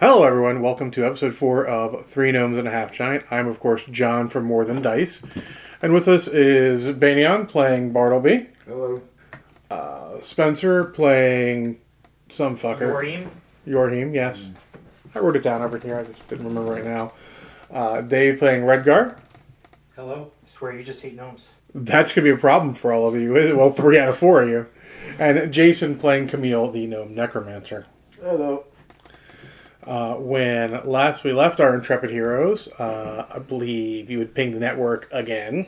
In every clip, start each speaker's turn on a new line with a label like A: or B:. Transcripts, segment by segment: A: Hello, everyone. Welcome to episode four of Three Gnomes and a Half Giant. I'm, of course, John from More Than Dice. And with us is Banyan playing Bartleby,
B: Hello.
A: Spencer playing some fucker.
C: Gordian.
A: Yorheim, yes. I wrote it down over here. I just didn't remember right now. Uh, Dave playing Redgar.
C: Hello. swear you just hate gnomes.
A: That's going to be a problem for all of you. Well, three out of four of you. And Jason playing Camille, the gnome necromancer.
B: Hello.
A: Uh, when last we left our intrepid heroes, uh, I believe you would ping the network again.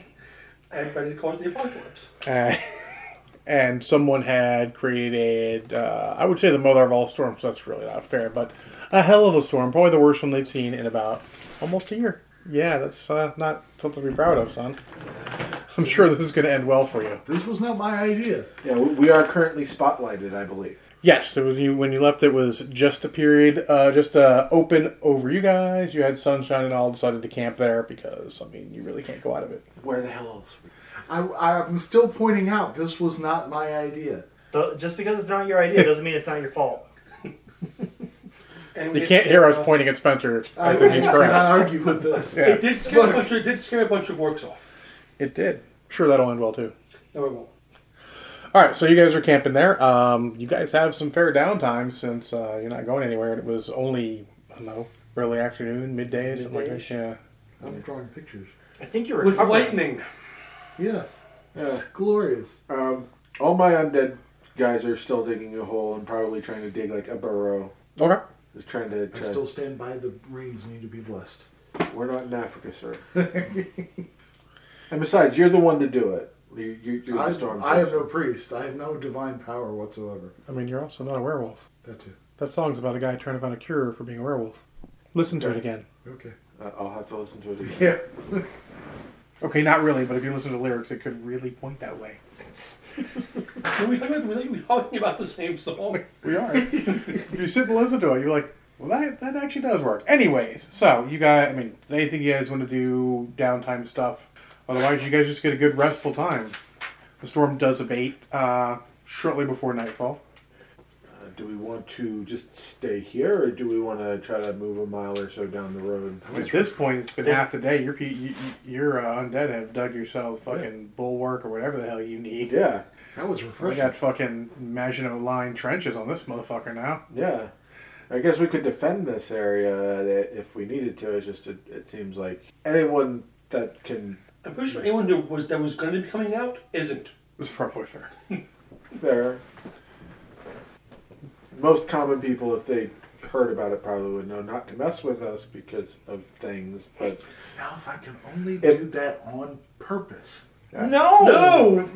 D: and ready to cause the apocalypse.
A: Uh, and someone had created, uh, I would say, the mother of all storms. That's really not fair, but a hell of a storm. Probably the worst one they've seen in about almost a year. Yeah, that's uh, not something to be proud of, son. I'm sure this is going to end well for you.
B: This was not my idea.
E: Yeah, we- we are currently spotlighted, I believe.
A: Yes, it was you when you left. It was just a period, uh, just uh, open over you guys. You had sunshine and all decided to camp there because I mean you really can't go out of it.
E: Where the hell else? would-
B: I, I'm still pointing out this was not my idea.
C: So just because it's not your idea doesn't mean it's not your fault.
D: And
A: You
D: it
A: can't
D: scared
A: hear us
D: off-
A: pointing at Spencer.
B: I
A: I think he's
B: cannot
A: correct.
B: argue with this.
A: Yeah.
D: It did scare
B: Look.
D: a bunch. Of, it did scare a bunch of works off.
A: It did. sure, that'll end well too.
D: No, it won't.
A: All right, so you guys are camping there. Um, you guys have some fair downtime since uh, you're not going anywhere, and it was only I don't know early afternoon, midday, something like that.
D: Midday-ish.
A: Yeah.
B: I'm drawing pictures.
C: I think you're
D: With
C: recovering.
D: lightning,
B: Yes. It's
E: Yeah.
B: glorious.
E: Um, all my undead guys are still digging a hole and probably trying to dig like a burrow.
A: Okay.
E: Just trying to.
B: I
E: Try.
B: still stand by the rains need to be blessed.
E: We're not in Africa, sir. and besides, you're the one to do it. You, you, you're the
B: I,
E: storm.
B: I have
E: person.
B: no priest. I have no divine power whatsoever.
A: I mean, you're also not a werewolf.
B: That too.
A: That song's about a guy trying to find a cure for being a werewolf. Listen to it again.
B: Okay.
E: Uh, I'll have to listen to it again.
B: Yeah.
A: Okay, not really, but if you listen to the lyrics, it could really point that way.
D: Are we talking about, we're like- we're talking about the same song.
A: We are. if you sit and listen to it, you're like, well, that, that actually does work. Anyways, so you guys, I mean, is anything you guys want to do, downtime stuff. Otherwise, you guys just get a good restful time. The storm does abate uh, shortly before nightfall.
E: Uh, do we want to just stay here, or do we want to try to move a mile or so down the road?
A: At this point, it's been half the day. Your pe- you, you- your uh, undead have dug yourself fucking bulwark or whatever the hell you need.
E: Yeah,
B: That
E: Oh
B: was
A: We
B: refreshing.
A: got fucking Maginot Line trenches on this motherfucker now.
E: yeah. I guess we could defend this area if we needed to. It's just it, it seems like anyone that can
D: I'm pretty sure anyone who was that was going to be coming out isn't.
A: It's probably fair.
E: Fair. Most common people, if they heard about it, probably would know not to mess with us because of things. But
B: Now, if I can only
E: It-
B: do that on purpose.
C: No.
D: No,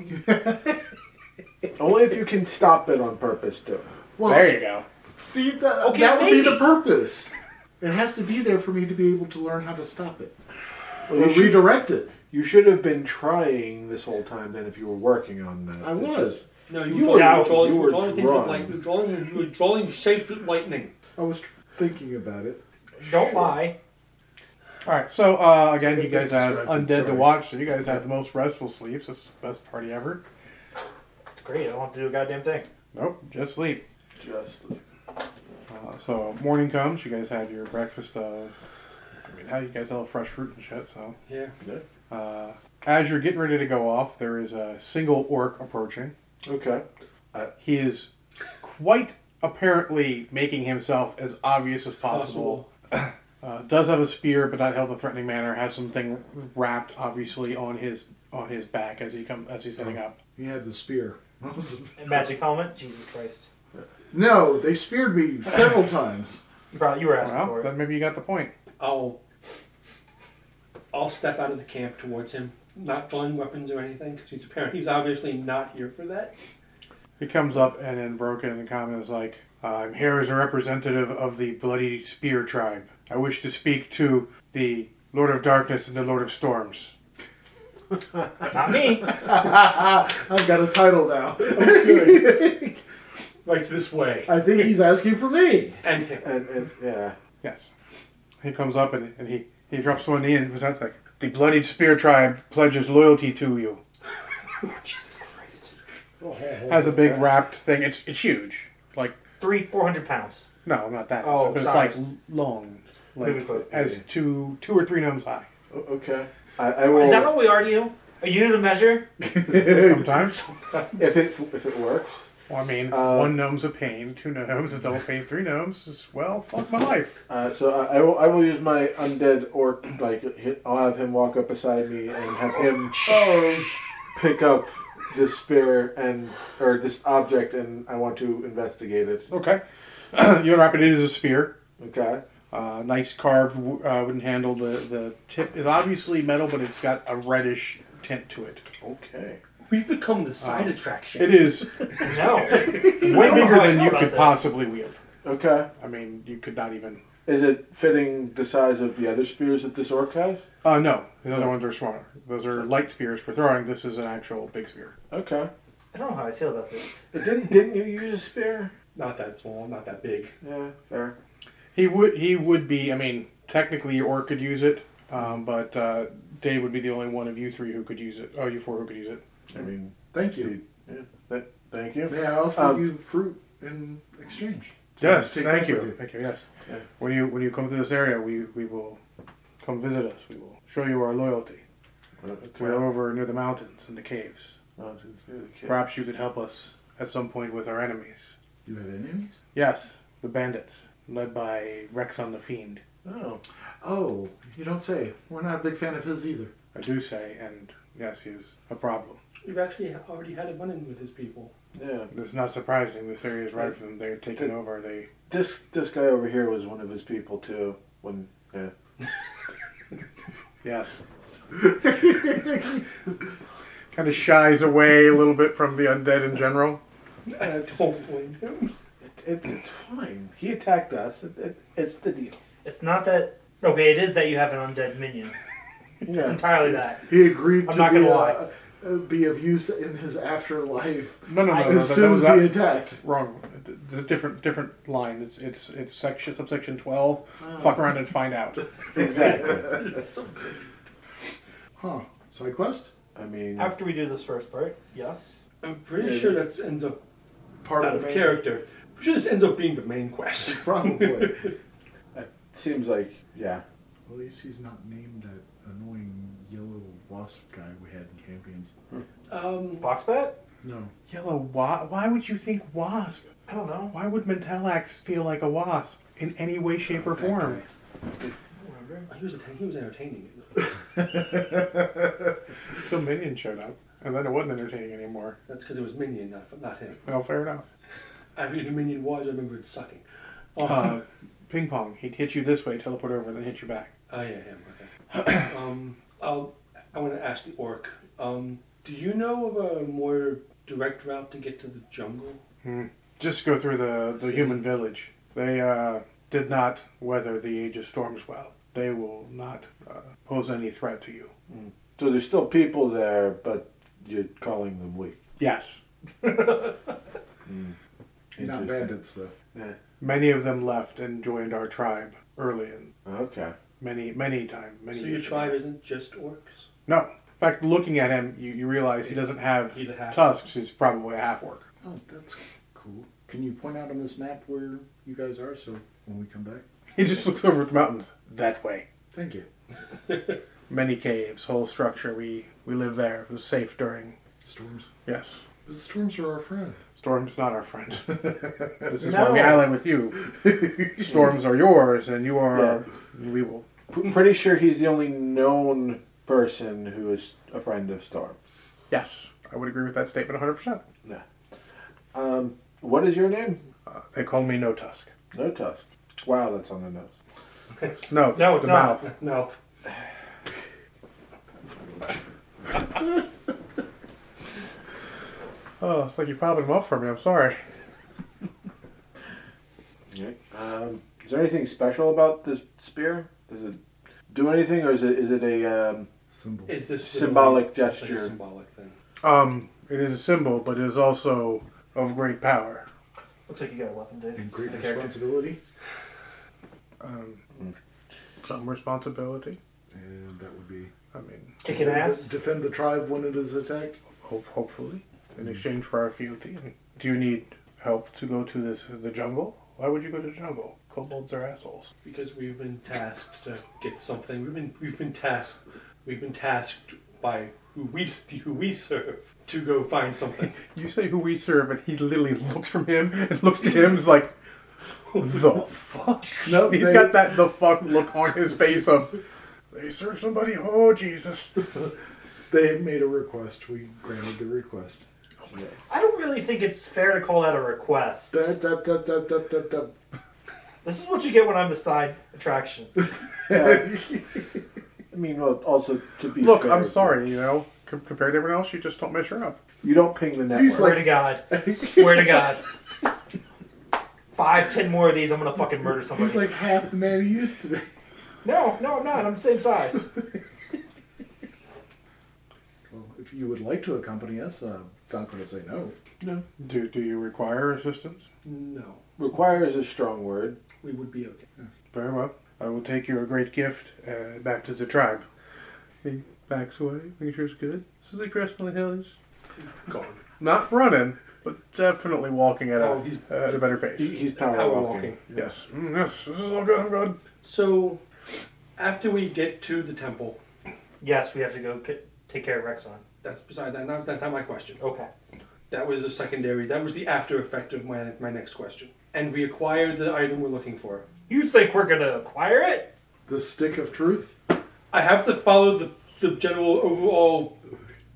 E: only if you can stop it on purpose, too.
B: Well,
A: There you go.
B: See, that,
D: Okay,
B: that would be
D: maybe.
B: the purpose. It has to be there for me to be able to learn how to stop it or
E: you, should,
B: redirect it.
E: you should have been trying this whole time then if you were working on that.
B: I
E: It's
B: was.
E: just-
D: no, you,
E: You
D: were
E: were-
D: drawing,
E: you
D: you
E: were
D: were drawing things with
E: drawn.
D: lightning. You were drawing, you were drawing shapes with lightning.
B: I was tr- thinking about it.
C: Don't lie.
A: All right, so uh, again,
B: It's
A: you
B: a
A: guys
B: bit
A: have
B: distracting,
A: undead to
B: sorry.
A: watch, so you guys have the most restful sleeps. This is the best party ever.
C: It's great. I don't have to do a goddamn thing.
A: Nope, just sleep.
E: just
A: Uh, so morning comes, you guys have your breakfast of. I mean, how you guys have fresh fruit and shit. So
D: Yeah.
A: uh, as you're getting ready to go off, there is a single orc approaching.
E: okay.
A: Uh, He is quite apparently making himself as obvious as possible. Uh, does have a spear, but not held in a threatening manner. Has something wrapped, obviously, on his on his back as he come as he's heading up.
B: He had the spear. That was-
C: And magic helmet. Jesus Christ.
B: no, they speared me several times.
C: You probably you were asking
A: Well,
C: for it.
A: then maybe you got the point.
D: I'll I'll step out of the camp towards him, not drawing weapons or anything, because he's apparently he's obviously not here for that.
A: He comes up and in broken and common is like, I'm here as a representative of the Bloody Spear tribe. I wish to speak to the Lord of Darkness and the Lord of Storms.
C: Not me.
B: I've got a title now.
D: Good. right this way.
B: I think he's asking for me.
D: And him.
E: And, and yeah,
A: Yes. He comes up and, and he, he drops one knee and was out like, The Bloodied Spear tribe pledges loyalty to you.
C: Jesus Christ.
A: Has a big wrapped thing. It's, it's huge. Like,
C: Three, four hundred pounds.
A: No, not that.
C: Oh,
A: but it's
C: sorry.
A: like long,
C: Movie
A: like
C: quote.
A: as two, two or three gnomes high.
E: O- Okay. I, I will.
C: Is that what we are to you? Are you to measure?
A: Sometimes.
E: if it if it works,
A: Well, I mean,
E: Uh,
A: one gnome's a pain, two gnomes a double pain, three gnomes is well, fuck my life.
E: uh, so I, I will. I will use my undead orc. Like hi- I'll have him walk up beside me and have him
C: Oh,
E: pick up this spear and or this object, and I want to investigate it.
A: Okay, you unwrap it. It is a sphere.
E: Okay.
A: Uh, nice carved wo- uh, wooden handle. The the tip is obviously metal, but it's got a reddish tint to it.
E: Okay.
D: We've become the side attraction.
A: It is
C: No.
A: way
C: know
A: bigger
C: how I
A: than
C: feel
A: you
C: about
A: could
C: this.
A: possibly wield.
E: Okay.
A: I mean, you could not even.
E: Is it fitting the size of the other spears that this orc has?
A: Uh, no, the other ones are smaller. Those are light spears for throwing. This is an actual big spear.
E: Okay.
C: I don't know how I feel about this.
E: Didn't didn't you use a spear?
D: Not that small, not that big.
E: Yeah. Fair.
A: He would he would be. I mean, technically, your orc could use it, um, but uh, Dave would be the only one of you three who could use it. Oh, you four who could use it.
E: I mean,
B: Thank you.
E: th- thank you.
B: May I offer
E: Um,
B: you fruit in exchange?
A: Yes,
B: Take
A: thank
B: that
A: you.
B: with you.
A: Thank you. Yes.
E: Yeah.
A: When you when you come to this area, we we will come visit us. We will show you our loyalty. We're
E: Okay.
A: over near the mountains and the caves. Perhaps you could help us at some point with our enemies.
B: You have enemies?
A: Yes, the bandits led by Rexon the Fiend.
E: Oh.
B: Oh, you don't say. We're not a big fan of his either.
A: I do say, and yes, he is a problem.
D: We've actually already had a run-in with his people.
E: Yeah.
A: It's not surprising. This area is right for them. They're taking over. They
E: This this guy over here was one of his people too. When yeah.
A: yes. kind of shies away a little bit from the undead in general.
E: It's,
D: Don't blame him.
E: it- it's it's fine. He attacked us. It, it, it's the deal.
C: It's not that. Okay, it is that you have an undead minion. It's
E: Yeah.
C: entirely that.
B: He agreed
C: I'm
B: to
C: not
B: be,
C: gonna
B: uh, uh, be of use in his afterlife
A: No, no, no. no, that-
B: as
A: that
B: soon
A: was
B: as
A: not-
B: he attacked.
A: wrong. It's a different different line. It's it's it's section subsection twelve. Fuck around and find out.
E: Exactly.
B: Huh. Side quest?
E: I mean.
C: After we do this first part, yes.
D: I'm pretty
E: Yeah.
D: sure that ends up
B: Part
D: out
B: of
D: of
B: the main-
D: character. I'm sure this ends up being the main quest.
B: Probably.
E: Seems like yeah.
B: At least he's not named that annoying yellow wasp guy we had in Champions.
D: Um,
C: Box bat?
B: No.
A: Yellow wa Why would you think wasp?
C: I don't know.
A: Why would Mentalax feel like a wasp in any way, shape, or
B: That
A: form?
B: guy.
C: Remember?
D: he was atta- he was entertaining. it.
A: So Minion showed up, and then it wasn't entertaining anymore.
D: That's because it was Minion, not not him.
A: Well, fair enough.
D: I mean, who Minion was. I remember it sucking. Oh,
A: Uh, ping pong. He'd hit you this way, teleport over, and then hit you back.
D: oh yeah, him. Okay. um, I'll, I want to ask the orc. Um, do you know of a more direct route to get to the jungle?
A: Just go through the the human village. They uh, did not weather the age of storms well. They will not uh, pose any threat to you.
E: So there's still people there, but you're calling them weak.
A: Yes,
B: Not
E: Interesting.
B: bandits, though.
E: Yeah.
A: Many of them left and joined our tribe early and
E: Okay.
A: many, many times. Many
D: so your
A: years ago.
D: tribe isn't just orcs.
A: No. In fact, looking at him, you, you realize he doesn't have
D: He's a half-
A: tusks. He's probably a half orc.
B: Oh, that's cool. Can you point out on this map where you guys are so when we come back?
A: He just looks over at the mountains that way.
B: Thank you.
A: Many caves, whole structure. We we live there. It was safe during.
B: Storms.
A: Yes.
B: But storms are our friend.
A: Storm's not our friend. this is why
C: No.
A: we ally with you. Storms are yours, and you are we will.
E: P- pretty sure he's the only known person who is a friend of Storm.
A: Yes, I would agree with that statement 100. percent
E: Yeah. Um, what is your name?
A: They call me No Tusk.
E: No tusk. Wow, that's on the nose.
A: No,
C: No, it's
A: the
C: not.
A: mouth.
D: No.
A: Oh, it's like you're popping them up for me. I'm sorry.
E: Um, is there anything special about this spear? Does it do anything, or is it is it a um,
B: Symbol.
D: Is this
E: Symbolic
D: it's like a
E: gesture.
D: symbolic thing.
A: Um, it is a symbol, but it is also of great power.
C: Looks like you got a weapon, Dave.
B: and great
C: The character.
B: responsibility.
A: Um, some responsibility.
B: And that would be
A: I mean,
C: Kicking
B: defend
C: ass.
B: The, defend the tribe when it is attacked.
A: hope, Mm-hmm. hopefully, in exchange for our fealty. Do you need help to go to this the jungle, Why would you go to the jungle? Kobolds are assholes.
D: Because we've been tasked to get something. We've been we've been tasked we've been tasked by who we s- who we serve to go find something.
A: You say who we serve, and he literally looks from him and looks to him and is like, the fuck?
B: No,
A: He's
B: they-
A: got that the fuck look on his face of, they serve somebody, oh Jesus.
B: They had made a request. We granted the request.
C: I don't really think it's fair to call that a request.
B: Da, da, da, da, da, da, da.
C: This is what you get when I'm the side attraction.
E: I mean, well, also to be
A: Look,
E: fair,
A: I'm sorry, you know, com- compared to everyone else, you just don't measure up.
E: You don't ping the network.
B: He's
C: Swear to God. Swear to God. Five, ten more of these, I'm gonna fucking murder somebody.
B: He's like half the man he used to be.
C: no, no, I'm not. I'm the same size.
B: Well, if you would like to accompany us, uh, not going to say no.
D: no,
A: Do, do you require assistance?
D: no,
E: requires a strong word.
D: we would be okay.
A: Very well. I will take your great gift uh, back to the tribe. He backs away, making sure it's good. This is a crest on the hill. He's
D: Gone.
A: not running, but definitely walking at a,
D: Oh, he's-
A: at a better pace.
E: He, he's power,
D: Power
E: walking.
D: walking.
A: Yes. Mm, yes, this is all good. I'm good.
D: So, after we get to the temple,
C: Yes, we have to go ca- take care of Rexon.
D: that's beside that. Not, that's not my question.
C: Okay.
D: That was the secondary. That was the after effect of my my next question. And we acquired the item we're looking for.
C: You think we're gonna acquire it?
B: The stick of truth.
D: I have to follow the the general overall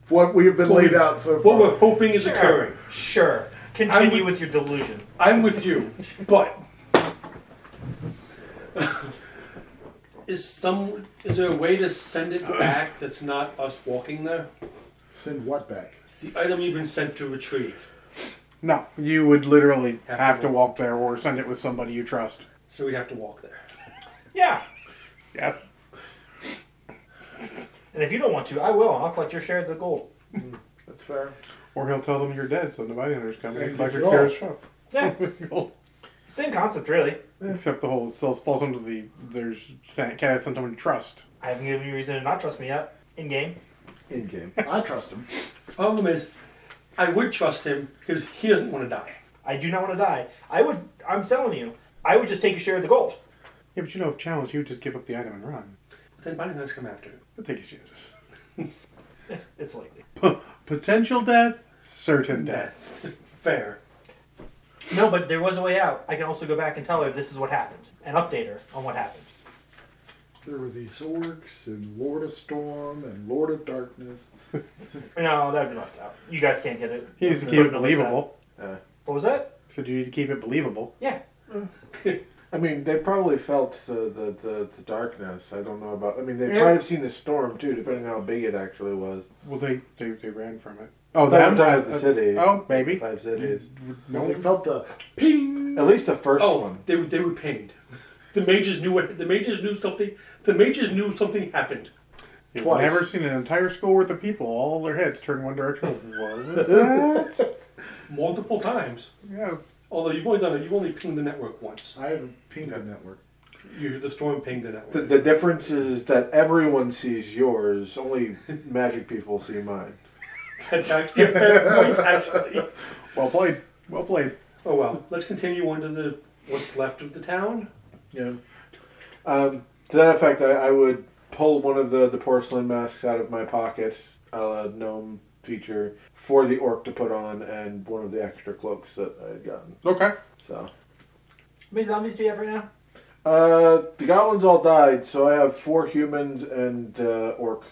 B: What we have been laid out so
D: what we're
B: far.
D: hoping is occurring.
C: Sure. Continue
D: I'm-
C: with your delusion.
D: I'm with you, but is some is there a way to send it back that's not us walking there?
B: Send what back?
D: The item you've been sent to retrieve.
A: No, you would literally
D: Have
A: have,
D: to
A: to walk. there or send it with somebody you trust.
D: So we'd have to walk there.
C: Yeah.
A: Yes.
C: And if you don't want to, I will. I'll collect your share of the gold.
E: That's fair.
A: Or he'll tell them you're dead, so the bounty hunter's coming.
B: And
A: and collect
B: gets it
A: your
B: all.
A: carrot shop.
C: Yeah. Same concept, really.
A: Except the whole still falls under the there's can't have someone you trust.
C: I haven't given you reason to not trust me yet. In game.
E: In game.
B: I trust him.
D: Problem is, I would trust him because he doesn't want to die.
C: I do not want to die. I would. I'm telling you. I would just take a share of the gold.
A: Yeah, but you know if challenged, you would just give up the item and run.
D: But then Biden does come after him.
A: He'll take his chances.
C: It's, it's likely.
A: Potential death, certain death.
D: Fair.
C: No, but there was a way out. I can also go back and tell her this is what happened and update her on what happened.
B: There were these orcs and Lord of Storm and Lord of Darkness.
C: No, that'd be left out. You guys can't get it.
A: He needs to
C: Put
A: keep it
C: in like that.
A: believable.
C: What was that?
A: So you need to keep it believable.
C: Yeah.
E: I mean, they probably felt the, the, the, the darkness. I don't know about. I mean, they
A: Yeah.
E: might have seen the storm too, depending on how big it actually was.
A: Well, they they, they ran from it. Oh,
E: No, I'm
A: that
E: talking about the city.
A: Oh, maybe.
E: Five cities.
B: No, they
A: No,
B: felt the ping.
E: At least the first
D: Oh,
E: one.
D: they were they were pinged. The mages knew it. The mages knew something. The mages knew something happened.
A: You've
B: Twice.
A: never seen an entire school worth of people, all their heads turn one direction. What was that?
D: multiple times.
A: yeah.
D: Although you've only done it, you've only pinged the network once.
B: I haven't pinged the network.
D: You the storm pinged the
E: The,
D: network.
E: the difference is that everyone sees yours, only magic people see mine.
D: That's actually a fair point. Actually.
A: Well played. Well played.
D: Oh well. Let's continue on to the what's left of the town.
E: Yeah. Um, to that effect, I, I would pull one of the, the porcelain masks out of my pocket, a la gnome feature, for the orc to put on, and one of the extra cloaks that I had gotten.
A: Okay.
E: So.
C: How many zombies do you have right now?
E: Uh, the goblins all died, so I have four humans and the orc,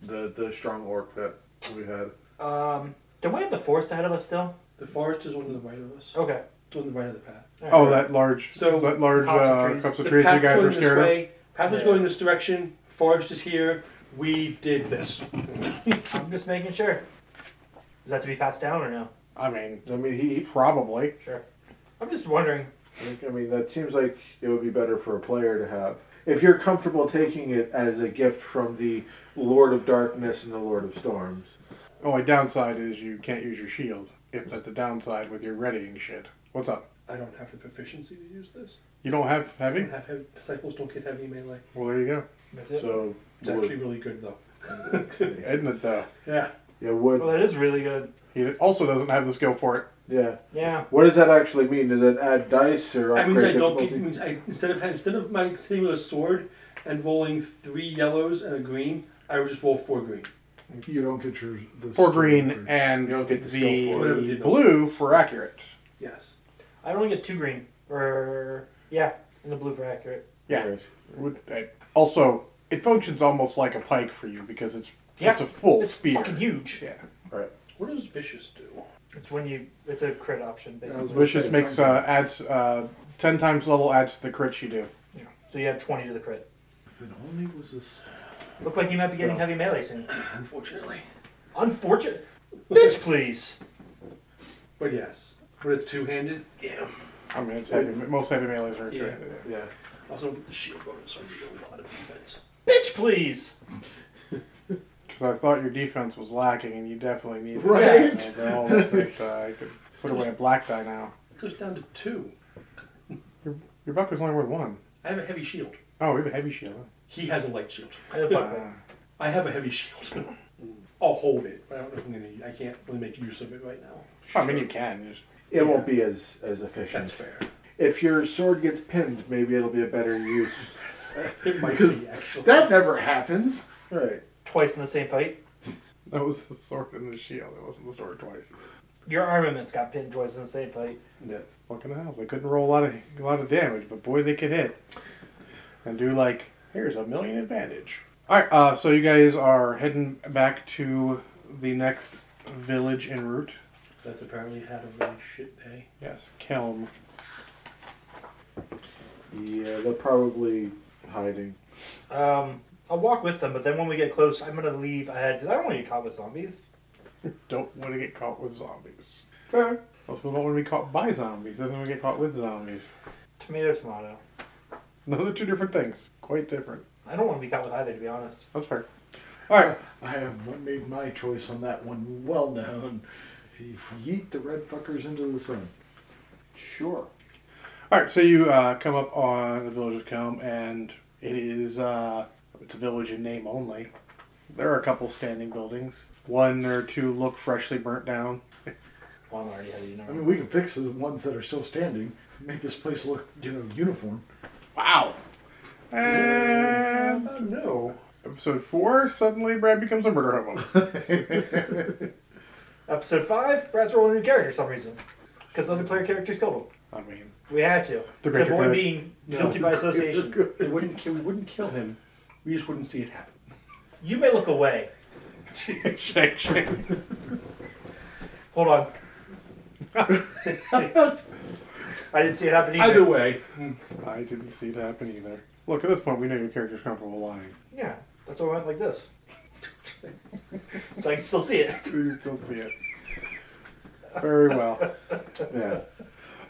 E: the the strong orc that we had.
C: Um, don't we have the forest ahead of us still?
D: The forest is on the right of us.
C: Okay.
D: It's on the right of the path.
C: All
A: Oh,
C: right.
A: that large,
D: So,
A: that large
C: cups of
A: uh,
C: trees.
A: cups of
D: the
A: trees you
D: path
A: guys
D: going
A: are
D: this
A: scared of.
D: way. Path was
C: Yeah.
D: going this direction. Forest is here. We did this.
C: I'm just making sure. Is that to be passed down or no?
A: I mean,
E: I mean, he.
A: probably.
C: Sure. I'm just wondering.
E: I mean, that seems like it would be better for a player to have. If you're comfortable taking it as a gift from the Lord of Darkness and the Lord of Storms.
A: Only Oh, downside is you can't use your shield. If that's a downside with your readying shit. What's up?
D: I don't have the proficiency to use this.
A: You don't have
D: I
A: heavy?
D: don't have heavy, disciples don't get heavy melee.
A: Well, there you go.
C: That's it.
E: So
D: It's actually
E: wood.
D: really good though.
A: Isn't it though?
D: Yeah.
E: Yeah, wood.
C: well, that is really good.
A: He also doesn't have the skill for it.
E: Yeah.
C: Yeah.
E: What does that actually mean? Does it add dice or
D: That means I
E: upgrade
D: don't get.
E: difficulty?
D: Means I, instead of instead of my singular sword and rolling three yellows and a green, I would just roll four green.
B: You don't get your the
A: For
B: skill
A: green
B: upgrade.
A: and
E: You don't get the skill
A: the
E: for
D: it. Whatever you do.
A: blue for accurate.
D: Yes.
C: I only get two green. Or yeah, in the blue for accurate.
A: Yeah. Would- I- Also, it functions almost like a pike for you because it's
C: Yeah.
A: it's a full
C: It's
A: spear.
C: fucking huge.
A: Yeah.
D: What does vicious do?
C: It's when you. It's a crit option
B: I was
C: basically.
B: about to
A: Vicious
B: say,
A: makes uh, adds uh, ten times level adds to the crits you do.
C: So you have twenty to the crit.
B: If it only was a s-
C: Look like you might be getting heavy melee soon.
D: Unfortunately.
C: Unfortunate. Bitch, please.
D: But yes. But it's two handed. Yeah.
A: I mean, it's heavy, most heavy melees are.
D: Yeah.
E: Yeah.
D: Also with the shield bonus, so I'm doing a lot of defense.
C: Bitch, please.
A: Because I thought your defense was lacking, and you definitely need
B: Right.
A: that. Uh, all that, uh, I could put away a black die now.
D: It goes down to two.
A: Your buck is only worth one.
D: I have a heavy shield.
A: Oh, we have a heavy shield.
D: He has a light shield.
C: I have a buck right.
D: I have a heavy shield. I'll hold it, but I don't know if I'm gonna. I can't really make use of it right now.
A: I mean, you can. You just,
E: It won't be as as efficient.
D: That's fair.
E: If your sword gets pinned, maybe it'll be a better use.
D: It might
B: Because
D: be actually.
B: that never happens.
E: Right.
C: twice in the same fight.
A: that was the sword and the shield. It wasn't the sword twice.
C: Your armaments got pinned twice in the same fight.
E: Yeah.
A: Fucking hell, they couldn't roll a lot of a lot of damage, but boy, they could hit and do like here's a million advantage. All right, uh, so you guys are heading back to the next village en route.
D: That's apparently had a really shit day.
A: Yes, Kelm.
E: Yeah, they're probably hiding.
C: Um, I'll walk with them, but then when we get close, I'm gonna leave ahead because I don't want to get caught with zombies.
A: Don't want to get caught with zombies. Also, don't want to be caught by zombies. Doesn't want to get caught with zombies.
C: Tomato, tomato.
A: Those are two different things. Quite different.
C: I don't want to be caught with either, to be honest.
A: That's fair. All right.
B: I have m- made my choice on that one well known. Ye- Yeet the red fuckers into the sun.
E: Sure.
A: All right, so you uh, come up on the village of Kelm, and it is uh, it's a village in name only. There are a couple standing buildings. One or two look freshly burnt down.
C: Well, I'm already heavy, you know.
B: I mean, we can fix the ones that are still standing, make this place look, you know, uniform.
A: Wow. And
D: Uh, no.
A: episode four, suddenly Brad becomes a murder hobo.
C: Episode five. Brad's rolling a new character for some reason because other player characters killed him.
A: I mean,
C: We had to
A: The
C: to
A: greater
C: avoid
A: good.
C: being
D: No.
C: guilty by association.
D: It wouldn't kill. We wouldn't kill him. We just wouldn't see it happen.
C: You may look away.
A: shake, shake.
C: Hold on. I didn't see it happen either.
D: Either way,
A: I didn't see it happen either. Look, at this point, we know your character's comfortable lying.
C: Yeah, that's why I went like this. so I can still see it.
A: You can still see it. Very well.
E: Yeah.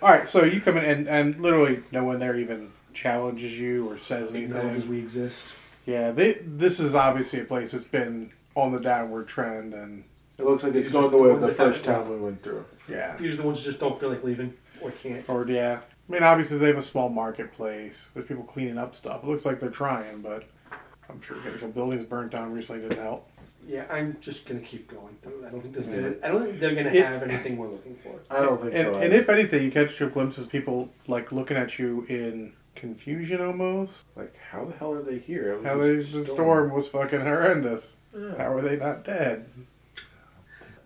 A: All right, so you come in and, and literally no one there even challenges you or says
D: acknowledges
A: anything.
D: we exist.
A: Yeah, they, this is obviously a place that's been on the downward trend, and
E: It looks like it's
D: These
E: going
D: are
E: the way of
D: the
E: the
D: ones
E: first
D: that-
E: town we went through.
A: yeah,
D: These are the ones who just don't feel like leaving or can't.
A: or yeah. I mean, obviously they have a small marketplace. There's people cleaning up stuff. It looks like they're trying, but I'm sure getting some buildings burnt down recently didn't help.
D: Yeah, I'm just gonna keep going through. I don't think this.
E: Yeah.
D: I don't think they're gonna
A: It-
D: have anything we're looking for.
E: I don't think
A: And,
E: so.
A: and
E: either.
A: if anything, you catch your glimpses of people like looking at you in confusion almost.
E: like, how the hell are they here? It was
A: How they, the
E: just a
A: storm. was fucking horrendous. How are they not dead?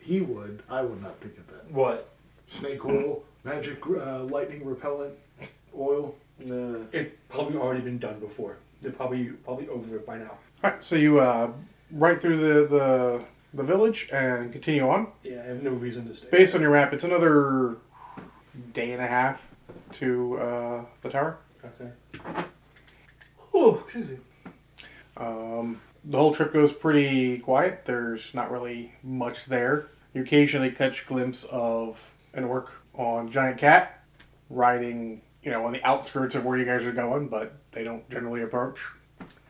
B: He would. I would not think of that.
C: What?
B: Snake oil, magic uh, lightning repellent oil.
E: Nah.
D: It's probably already been done before. They're probably probably over it by now.
A: All right, so you uh, right through the, the the village and continue on.
D: Yeah, I have no reason to stay.
A: Based on your map, it's another day and a half to uh, the tower.
D: Okay.
C: Oh, excuse me.
A: Um, the whole trip goes pretty quiet. There's not really much there. You occasionally catch a glimpse of an orc on a giant cat riding, you know, on the outskirts of where you guys are going, but they don't generally approach.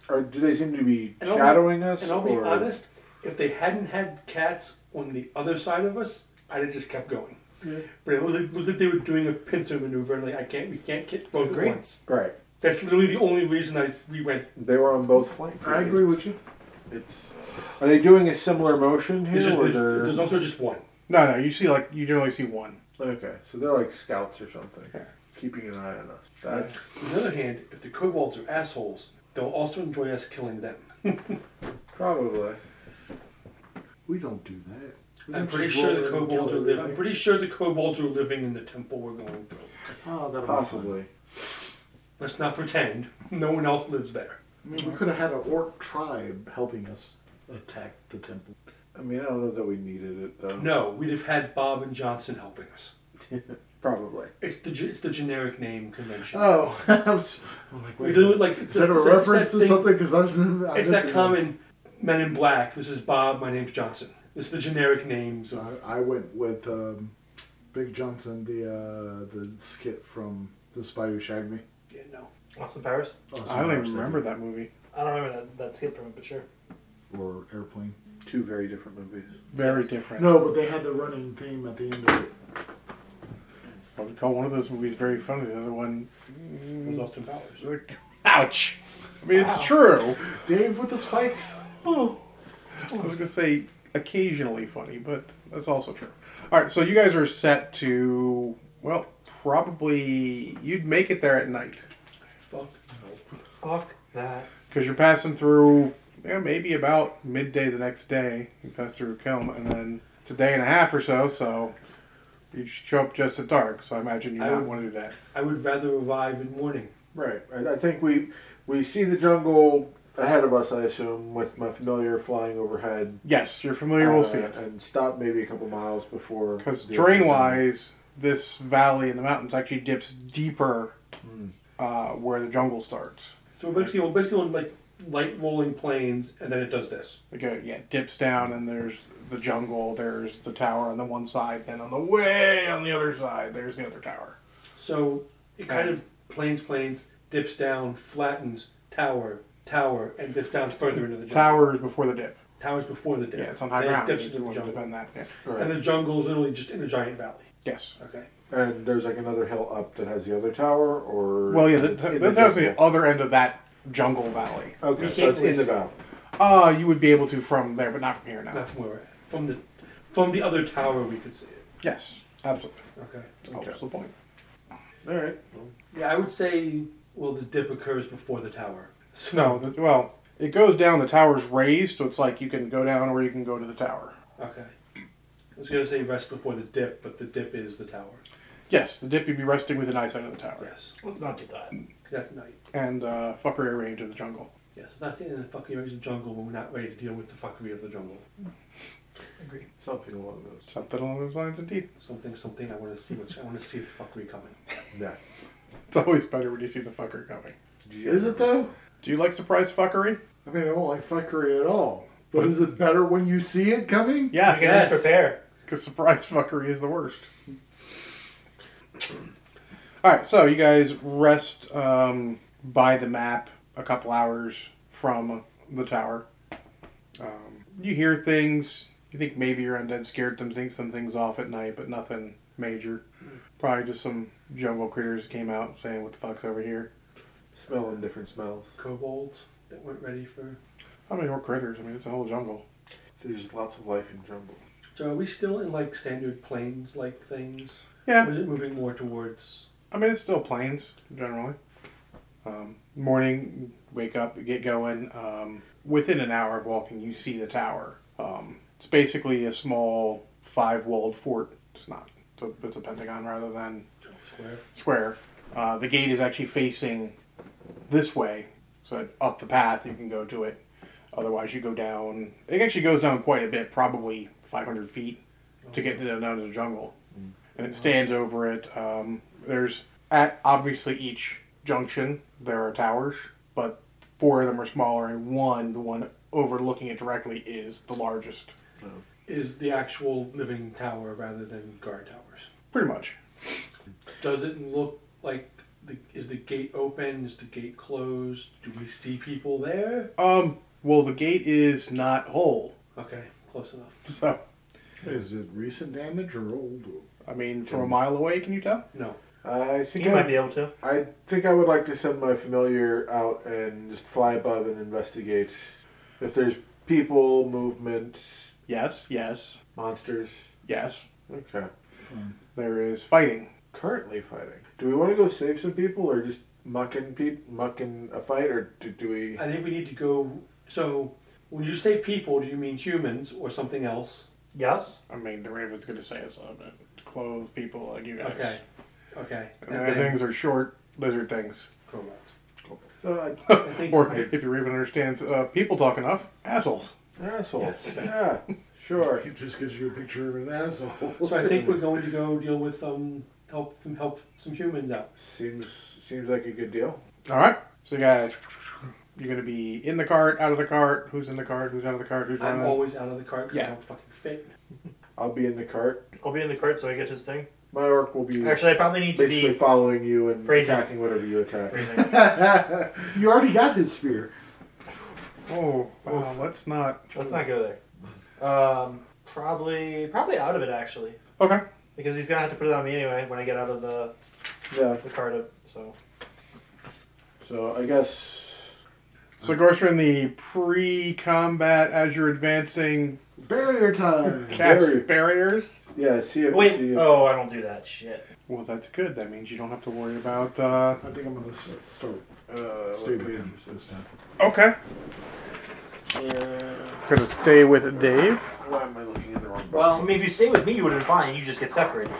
E: Or do they seem to be
D: And I'll be-
E: shadowing us?
D: And I'll be
E: or...
D: honest, if they hadn't had cats on the other side of us, I'd have just kept going.
E: Yeah.
D: But it looked, looked like they were doing a pincer maneuver, and like I can't, we can't get both at
C: Agree.
D: once.
E: Right.
D: That's literally the only reason I s- we went.
E: They were on both flanks.
B: I agree with you.
E: It's. Are they doing a similar motion here?
D: There's, just,
E: or
D: there's,
E: they're-
D: there's also just one.
A: No, no, you see like you generally see one.
E: Okay, so they're like scouts or something,
A: Yeah.
E: keeping an eye on us. That's
D: On the other hand, if the kobolds are assholes, they'll also enjoy us killing them.
E: probably.
B: We don't do that. We
D: I'm
B: don't
D: pretty
B: just
D: sure
B: roll
D: the
B: in and
D: kobolds
B: kill
D: are living. I'm
B: everything.
D: pretty sure the kobolds are living in the temple we're going through.
B: Oh, that'll Be
E: Possibly.
D: Let's not pretend no one else lives there.
B: fun. I mean, we could have had an orc tribe helping us attack the temple.
E: I mean, I don't know that we needed it though.
D: No, we'd have had Bob and Johnson helping us.
E: Probably.
D: It's the ge- it's the generic name convention.
B: Oh, I'm s- I'm like,
D: we
B: wait.
D: do it like it's
B: Is that a
D: it's that- it's
B: reference
D: that
B: to
D: thing-
B: something? Because I'm, I'm
D: It's
B: missing
D: that
B: this.
D: common Men in Black. This is Bob. My name's Johnson. It's the generic names.
B: So
D: Of,
B: I, I went with um, Big Johnson, the uh, the skit from The Spy Who Shagged Me.
D: yeah, no.
C: Austin Powers?
B: Also,
A: I don't even
B: was
A: remember that movie.
C: I don't remember that, that skip from it, but sure.
B: thinking- Or Airplane.
E: Two very different movies.
A: Very different.
B: No, but they had the running theme at the end of it.
A: I would call one of those movies very funny. The other one,
D: It was Austin Powers.
A: ouch. I mean, it's true.
B: Dave with the spikes.
A: I was gonna say occasionally funny, but that's also true. All right, so you guys are set to well, probably you'd make it there at night
D: Fuck.
C: Fuck that.
A: because you're passing through. Yeah, maybe about midday the next day you pass through Kelm, and then it's a day and a half or so. So you show up just at dark. So I imagine you
D: I
A: don't
D: would-
A: want to do that.
D: I would rather arrive in morning.
E: Right. I, I think we we see the jungle ahead of us. I assume with my familiar flying overhead.
A: Yes, you're familiar. we'll
E: uh,
A: see it.
E: And stop maybe a couple miles before.
A: Because
E: the-
A: terrain wise, this valley in the mountains actually dips deeper uh, where the jungle starts.
D: So we're basically we're basically on like light rolling planes, and then it does this.
A: It go, uh, yeah, it dips down, and there's the jungle, there's the tower on the one side, then on the way on the other side, there's the other tower.
D: So it kind of planes, planes, dips down, flattens, tower, tower, and dips down further into the jungle.
A: Tower is before the dip.
D: Towers before the dip.
A: Yeah, it's on high
D: Then it
A: ground.
D: Dips
A: You
D: into the
A: want to
D: jungle.
A: defend that. Yeah.
E: Right.
D: And the jungle is literally just in a giant valley.
A: Yes.
D: Okay.
E: And there's like another hill up that has the other tower, or
A: Well, yeah,
E: it's in
A: that,
E: the
A: that's actually the
E: jungle?
A: other end of that jungle valley.
E: Okay,
C: We
E: so
C: can't
E: it's in the
C: really-
E: valley.
A: Uh, you would be able to from there, but not from here now.
D: Not from where we're at. From the from the other tower we could see it.
A: Yes, absolutely.
D: Okay.
A: That's the point.
E: All right.
D: Yeah, I would say well the dip occurs before the tower. So
A: No, the, well, it goes down. The tower's raised, so it's like you can go down or you can go to the tower.
D: Okay. I was gonna say rest before the dip, but the dip is the tower.
A: Yes, the dip you'd be resting within eyesight of the tower
D: Yes.
C: Let's not do that.
D: 'Cause That's night.
A: and uh, fuckery range of the jungle.
D: Yes, it's not in the fucking areas of the jungle when we're not ready to deal with the fuckery of the jungle.
C: Agreed.
E: Something along those.
A: Something along those lines, indeed.
D: Something, something. I want to see what's. I want to see the fuckery coming.
E: Yeah.
A: It's always better when you see the fucker coming.
B: Is it though?
A: Do you like surprise fuckery?
B: I mean, I don't like fuckery at all. But is it better when you see it coming?
A: Yes,
C: Yes. Prepare.
A: Because surprise fuckery is the worst. All right, so you guys rest um, by the map a couple hours from the tower. Um, you hear things. You think maybe your undead scared them, think some things off at night, but nothing major. Probably just some jungle critters came out saying, "What the fuck's over here?"
E: Smelling different smells.
D: Kobolds that weren't ready for.
A: How many more critters? I mean, it's a whole jungle.
E: There's lots of life in jungle.
D: So are we still in like standard planes like things?
A: Yeah,
D: Or is it moving more towards?
A: I mean, it's still planes generally. Um, morning, wake up, get going. Um, within an hour of walking, you see the tower. Um, it's basically a small five-walled fort. It's not. It's a, it's a pentagon rather than
D: Square.
A: square. Uh, the gate is actually facing this way, so that up the path you can go to it. Otherwise, you go down. It actually goes down quite a bit, probably 500 feet, to get to the, down to the jungle. And it stands over it. Um, there's at obviously each junction there are towers, but four of them are smaller, and one, the one overlooking it directly, is the largest.
D: Is the actual living tower rather than guard towers?
A: Pretty much.
D: Does it look like the? Is the gate open? Is the gate closed? Do we see people there?
A: Um. Well, the gate is not whole,
D: Okay, close enough.
A: so
B: Is it recent damage or old?
A: I mean, from a mile away, can you tell?
D: No.
E: I think
C: You
E: I,
C: might be able to.
E: I think I would like to send my familiar out and just fly above and investigate if there's people, movement,
A: Yes, yes,
E: monsters.
A: yes.
E: Okay.
B: Fun.
E: There is fighting. Currently fighting. Do we want to go save some people or just mucking peop mucking a fight or do, do we?
D: I think we need to go. So, when you say people, do you mean humans or something else?
C: Yes.
A: I mean, the Raven's going to say it's uh, clothes, people like you guys.
D: Okay. Okay.
A: And their things are short lizard things.
D: Correct.
E: Uh,
D: I think.
A: Or if your Raven understands uh, people talk enough, assholes.
E: assholes. Yeah. Sure.
B: It just gives you a picture of an asshole.
D: so I think we're going to go deal with um help some help some humans out.
E: Seems seems like a good deal.
A: All right. So, guys, you're going to be in the cart, out of the cart. Who's in the cart? Who's out of the cart? Who's
D: I'm
A: running?
D: always out of the cart because
A: Yeah.
D: I don't fucking fit.
E: I'll be in the cart.
C: I'll be in the cart so I get his thing.
E: My orc will be
C: Actually, I probably need to
E: basically
C: be.
E: following you and
C: Phrasing.
E: attacking whatever you attack.
B: you already got his spear.
A: oh, wow. Let's not.
C: Let's not go there. Um, probably, probably out of it actually,
A: Okay.
C: because he's gonna have to put it on me anyway when I get out of the
E: Yeah.
C: the cart. Up, so
E: So I guess
A: So, of course, we're in the pre combat as you're advancing
B: Barrier time.
A: cast
E: Barrier.
A: barriers.
E: yeah. See if
C: wait.
E: see if,
C: Oh, I don't do that shit.
A: Well, that's good. That means you don't have to worry about. Uh,
B: I think I'm gonna s- start
A: uh,
B: stay banned this time.
A: okay. Gonna stay with Dave.
E: Why am I looking in the wrong?
C: Well, I mean, if you stay with me, you would have been fine. You just get separated.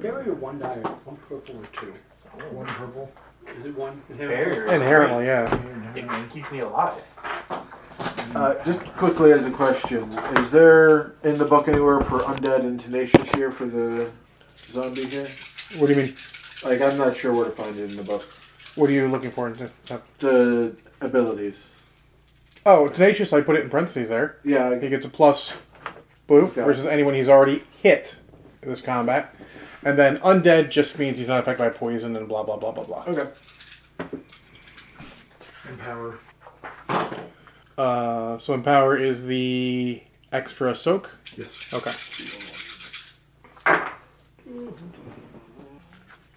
D: Barrier one die, one purple or two.
B: One purple.
D: Is it one?
C: Barrier.
A: Inherently, yeah.
C: It keeps me alive.
E: Uh, just quickly as a question, is there in the book anywhere for undead and tenacious here for the zombie here?
A: What do you mean?
E: Like I'm not sure where to find it in the book.
A: What are you looking for? In t- uh,
E: The abilities.
A: oh, tenacious. I put it in parentheses there.
E: Yeah,
A: He
E: I-
A: gets a plus boop
E: Okay.
A: versus anyone he's already hit in this combat, and then undead just means he's not affected by poison and blah blah blah blah blah.
E: okay.
B: Empower.
A: Uh, so empower is the extra soak.
B: Yes.
A: Okay.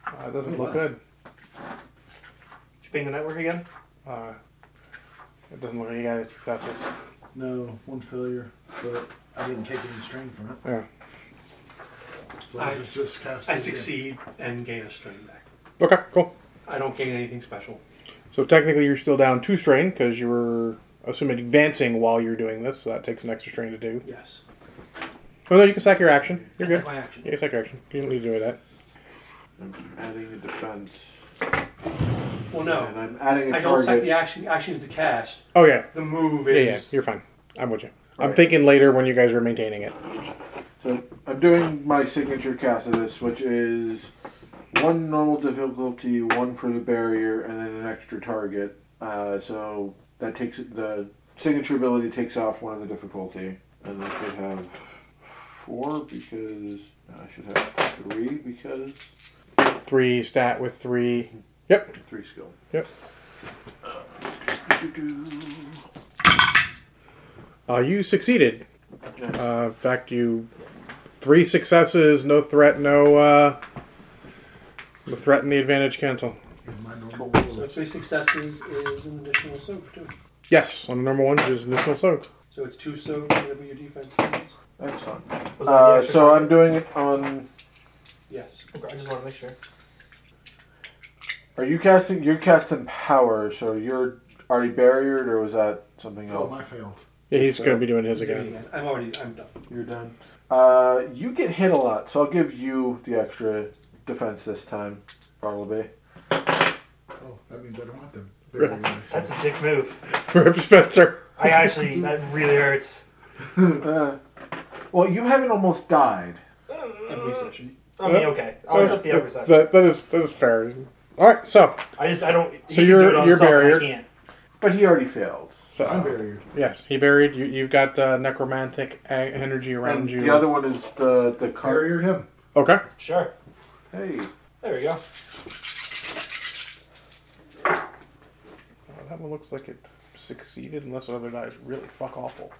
A: Uh, it doesn't look good.
C: Did you ping the network again?
A: Uh, it doesn't look like you got any successes.
B: No, one failure, but I didn't take any strain from it.
A: Yeah.
B: So I
D: I-
B: just just cast.
D: I
B: it again.
D: succeed and gain a strain back.
A: Okay, cool.
D: I don't gain anything special.
A: So technically, you're still down two strain because you were assuming advancing while you're doing this, so that takes an extra strain to do.
D: Yes.
A: Oh no, you can sack your action. You're
D: I
A: good.
D: took My action.
A: Yeah, sack your action. You don't need to do that.
E: I'm adding a defense.
D: Well,
E: And
D: no,
E: I'm adding
D: Oh.
E: a
D: I don't
E: target.
D: suck the action. Action is the cast.
A: Oh yeah,
D: The move
A: yeah, yeah.
D: is.
A: You're fine. I'm with you. I'm
E: Right.
A: thinking later when you guys are maintaining it.
E: So I'm doing my signature cast of this, which is one normal difficulty, one for the barrier, and then an extra target. Uh, so that takes the signature ability takes off one of the difficulty, and I should have four because no, I should have three because
A: Three stat with three. Yep.
E: three skill. Uh,
A: Yep.
E: Doo-doo.
A: Uh, you succeeded. Uh, in fact, you three successes, no threat, no uh, the threat and the advantage cancel.
B: With my normal
D: So
B: rolls.
D: three successes is an additional soak too.
A: Yes, on the normal one, just initial soak.
D: So it's two soak whatever your defense is.
E: Excellent.
C: Was that the
E: Uh,
C: extra
E: so
C: target?
E: I'm doing it on.
D: Yes.
C: Okay, I just want to make sure.
E: Are you casting? You're casting power, so you're already barriered, or was that something
B: Oh,
E: else?
B: my failed.
A: Yeah, he's
E: So-
A: going to be doing his again.
D: I'm already. I'm done.
E: You're done. Uh, you get hit a lot, so I'll give you the extra defense this time, probably.
B: Oh, that means I don't have to. bury myself.
C: That's a dick move.
A: Rip Spencer.
C: I actually, that really hurts.
E: Uh, well, you haven't almost died.
D: Every session.
C: I mean, okay. I'll accept Oh, the upper side.
A: That- that is that is fair. All right, so
C: I just, I don't. he
A: So
C: can
A: you're-
C: do it on
A: you're
C: himself,
A: barrier.
C: I can't.
E: But he already failed.
B: I'm
A: so
B: barriered.
A: yes, he buried you. You've got the necromantic e- energy around
E: And
A: you.
E: the other one is the the cart.
B: Barrier him.
A: okay,
C: Sure.
E: Hey,
C: There we go.
A: Oh, that one looks like it succeeded, unless the other die is really fuck awful.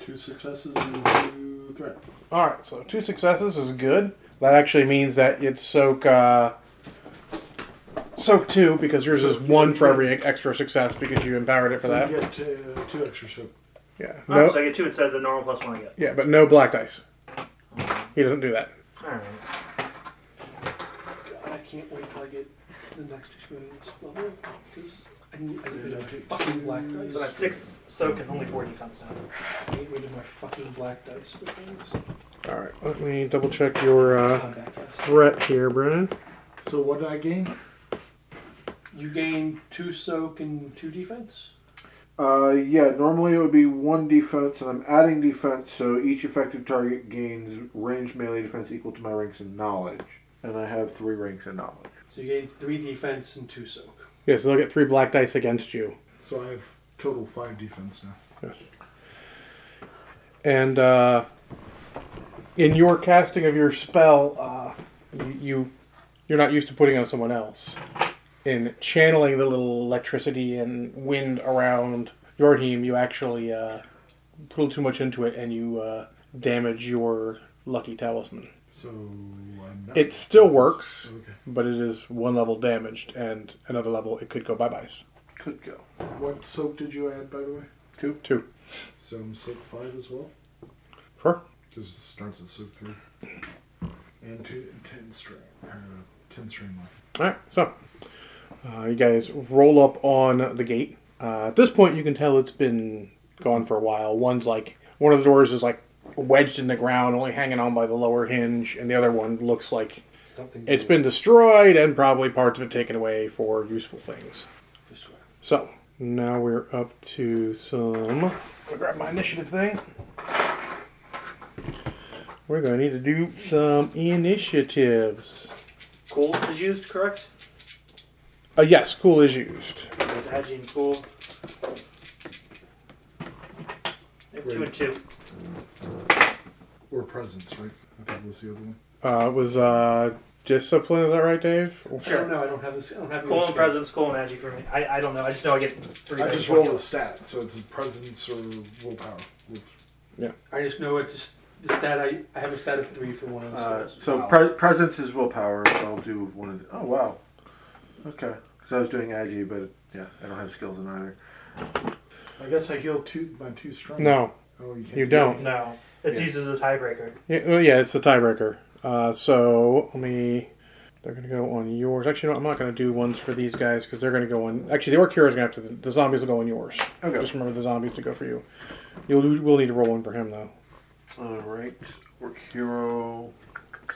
B: Two successes and two threat.
A: All right, so two successes is good. That actually means that you'd soak uh, soak two because yours is one for every extra success because you empowered it for
B: So you
A: that.
B: get two, uh, two extra soap.
A: Yeah.
C: Oh, so
A: No.
C: I get two instead of the normal plus one I get.
A: Yeah, but no black dice. He doesn't do that.
C: Alright.
D: God, I can't wait till I get the next experience level because I need, I need
B: Yeah,
D: my
B: that takes
D: fucking black
C: So that's
D: dice.
C: six soak and only four defense now.
D: I need rid of my fucking black dice for things.
A: All right. Let me double check your uh,
D: Combat cast.
A: threat here, Brennan.
B: So what did I gain?
D: You gain two soak and two defense.
E: Uh, yeah, normally it would be one defense, and I'm adding defense, so each effective target gains range melee defense equal to my ranks in knowledge. And I have three ranks in knowledge.
D: So you gain three defense and two soak.
A: Yeah, so they'll get three black dice against you.
B: So I have total five defense now.
A: Yes. And uh, in your casting of your spell, uh, you- you you're not used to putting on someone else. In channeling the little electricity and wind around your heme, you actually uh, put a little too much into it, and you uh, damage your lucky talisman.
B: So I'm not.
A: It still works,
B: Okay.
A: but it is one level damaged, and another level it could go bye byes.
E: Could go.
B: What soap did you add, by the way?
A: Two, two,
B: So I'm soap five as well,
A: sure.
B: because it starts at soap three. And two, ten string, uh, ten string left.
A: All right, so uh, you guys roll up on the gate. Uh, at this point, you can tell it's been gone for a while. One's like one of the doors is like wedged in the ground, only hanging on by the lower hinge, and the other one looks like
D: Something.
A: it's been destroyed and probably parts of it taken away for useful things.
D: to describe.
A: So now we're up to some. I'm gonna grab my initiative thing. We're gonna need to do some initiatives.
C: Cool is used, correct?
A: Uh, yes, cool is used.
C: There's Agi and Cool. They have two and two.
B: Or presence, right? I think was the other one.
A: Uh, it was uh, discipline. Is that right, Dave?
D: I don't know. I don't have this. I don't have
C: Cool
D: this
C: and presence, cool and Agi for me. I, I don't know. I just know I get three.
B: I just rolled a stat, so it's presence or willpower. Which-
D: I just know it's just the stat. I, I have a stat of three for one of
E: Uh,
D: those.
E: so pre- presence is willpower, so I'll do one of the. Oh, wow. Okay. Because I was doing Agi, but yeah, I don't have skills in either.
B: I guess I heal two my two strong.
A: No,
B: Oh, you can't.
A: you don't.
C: No. It's
E: Yeah.
C: used as a tiebreaker.
A: Yeah, well, yeah, it's a tiebreaker. Uh, so let me. They're gonna go on yours. Actually, no, I'm not gonna do ones for these guys because they're gonna go on. Actually, the orc hero's gonna have to. The zombies will go on yours.
E: Okay.
A: Just remember the zombies to go for you. You'll you will need to roll one for him though.
E: All right. Work hero.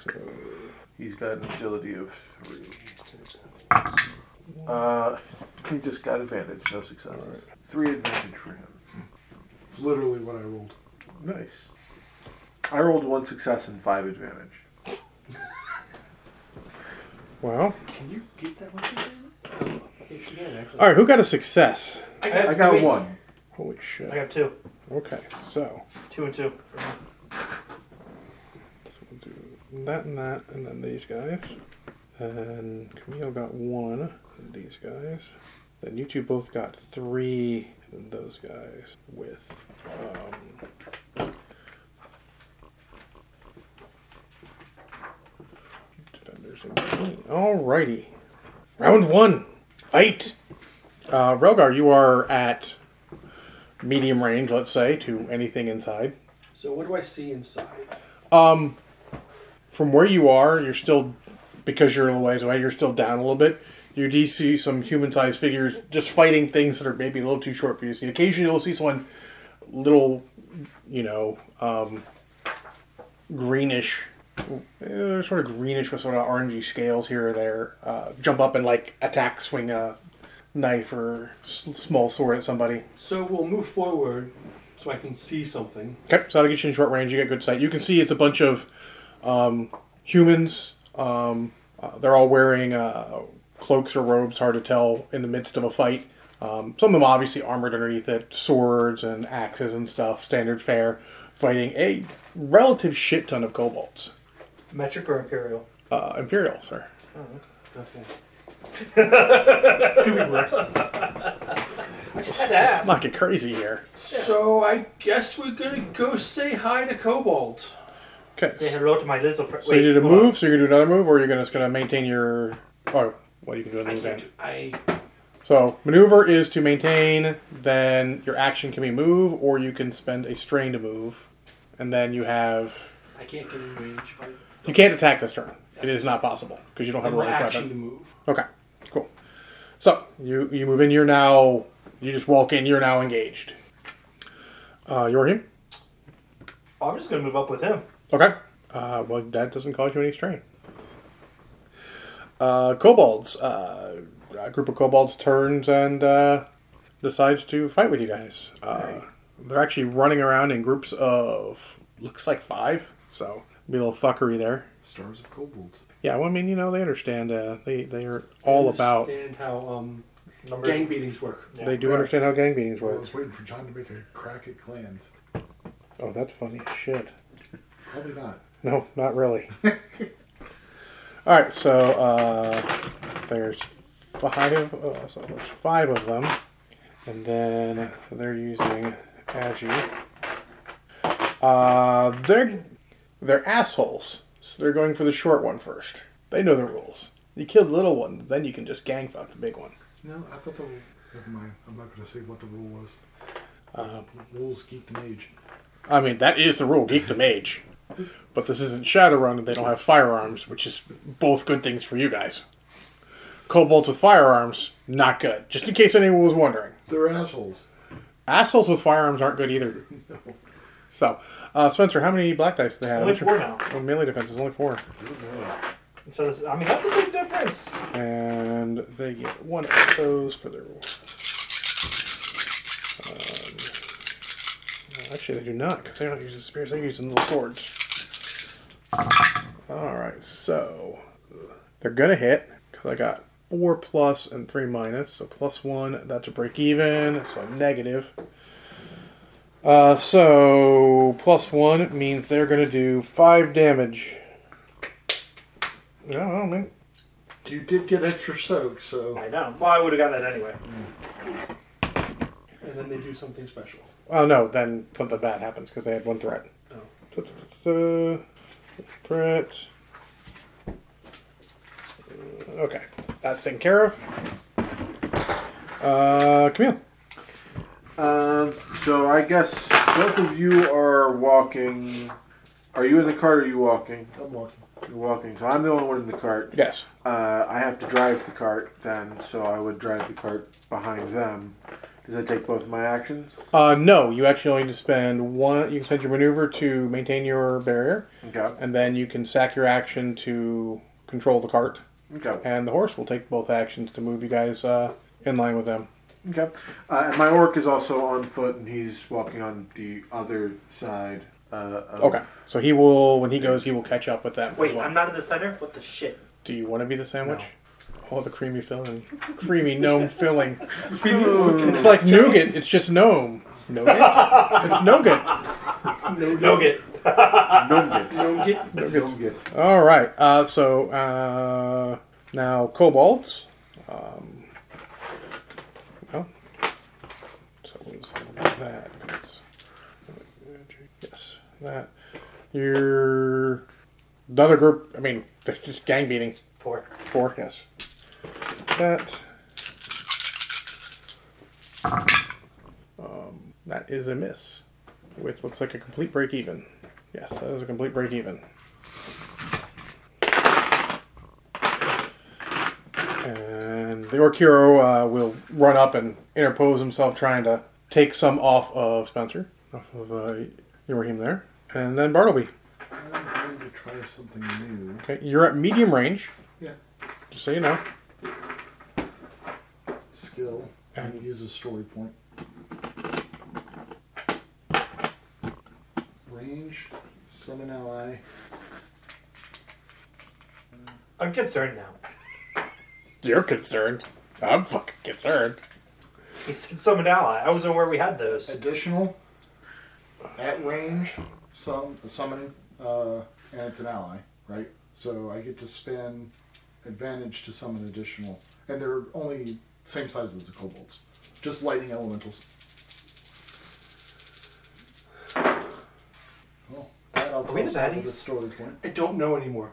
A: So,
E: He's got an agility of three. Uh, he just got advantage, no successes. Three advantage for him.
B: It's literally what I rolled.
E: Nice. I rolled one success and five advantage.
A: well,
D: Can you get that one? Again? You should get it, actually.
A: all right. Who got a success?
D: have
E: I got
D: three.
E: one.
A: Holy
C: I
A: shit.
C: have two.
A: Okay, so
C: Two and two.
A: we'll do that and that, and then these guys. And Camille got one. And these guys. Then you two both got three. And those guys with. Um, defenders in between. Alrighty. Round one. Fight. Uh, Rogar, you are at medium range, let's say, to anything inside.
D: So what do I see inside?
A: from where you are, you're still because you're a little ways away. You're still down a little bit. You do see some human-sized figures just fighting things that are maybe a little too short for you to see. Occasionally, you'll see someone little, you know, um, greenish, eh, sort of greenish with sort of orangey scales here or there, uh, jump up and like attack, swing a knife or s- small sword at somebody.
D: So we'll move forward so I can see something.
A: Okay, so that'll get you in short range. You get good sight. You can see it's a bunch of um, humans. Um, uh, they're all wearing uh, cloaks or robes, hard to tell, in the midst of a fight. Um, some of them obviously armored underneath it, swords and axes and stuff, standard fare, fighting a relative shit ton of kobolds.
C: Metric or Imperial?
A: Uh, Imperial, sir.
D: Okay.
C: Could be worse.
A: Let's not get crazy here.
D: So I guess we're gonna go say hi to Cobalt.
A: Okay.
C: Say hello to my little friend.
A: So you did a move, so you're going to do another move, or you're gonna, just going to maintain your. Oh, what you can do in the
D: I
A: event.
D: can't. do- I
A: So maneuver is to maintain. Then your action can be move, or you can spend a strain to move, and then you have
D: I can't get in range. If I,
A: you can't attack this turn. It is not possible because you don't have a
D: my
A: ranged
D: action
A: weapon.
D: to move.
A: Okay, cool. So you you move in. You're now you just walk in. You're now engaged. Uh, you're him.
C: Oh, I'm just gonna move up with him.
A: Okay. Uh, well, that doesn't cause you any strain. Uh, kobolds. Uh, a group of kobolds turns and uh, decides to fight with you guys. Uh, they're actually running around in groups of looks like five. So be a little fuckery there.
B: Stars of Kobold.
A: Yeah. Well, I mean, you know, they understand. Uh, they they are all about.
D: Understand how um,
C: Number
D: gang beatings work.
C: Yeah.
A: They do understand how gang beatings
B: Well, I
A: work.
B: was waiting for John to make a crack at clans.
A: Oh, that's funny. as Shit.
B: Probably not.
A: No, not really. All right, so uh, there's five. Uh, so there's five of them, and then they're using Agi. Uh, they're they're assholes, so they're going for the short one first. They know the rules. You kill the little one, then you can just gang fuck the big one.
B: No, I thought the rule. Never mind. I'm not going to say what the rule was.
A: Uh,
B: Rules geek the mage.
A: I mean, that is the rule. Geek the mage. But this isn't Shadowrun, and they don't have firearms, which is both good things for you guys. Kobolds with firearms, not good. Just in case anyone was wondering.
B: They're assholes.
A: Assholes with firearms aren't good either. So, uh, Spencer, how many black dice do they have?
C: Only
A: What's your-
C: four now.
A: Oh, melee defense is only four.
C: So this, I mean that's a big difference.
A: And they get one of those for their roll. Um, no, Um, actually, they do not, because they're not using spears, they're using little swords. Alright, so they're going to hit, because I got four plus and three minus. So plus one, that's a break even, so a negative. Uh, so plus one means they're going to do five damage. I don't know, man.
B: You did get extra soak, so.
C: I know. Well, I would have gotten that anyway.
D: And then they do something special.
A: Oh no, then something bad happens because they had one threat.
D: Oh.
C: Oh.
A: Da-da-da-da. Threat. Uh, Okay, that's taken care of. Uh, Camille.
E: Um, so I guess both of you are walking. Are you in the cart or are you walking?
B: I'm walking.
E: You're walking. So I'm the only one in the cart.
A: Yes.
E: Uh, I have to drive the cart then, so I would drive the cart behind them. Does that take both of my actions?
A: Uh, no, you actually only need to spend one. You can spend your maneuver to maintain your barrier,
E: Okay.
A: and then you can sack your action to control the cart,
E: Okay.
A: and the horse will take both actions to move you guys uh, in line with them.
E: Okay. Uh, and my orc is also on foot, and he's walking on the other side. Uh, of
A: Okay, so he will when he goes, he will catch up with them. as
C: Oh. Wait,
A: well.
C: I'm not in the center. What the shit?
A: Do you want to be the sandwich? Oh, the creamy filling. Creamy gnome filling. it's like nougat, it's just gnome. Nougat? it's nougat.
C: No get.
E: Noomgit.
D: Nougat.
E: Noomgit.
A: All right. Uh, so uh, now kobolds. Um, well, so what is that? Yes, that. You're another group. I mean, that's just gang beating.
C: Four.
A: Four, yes. That. Um, that is a miss. With looks like a complete break even. Yes, that is a complete break even. And the Orc hero uh, will run up and interpose himself, trying to take some off of Spencer, off of uh, Yorahim there. And then Bartleby.
B: I'm going to try something new.
A: Okay, you're at medium range,
B: Yeah.
A: just so you know.
B: Skill. And use a story point. Range. Summon ally.
C: I'm concerned now.
A: You're concerned. I'm fucking concerned.
C: He's summoned ally. I wasn't aware we had those.
B: Additional. At range. Some summoning. Uh, and it's an ally, right? So I get to spend advantage to summon additional. And they're only same size as the kobolds. Just lightning elementals. Oh, that I'll
C: Are we the
B: cross out with
C: baddies?
B: a story point.
D: I don't know anymore.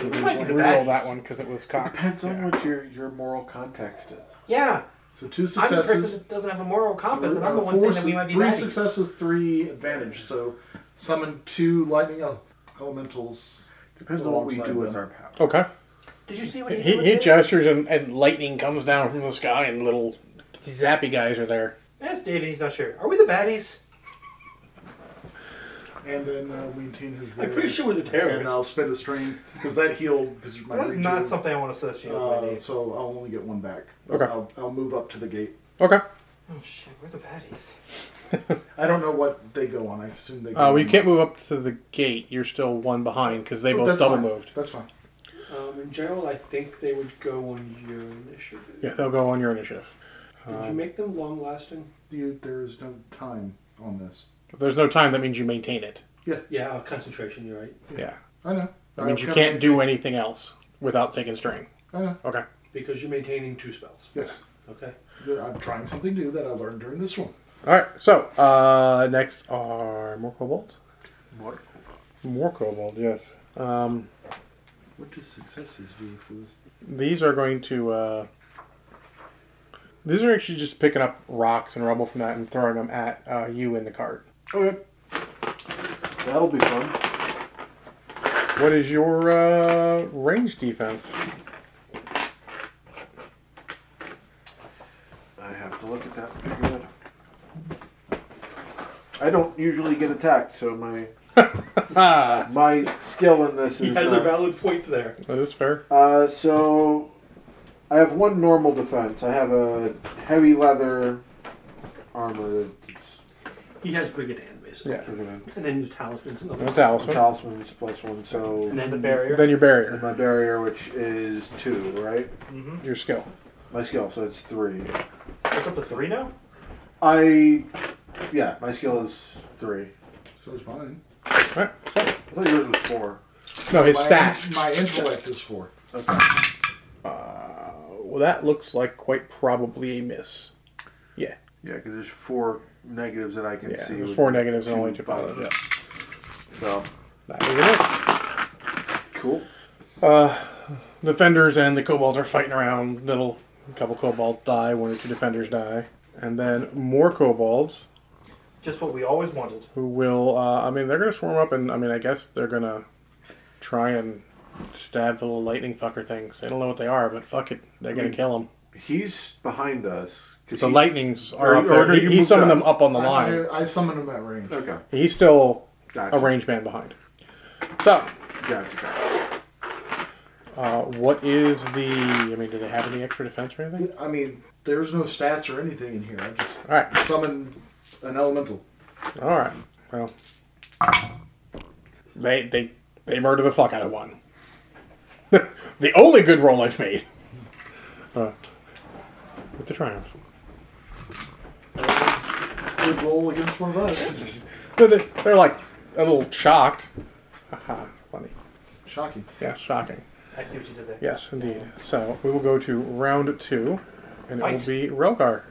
C: We might be the
A: Reroll
C: baddies.
A: that one because it was cocked.
E: Depends on
A: Yeah.
E: what your, your moral context is.
C: Yeah,
B: So two
C: I'm the
B: successes.
C: person that doesn't have a moral compass, and I'm the
B: Uh,
C: one
B: four
C: saying that we
B: su-
C: might be
B: three
C: baddies.
B: successes, three advantage. So summon two lightning el- elementals.
E: Depends on what we do
B: Alongside
E: with
B: them.
E: our power.
A: Okay.
C: Did you see what he,
A: He,
C: did?
A: he gestures and, and lightning comes down from the sky and little zappy guys are there.
C: That's Dave, and he's not sure. Are we the baddies?
B: And then uh, maintain his.
D: I'm pretty sure we're the
B: And I'll
D: terrorists.
B: spend a strain because that healed because my
C: That's
B: regen-
C: not something I want to associate with my
B: Uh,
C: name.
B: so I'll only get one back.
A: Okay.
B: I'll, I'll move up to the gate.
A: Okay. Uh,
C: Oh shit, we're the baddies.
B: I don't know what they go on. I assume they. Go
A: Uh, well, you
B: on-
A: can't move up to the gate. You're still one behind because they
B: Oh,
A: both
B: that's
A: double
B: fine.
A: moved.
B: That's fine.
D: Um, in general, I think they would go on your initiative.
A: Yeah, they'll go on your initiative.
D: Did
A: Um,
D: you make them long lasting?
B: You, there's no time on this.
A: If there's no time, that means you maintain it.
D: Yeah, oh, concentration. You're right.
A: Yeah.
B: I know.
A: That
B: I
A: means you
B: kinda-
A: can't do anything else without taking strain.
B: I know.
A: Okay.
D: Because you're maintaining two spells.
B: Yes.
D: Okay.
B: Yeah, I'm trying something new that I learned during this one.
A: All right. So uh, next are more kobolds. More kobolds. Yes. Um,
B: What do successes do for this? Thing?
A: these are going to. Uh, these are actually just picking up rocks and rubble from that and throwing them at uh, you in the cart.
E: Okay. Oh, That'll be fun.
A: What is your uh, range defense?
E: I have to look at that and figure that out. I don't usually get attacked, so my my skill in this
D: He
E: is
D: has a
E: not-
D: valid point there.
A: That is fair.
E: Uh, so I have one normal defense. I have a heavy leather armor that's
D: He has brigand basically.
A: Yeah.
D: And then the talismans. And the
A: No talisman.
E: talisman's plus one, so
D: And then
C: The
D: the
C: barrier.
A: Then your
E: and
A: barrier,
E: my barrier, which is two, right?
A: your skill.
E: My skill, so it's three.
C: It's up to three now?
E: I yeah, my skill is three.
B: So is mine.
A: All right.
E: I thought yours was four.
A: No, his
B: my,
A: stat.
B: My intellect is four.
E: Okay.
A: Uh, Well, that looks like quite probably a miss. Yeah.
E: Yeah, because there's four negatives that I can
A: Yeah.
E: see.
A: There's
E: with
A: four negatives and only two positives. Yeah.
E: So
A: That is a miss.
E: cool.
A: The defenders and the kobolds are fighting around. Little a couple kobolds die, one or two defenders die, and then more kobolds
C: Just what we always wanted.
A: who will. Uh, I mean, they're gonna swarm up, and I mean, I guess they're gonna try and stab the little lightning fucker things. I don't know what they are, but fuck it, they're gonna kill them.
E: He's behind us. 'cause
A: So
E: Mm. he-
A: lightnings are
E: Or-
A: up
E: or
A: there.
E: you
A: He, he
E: moved
A: summoned
E: up.
A: them up on the line.
B: I, I, I summon him at range.
E: Okay.
A: He's still
E: Gotcha.
A: a range man behind. So,
E: Gotcha. gotcha.
A: uh, what is the? I mean, do they have any extra defense or anything?
B: I mean, there's no stats or anything in here. I just
A: All right,
B: summon an elemental.
A: all right. Well, they they they murder the fuck out of one. the only good roll I've made. Uh, with the triumph.
B: Good roll against one of us.
A: They're, they're like a little shocked. Haha, funny.
B: Shocking.
A: Yeah, shocking.
C: I see what you did there.
A: Yes, indeed. So we will go to round two, and it
C: Fight.
A: will be Relgar.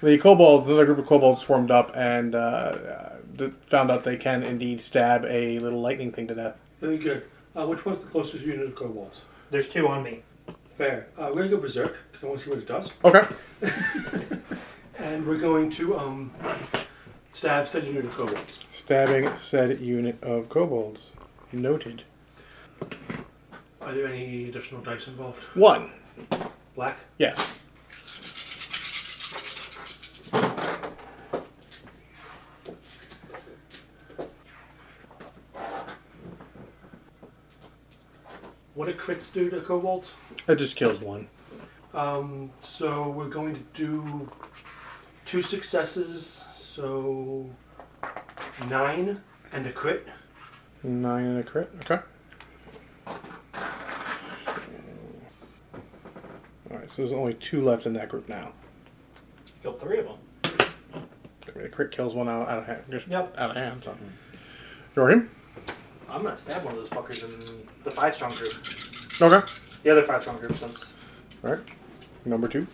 A: The kobolds, another group of kobolds, swarmed up and uh, uh, d- found out they can indeed stab a little lightning thing to death.
D: Very good. Uh, which one's the closest unit of kobolds?
C: There's two on me.
D: Fair. Uh, we're gonna go berserk because I want to see what it does,
A: Okay.
D: and we're going to um, stab said unit of kobolds.
A: Stabbing said unit of kobolds. Noted.
D: Are there any additional dice involved?
A: One.
D: Black.
A: Yes.
D: What do crits do to kobolds?
A: That just kills one.
D: Um, so we're going to do two successes, so nine and a crit.
A: Nine and a crit. Okay. All right. So there's only two left in that group now.
C: Killed three of them.
A: The crit kills one out, out of hand. Just
C: Yep.
A: out of hand. So. Jordan?
C: I'm gonna stab one of those fuckers in the five strong group.
A: Okay.
C: The other five strong group since
A: All right. Number two.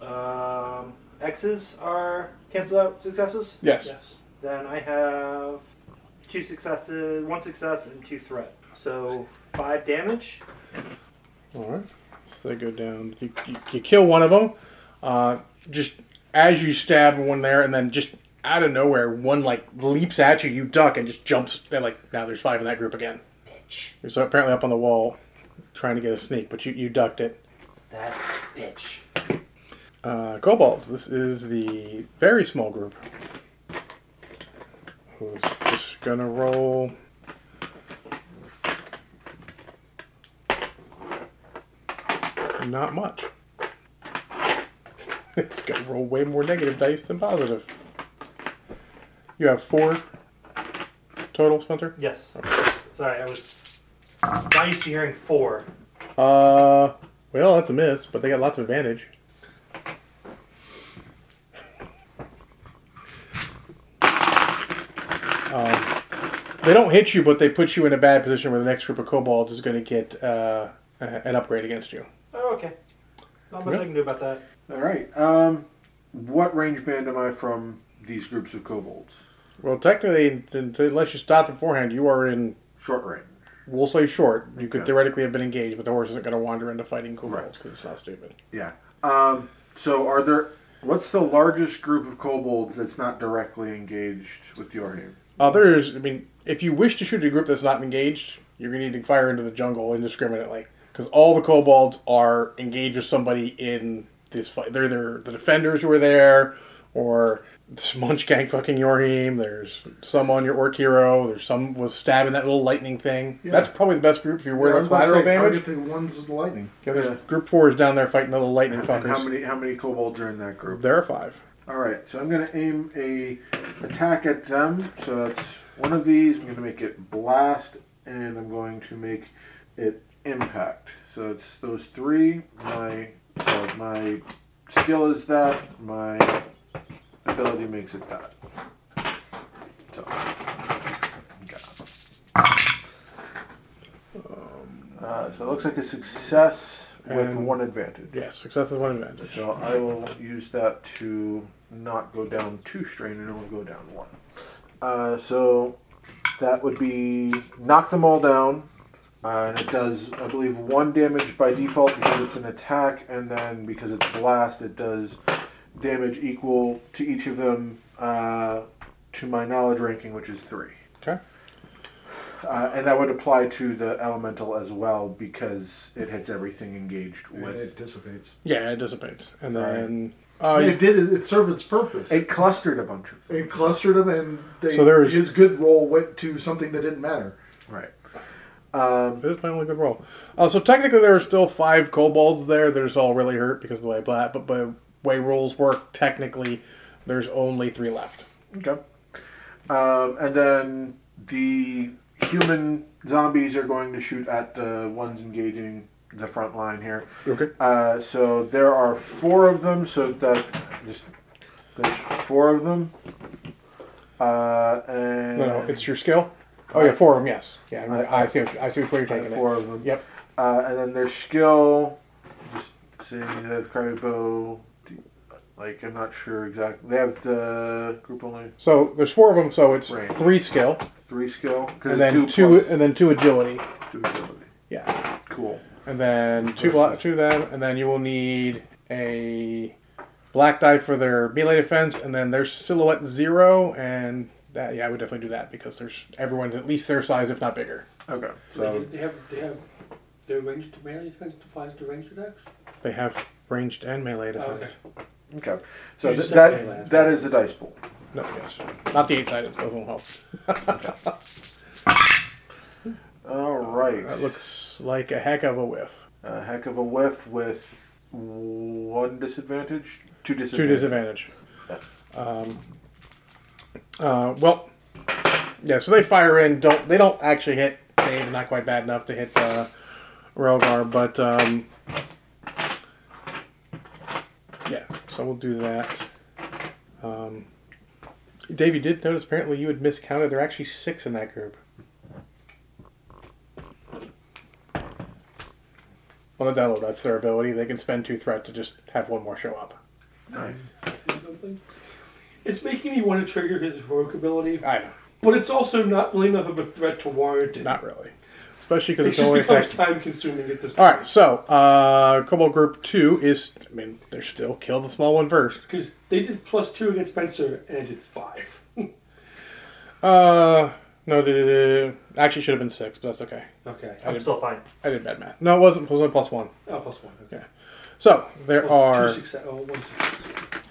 C: um, X's are cancel out successes.
A: Yes.
D: Yes.
C: Then I have
F: two successes, one success, and two threat. So five damage.
A: All right. So they go down. You, you, you kill one of them. Uh, just as you stab one there, and then just out of nowhere, one like leaps at you. You duck and just jumps. And like now there's five in that group again.
C: Bitch.
A: You're so apparently up on the wall, trying to get a sneak, but you, you ducked it.
C: That bitch.
A: Uh, kobolds. This is the very small group. Who's just gonna roll? Not much. it's gonna roll way more negative dice than positive. You have four total, Spencer.
C: Yes. Sorry, I was not used to hearing four.
A: Uh, well, that's a miss, but they got lots of advantage. Um, they don't hit you, but they put you in a bad position where the next group of kobolds is going to get uh, a- an upgrade against you.
C: Oh, okay. Not much I can do about that.
E: All right. Um, what range band am I from these groups of kobolds?
A: Well, technically, th- th- unless you stop beforehand, you are in,
E: Short range.
A: we'll say short. You could
E: Okay.
A: theoretically have been engaged, but the horse isn't going to wander into fighting kobolds because it's not stupid.
E: Yeah. Um, so are there? What's the largest group of kobolds that's not directly engaged with Yorheim?
A: Others, I mean, if you wish to shoot a group that's not engaged, you're going to need to fire into the jungle indiscriminately. Because all the kobolds are engaged with somebody in this fight. They're either the defenders who are there, or this munch gang fucking Yorim. There's some on your orc hero. There's some was stabbing that little lightning thing.
B: Yeah.
A: That's probably the best group if you're
B: Yeah, I
A: worried
B: was
A: about
B: about to
A: collateral
B: say,
A: damage.
B: target the ones with the lightning.
A: Yeah, there's- Group four is down there fighting the little lightning
E: And how
A: fuckers.
E: many? How many kobolds are in that group?
A: There are five.
E: All right, so I'm gonna aim a attack at them. So that's one of these. I'm gonna make it blast, and I'm going to make it impact. So it's those three. My so my skill is that. My ability makes it that. So okay. Uh, so it looks like a success with
A: And-
E: one advantage.
A: Yes, success with one advantage.
E: So I will use that to not go down two strain and only go down one. Uh, so that would be knock them all down. Uh, and it does, I believe, one damage by default because it's an attack, and then because it's blast, it does damage equal to each of them uh, to my knowledge ranking, which is three.
A: Okay.
E: Uh, and that would apply to the elemental as well because it hits everything engaged
B: And it
E: with.
B: dissipates.
A: Yeah, it dissipates. And
E: Sorry.
A: then. Uh,
B: it did. It, it served its purpose. It,
E: It clustered a bunch of things.
B: clustered him, and they,
A: So there was-
B: his good roll went to something that didn't matter.
E: Right.
A: This is my only good roll. Uh, so technically, there are still five kobolds there. They're just all really hurt because of the way black, but by way rules work, technically, there's only three left.
E: Okay. Um, and then the human zombies are going to shoot at the ones engaging the front line here.
A: Okay.
E: Uh, so there are four of them. So that just there's four of them. Uh, and
A: No, no, it's your skill. Oh yeah, four of them. Yes. Yeah, I, I see. what- I see where you're
E: and
A: taking
E: four
A: it.
E: of them.
A: Yep.
E: Uh, and then their skill, just say they have cry bow. Like I'm not sure exactly. They have the group only
A: So there's four of them. So it's
E: Right.
A: three skill,
E: three skill
A: and
E: because
A: then two,
E: it's two, plus
A: and then two agility.
E: two agility.
A: Yeah,
E: Cool.
A: and then two black,
E: Versus-
A: two of them, and then you will need a black die for their melee defense, and then there's silhouette zero, and that yeah, I would definitely do that because there's everyone's at least their size, if not bigger.
E: Okay.
D: So
E: So
D: they have they have their ranged melee defense applies to ranged attacks.
A: They have ranged and melee
D: Oh,
A: defense.
D: okay.
E: okay. So
D: You
E: th-
D: said melee.
E: that that is the dice pool.
A: No, yes, not the eight sided, so it won't help.
E: All right.
A: That looks like a heck of a whiff.
E: A heck of a whiff with one disadvantage, two
A: Two
E: disadvantage.
A: disadvantage. Um, uh, well, yeah. So they fire in. Don't they? Don't actually hit Dave. Not quite bad enough to hit uh, Rogar, but um, yeah. So we'll do that. Um, Dave, you did notice apparently you had miscounted. There are actually six in that group. On the download, that's their ability. They can spend two threat to just have one more show up.
E: Nice.
D: Something. It's making me want to trigger his evoke ability.
A: I know.
D: But it's also not really enough of a threat to warrant it.
A: Not really. Especially because it's
D: it's just
A: only
D: becomes
A: affecting.
D: time consuming at this
A: All right, so uh, Cobalt Group Two is. I mean, they're still kill the small one first.
D: Because they did plus two against Spencer and I did five.
A: Uh, no, the, the, the- actually should have been six, but that's okay.
D: okay.
C: I'm still fine.
A: I did bad math. No, it wasn't. It was only plus one.
D: Oh, plus one. Okay.
A: So there
D: Two
A: are
D: success. Oh, one success.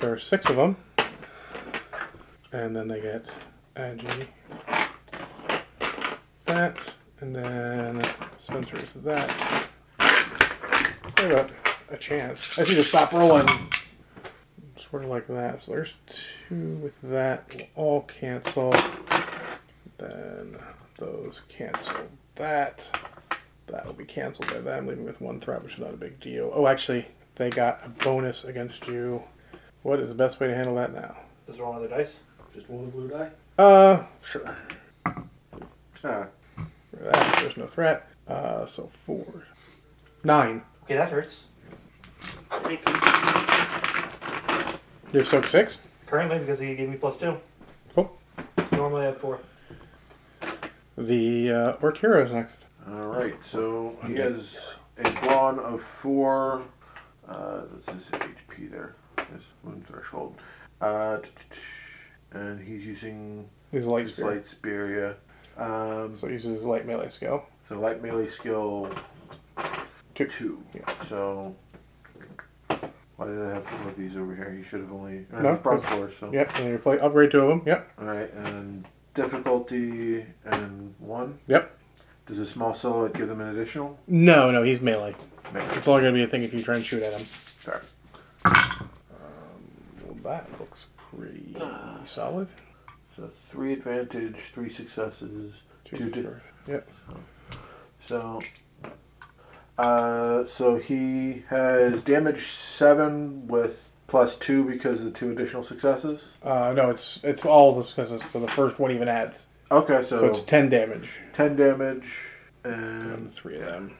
A: there are six of them, and then they get Aggie that, and then Spencer is that. So they got a chance. I see to stop rolling. Sort of like that. So there's two with that. will all cancel. Then those cancel that. That'll be canceled by them, leaving with one threat, which is not a big deal. Oh, actually, they got a bonus against you. What is the best way to handle that now?
C: Is there one other dice?
D: Just roll the blue die.
A: Uh, sure.
E: Ah,
A: For that, there's no threat. Uh, so four. Nine.
C: Okay, that hurts.
F: Thank you.
A: You're soak six?
C: Currently, because he gave me plus two.
A: Cool.
C: Normally I have four.
A: The uh, Orc Hero is next.
E: all right. So he has a brawn of four. Uh, what's his HP there? His wound threshold. Uh, t- t- t- and he's using
A: He's a light
E: his
A: spear.
E: light spear. yeah. Um,
A: So he uses his light melee skill.
E: so light melee skill
A: Two.
E: two.
A: Yeah.
E: So why did I have four of these over here? He should have only or
A: No,
E: he's brought
A: it's-
E: four. So
A: Yep, and you play upgrade two of them. Yep,
E: All right, and difficulty and one.
A: yep.
E: Does a small silhouette give them an additional?
A: No, no, he's melee.
E: Maybe.
A: It's only going to be a thing if you try and shoot at him. Um,
E: Sorry.
A: Well, that looks pretty solid.
E: So three advantage, three successes, two. Di-
A: sure. Yep.
E: so, uh, so he has damage seven with plus two because of the two additional successes.
A: Uh, no, it's it's all the successes, so the first one even adds.
E: Okay,
A: So
E: so,
A: it's 10 damage.
E: ten damage and
A: three of them.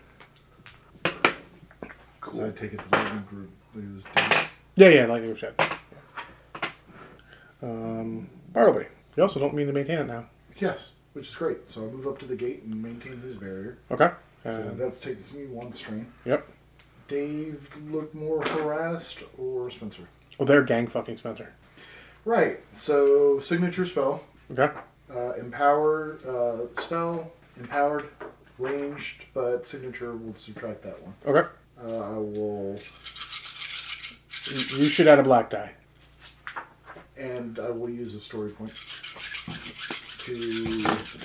B: So I take it the lightning group is dead.
A: Yeah, yeah, lightning was dead. Um, Bartleby, you also don't mean to maintain it now.
B: Yes, which is great. So I move up to the gate and maintain his barrier.
A: Okay.
B: so
A: Um,
B: that's taking me one strain.
A: yep.
B: Dave looked more harassed or Spencer?
A: Well, they're gang fucking Spencer.
B: Right. So signature spell,
A: Okay.
B: uh, empower uh, spell, empowered, ranged, but signature will subtract that one.
A: Okay.
B: Uh, I will,
A: You you should add a black die.
B: and I will use a story point to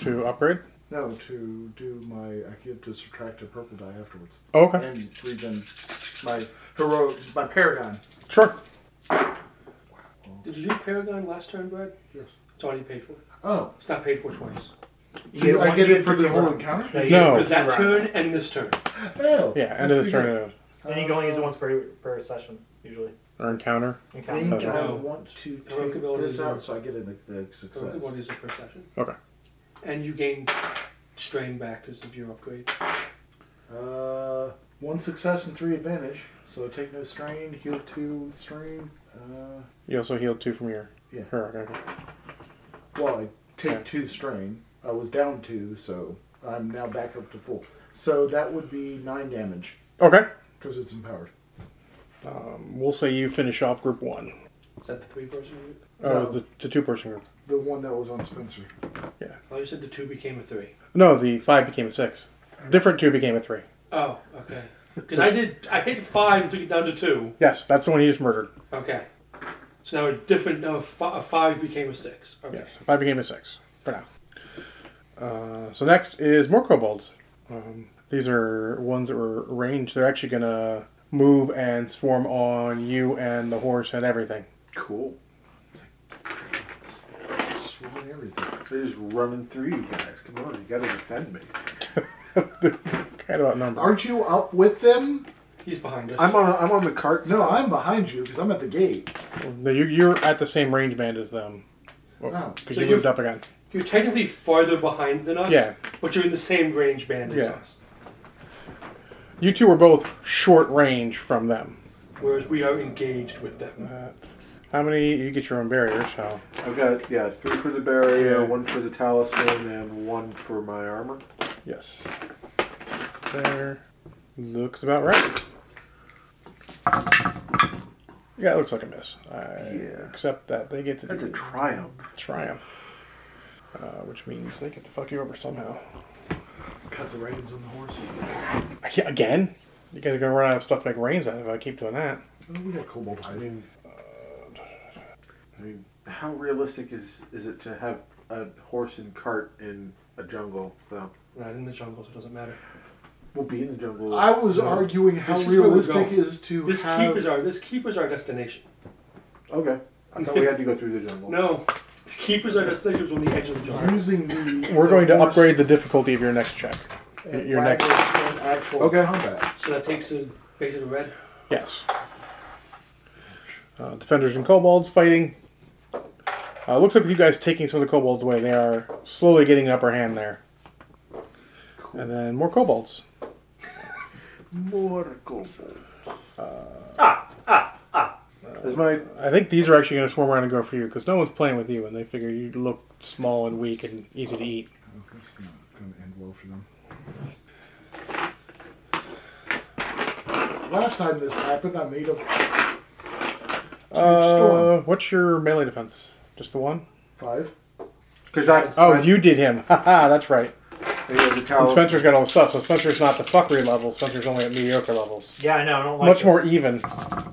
A: to upgrade.
B: no to do my. I get to subtract a purple die afterwards
A: Oh, okay.
B: and regen my heroic my paragon.
A: Sure.
D: Did you do Paragon last turn, Brad?
B: Yes.
D: It's already paid for.
B: Oh,
D: It's not paid for twice.
B: so you- I
C: one
B: get
C: you
B: it for
C: get
B: the
C: to
B: whole
C: roll.
B: encounter.
C: No.
A: No.
C: you get
D: For
C: to
D: that
C: round.
D: turn and this turn.
B: Oh,
A: Yeah, end
B: that's
A: of this
B: pretty good.
A: turn
C: And you can only use it once per, per session, usually.
A: or encounter.
B: I think
C: Encounter.
D: Okay.
B: I
D: No.
B: want to
D: Heroic
B: take
D: ability
B: this
D: is
B: out
D: a-
B: so I get a, a
D: So
B: success.
D: what is it per session?
A: Okay.
D: And you gain strain back because of your upgrade.
B: Uh, one success and three advantage. So take no strain, heal two strain. Uh,
A: You also healed two from your.
B: Yeah.
A: Her, okay, okay.
B: well, I take
A: Okay.
B: two strain. I was down two, so I'm now back up to full. So that would be nine damage
A: Okay.
B: because it's empowered.
A: We'll say you finish off group one.
D: Is that the three person? group?
A: Oh,
B: No.
A: the, the two person group.
B: The one that was on Spencer.
D: Oh, you said the two became a three.
A: No, the five became a six. Different two became a three.
D: Oh, okay. Because I did, I hit five and took it down to two.
A: Yes, that's the one he just murdered.
D: Okay. So now a different, no, a fi- a five became a six. Okay.
A: Yes, five became a six for now. Uh, so next is more kobolds. Um, these are ones that were ranged. They're actually gonna move and swarm on you and the horse and everything.
E: cool.
B: Swinging everything.
E: They're just running through you guys. Come on, you gotta defend me.
A: Kind of outnumbered.
B: Aren't you up with them?
D: He's behind us.
E: I'm on. Oh, I'm on the cart.
B: No, I'm behind you because I'm at the gate.
A: No, you, you're at the same range band as them.
B: Oh.
A: Because
D: So
A: you
D: you're-
A: moved up again.
D: You're technically farther behind than us.
A: Yeah.
D: But you're in the same range band as
A: Yeah.
D: us.
A: You two were both short range from them.
D: Whereas we are engaged with them.
A: Uh, How many? You get your own barrier, so.
E: I've got yeah, three for the barrier,
A: Yeah.
E: one for the talisman, and one for my armor.
A: Yes. There. Looks about right. Yeah, it looks like a miss. I
E: Yeah.
A: Except that they get to
E: That's
A: do
E: a triumph.
A: triumph. Uh, which means they get to fuck you over somehow.
B: Cut the reins on the horse. Oh,
A: Yeah, Again? You guys are gonna run out of stuff to make reins out of if I keep doing that.
B: Oh, we got kobold hide.
E: I mean, I mean, how realistic is is it to have a horse and cart in a jungle? Though
D: Right in the jungle, so it doesn't matter.
E: we'll be in the jungle.
B: I was
E: No.
B: arguing how
D: This is where we're
B: realistic
D: going.
B: is to
D: This
B: have.
D: keep is our this keep is our destination.
E: okay. I thought we had to go through the jungle.
D: No, the keep is our destination. It was on the edge of the jungle.
B: using the.
A: We're
B: the
A: going to
B: horse
A: upgrade the difficulty of your next check.
B: and
A: your
B: wagons
A: next.
B: in actual
E: Okay.
B: combat.
D: So that takes it makes it a red.
A: Yes. Uh, defenders and kobolds fighting. Uh, looks like you guys taking some of the kobolds away. They are slowly getting an upper hand there. And then more kobolds.
E: More kobolds.
F: Ah, ah, ah.
E: Uh, Is my
A: I think these are actually going to swarm around and go for you because no one's playing with you, and they figure you look small and weak and easy to eat.
B: Oh, That's not going to end well for them. Last time this happened, I made a huge storm.
A: Uh, what's your melee defense? Just the one?
B: Five.
E: because I
A: Oh,
E: I-
A: you did him. Haha, that's right.
E: yeah, the
A: And
E: talisman.
A: Spencer's got all the stuff, so Spencer's not the fuckery level. Spencer's only at mediocre levels.
C: Yeah, I know. I don't like
A: Much
C: this.
A: more e- Uh, even.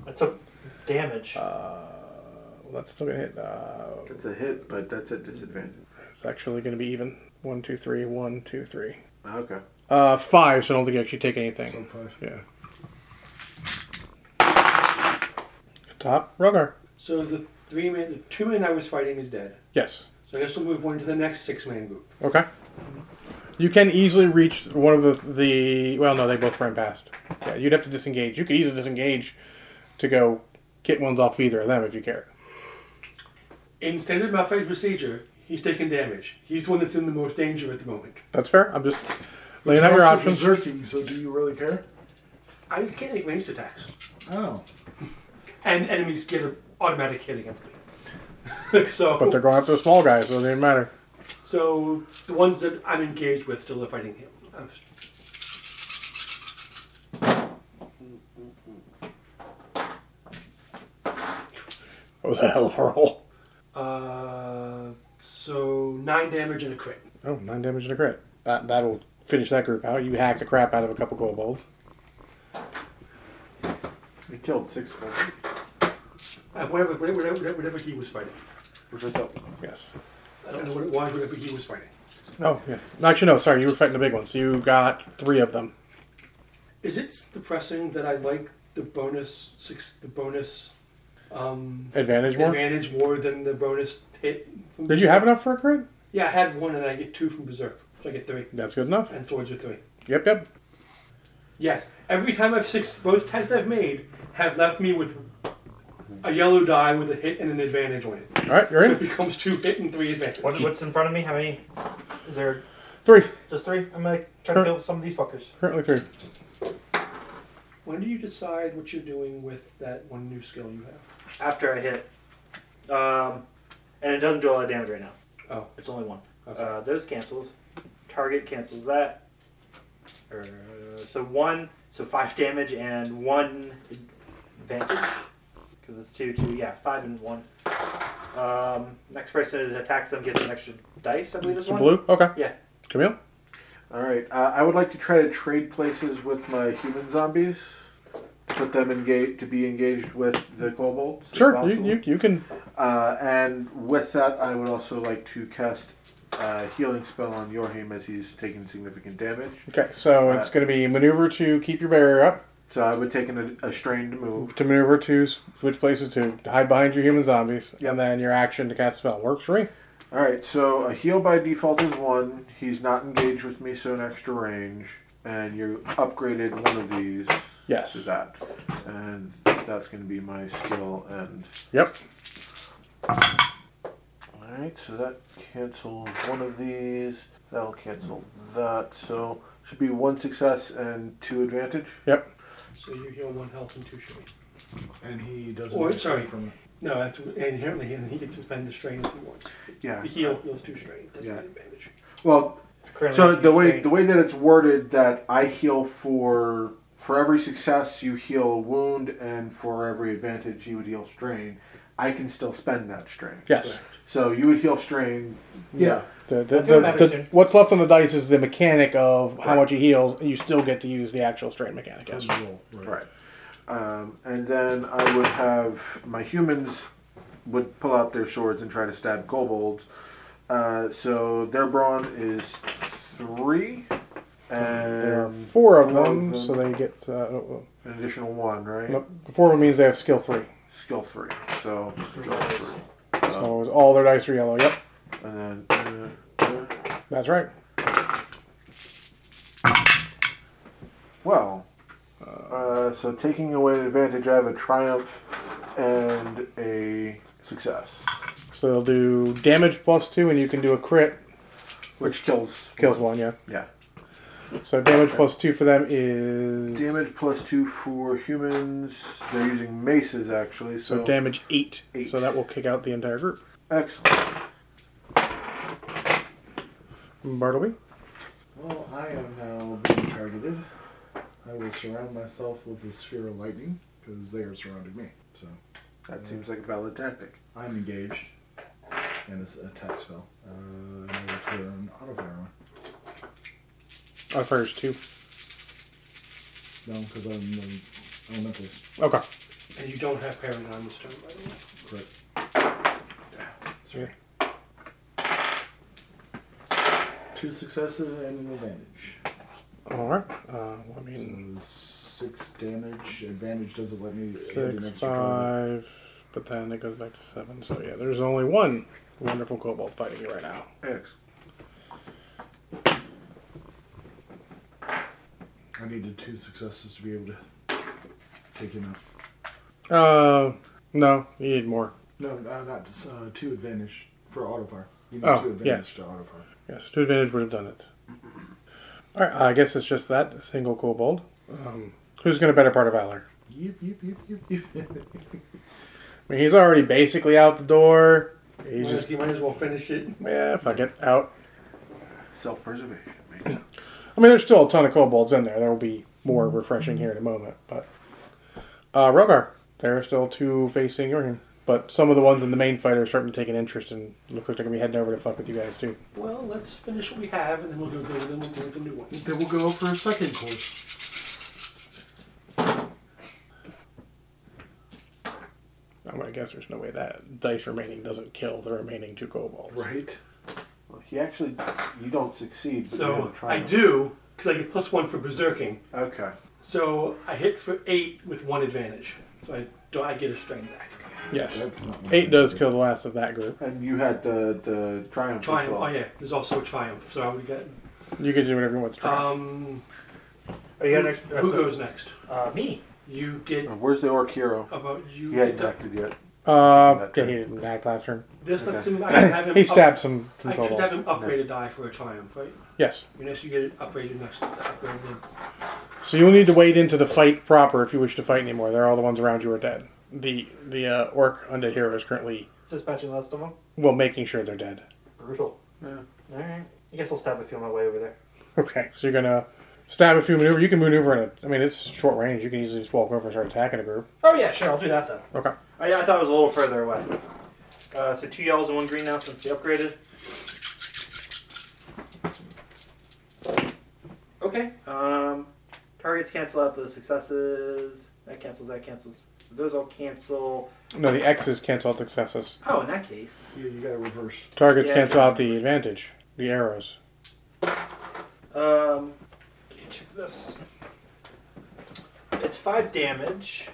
C: I took damage.
A: Well, that's still going to hit. Uh,
E: That's a hit, but that's a disadvantage.
A: It's actually going to be even. One, two, three, one, two, three.
E: Okay.
A: Uh, five, so I don't think you actually take anything.
B: So five.
A: yeah. Top Rogar.
D: So the three man, the two man I was fighting is dead.
A: Yes.
D: So I guess we'll move one to the next six man group.
A: Okay. You can easily reach one of the the. Well, no, they both ran past. Yeah, you'd have to disengage. You could easily disengage to go get ones off either of them if you care.
D: In standard malphite procedure, he's taking damage. He's the one that's in the most danger at the moment.
A: That's fair. I'm just laying out your
B: Also
A: options.
B: berserking, so do you really care?
D: I just can't take ranged attacks,
B: Oh.
D: and enemies get an automatic hit against me. so,
A: But they're going after the small guys, so it doesn't matter.
D: so the ones that I'm engaged with still are fighting him. I'm-
A: That was a hell of a roll.
D: Uh, so nine damage and a crit.
A: Oh, nine damage and a crit. That, that'll finish that group out. You hack the crap out of a couple kobolds.
E: We killed six kobolds,
D: Uh, whatever, whatever, whatever, whatever he was fighting.
E: which I thought.
A: Yes.
D: I don't know what it was. Whatever he was fighting.
A: Oh, yeah. No, actually, no, sorry. You were fighting the big ones. So you got three of them.
D: Is it depressing that I like the bonus six, the bonus um,
A: Advantage more?
D: advantage more than the bonus hit? From
A: Did you have enough for a crit?
D: Yeah, I had one, and I get two from Berserk, so I get three,
A: That's good enough.
D: and swords are three.
A: Yep, yep.
D: Yes, every time I've six, both tests I've made have left me with a yellow die with a hit and an advantage on it.
A: All right, you're
D: So it
A: in.
D: becomes two hit and three advantage.
A: e-
C: What, what's in front of me? How many? Is there
A: Three.
C: just three? I'm gonna try to
A: Sure.
C: kill some of these fuckers.
A: Currently three.
D: When do you decide what you're doing with that one new skill you have?
F: After I hit. Um, and it doesn't do a lot of damage right now.
D: Oh,
F: It's only one.
D: Okay.
F: Uh, those cancels. Target cancels that. Uh, so one, so five damage and one advantage. Because it's two, two, yeah, five and one. Um, next person that attacks them gets an extra dice, I believe is
A: Some
F: one.
A: blue? Okay.
F: Yeah.
A: Camille?
E: All right. Uh, I would like to try to trade places with my human zombies. Put them engaged to be engaged with the kobolds. if
A: Sure. You,
E: possible.
A: you, you can.
E: Uh, and with that, I would also like to cast a healing spell on Yorheim as he's taking significant damage.
A: Okay, so it's going to be maneuver to keep your barrier up,
E: So I would take an, a strained move.
A: to maneuver to switch places to hide behind your human zombies, and then your action to cast a spell. Works for me.
E: All right, so a heal by default is one. He's not engaged with me, so an extra range, and you upgraded one of these
A: Yes.
E: to that, and that's going to be my skill. And
A: Yep.
E: all right, so that cancels one of these. That'll cancel that. So should be one success and two advantage.
A: Yep.
D: so you heal one health and two shame.
B: And he doesn't.
D: Oh,
B: get
D: sorry.
B: From
D: No, that's inherently him. He can suspend the strain if he wants.
E: Yeah.
D: The heal heals two strain. That's
E: Yeah.
D: the advantage.
E: Well,
F: Currently
E: so the way
F: constrained.
E: the way that it's worded that I heal for for every success you heal a wound and for every advantage you would heal strain. I can still spend that strain.
A: Yes.
E: So you would heal strain. Yeah.
A: The, the,
C: That's what
A: the-
C: matters
A: the-
C: here.
A: what's left on the dice is the mechanic of how much he heals, and you still get to use the actual strain mechanic. Yes.
B: Roll, right.
E: Right. Um, and then I would have my humans would pull out their swords and try to stab kobolds. Uh, so their brawn is three,
A: There are
E: and
A: four of
E: four
A: them, so they get uh, uh,
E: an additional one, right?
A: nope, four of them means they have skill three.
E: Skill three. So skill three,
A: So it's all their dice are yellow. Yep,
E: and then uh, uh,
A: that's right.
E: well, uh, so taking away an advantage, I have a triumph and a success,
A: So they'll do damage plus two, and you can do a crit
E: which kills.
A: kills one. Yeah.
E: Yeah.
A: So damage plus two for them is
E: Damage plus two for humans. They're using maces actually, so,
A: so damage eight.
E: Eight.
A: So that will kick out the entire group.
E: excellent.
A: Bartleby.
B: Well, I am now being targeted. I will surround myself with a sphere of lightning because they are surrounding me. So
E: That seems like a valid tactic.
B: I'm engaged in this attack spell. Uh, and I will turn auto fire on.
A: I fires Oh, two.
B: No, because I'm an elementalist.
A: Okay.
D: And you don't have parry on this turn, by the way.
B: Correct.
A: Sorry.
B: Two successes and an advantage.
A: All right. Uh, well, I mean,
B: So six damage. Advantage doesn't let me add an
A: six,
B: extra target.
A: five, but then it goes back to seven. So yeah, there's only one wonderful kobold fighting you right now.
E: Excellent.
B: I needed two successes to be able to take him out.
A: Uh, no, you need more.
B: No, no not uh, two advantage for auto fire. You need
A: Oh,
B: two advantage to auto fire.
A: Yes, two advantage would have done it. All right. I guess it's just that single kobold. Um, who's going to better part of valor?
B: Yep, yep, yep, yep, yep.
A: I mean, he's already basically out the door. He's
D: Might as-
A: just
D: You might as well finish it.
A: yeah, fuck it, out.
E: Self preservation makes sense.
A: I mean, there's still a ton of kobolds in there. There will be more refreshing here in a moment. But uh, Rogar, there are still two facing Jorgen. But some of the ones in the main fight are starting to take an interest and look like they're gonna be heading over to fuck with you guys too.
D: Well, let's finish what we have, and then we'll go over them. We'll deal with the new ones.
B: then we'll go for a second course.
A: I'm gonna guess there's no way that dice remaining doesn't kill the remaining two kobolds.
B: Right?
E: Well, he actually, you don't succeed. But you
D: So
E: have a
D: I
E: triumph.
D: do because I get plus one for berserking.
E: Okay.
D: So I hit for eight with one advantage. So I don't. I get a strain back.
A: Yes.
B: That's not
A: Eight does kill the last of that group.
E: And you had the the triumph. As
D: Triumph.
E: well.
D: Oh yeah. There's also a triumph. So I would get.
A: You can do whatever you want to try.
D: Um.
F: Are you
D: Who,
F: gonna?
D: who goes next? Oh.
F: Uh, me.
D: You get
E: Uh, Where's the orc hero?
D: about you.
E: He hadn't
D: get-
E: acted yet.
A: Uh, yeah, he didn't die last turn.
D: this lets him. I have him
A: He
D: up-
A: stabbed some, some
D: uh, I should have
A: kobolds.
D: him upgrade a die for a triumph, right?
A: Yes.
D: Your next, you get an upgrade. Your next upgrade. Then.
A: So you'll need to wade into the fight proper if you wish to fight anymore. They're all the ones around you are dead. The the uh, orc undead hero is currently
F: Dispatching the last of them.
A: well making sure they're dead.
F: Brutal. All right. I guess I'll stab a few on my way over there.
A: Okay, so you're gonna stab a few maneuver. You can maneuver in it. I mean, it's short range. You can easily just walk over and start attacking a group.
F: Oh yeah, sure. I'll do that then.
A: Okay.
F: I, I thought it was a little further away. Uh, so two yellows and one green now since they upgraded. Okay. Um, targets cancel out the successes. That cancels. That cancels. Those all cancel.
A: No, the X's cancel out successes.
F: Oh, in that case,
B: Yeah, you got it reversed.
A: Targets
F: Yeah.
A: cancel out the advantage. The arrows.
F: um, let me check this. It's five damage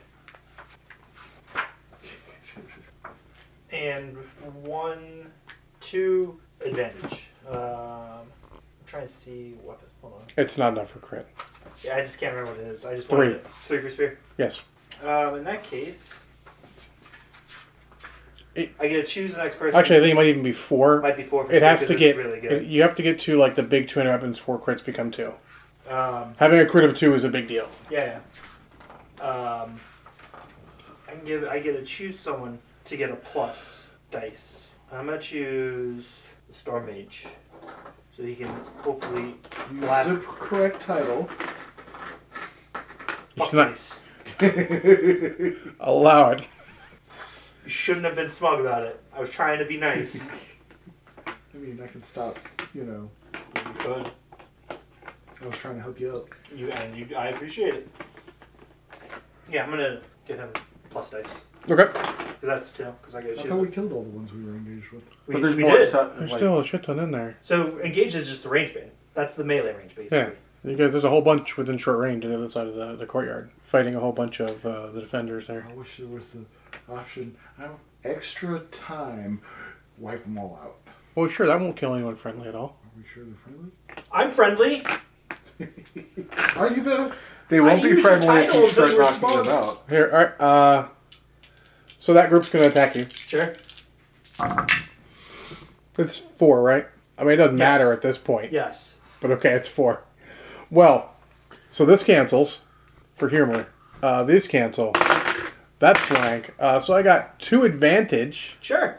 F: and one, two advantage. Um, I'm trying to see weapon. Hold on.
A: It's not enough for crit.
F: Yeah, I just can't remember what it is. I just
A: Three.
F: wanted it. Three for spear.
A: Yes.
F: Um, in that case,
A: It-
F: I get to choose the next person.
A: Actually, I think it might even be
F: it
A: four.
F: might be four. For
A: It
F: spear
A: has
F: 'cause
A: to
F: it's
A: get.
F: really
A: it-
F: good.
A: you have to get to like the big two hundred weapons. Four crits become two.
F: Um,
A: Having a crit of two is a big deal.
F: yeah. yeah. Um, I can give. I get to choose someone
C: to get a plus dice. I'm gonna choose the Storm Mage, so he can hopefully
B: Use
C: Blast.
B: the correct title.
C: fuck
A: not-
C: this.
A: Allow it.
C: You shouldn't have been smug about it. I was trying to be nice.
B: I mean, I can stop. You know,
C: you could.
B: I was trying to help you out.
C: You and you. I appreciate it. Yeah, I'm gonna give him plus dice
A: Okay.
C: because that's two. Because I get
B: I
C: shit.
B: thought we killed all the ones we were engaged with.
C: We-
E: but there's
C: we
E: more.
C: did.
E: inside-
A: There's
E: like-
A: still a shit ton in there.
C: So engage is just the range band. That's the melee range, basically.
A: Yeah. You guys, there's a whole bunch within short range on the other side of the, the courtyard, fighting a whole bunch of uh, the defenders there.
B: I wish there was the option. I'm extra time. Wipe them all out.
A: Well, sure, that won't kill anyone friendly at all.
B: Are we sure they're friendly?
C: I'm friendly.
B: Are you though?
E: They won't
C: I
E: be
C: used
E: friendly if
B: Oh,
E: you
C: titles that
E: start
C: were
E: knocking
C: smart.
E: them out.
A: Here, all right. Uh, so that group's gonna attack you.
C: Sure.
A: It's four, right? I mean, it doesn't
C: Yes.
A: matter at this point.
C: Yes.
A: But okay, it's four. Well, so this cancels for humor. Uh, these cancel. That's blank. Uh, so I got two advantage.
C: Sure.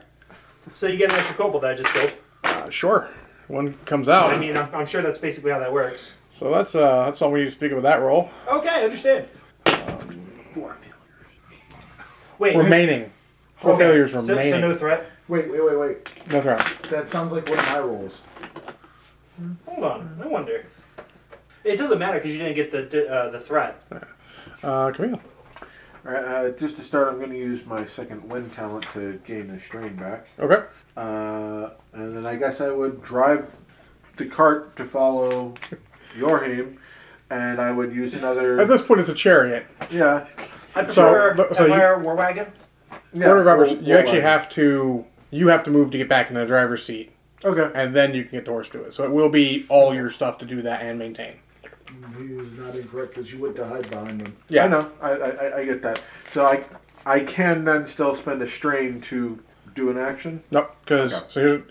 C: So you get an extra kobold that I just killed.
A: Uh, sure, one comes out.
C: I mean, I'm, I'm sure that's basically how that works.
A: so that's uh, that's all we need to speak about that roll.
C: Okay, I understand.
E: Um,
C: Wait.
A: Remaining. Four
C: okay.
A: failures
C: so,
A: remaining.
C: So no threat.
B: Wait, wait, wait, wait.
A: That's right.
B: That sounds like one of my rolls.
C: Hold on. I wonder. It doesn't matter because you didn't get the di- uh, the threat.
A: Uh, Camille.
E: Alright, uh, just to start, I'm going to use my second wind talent to gain the strain back.
A: Okay.
E: Uh, and then I guess I would drive the cart to follow Yorheim, and I would use
A: At
E: another.
A: this point, it's a chariot.
E: Yeah.
C: I
A: So-
C: prefer
A: look, so you-
C: Empire War Wagon.
E: yeah
A: Order of Roberts,
E: we'll-
A: you
E: we'll
A: actually
E: run.
A: have to you have to move to get back in the driver's seat,
E: Okay.
A: and then you can get the horse to it. So it will be all your stuff to do that and maintain.
B: He's not incorrect because you went to hide behind him.
E: Yeah, I know. I, I, I- I get that. So I I can then still spend a strain to do an action.
A: Nope. Because
E: Okay.
A: so here's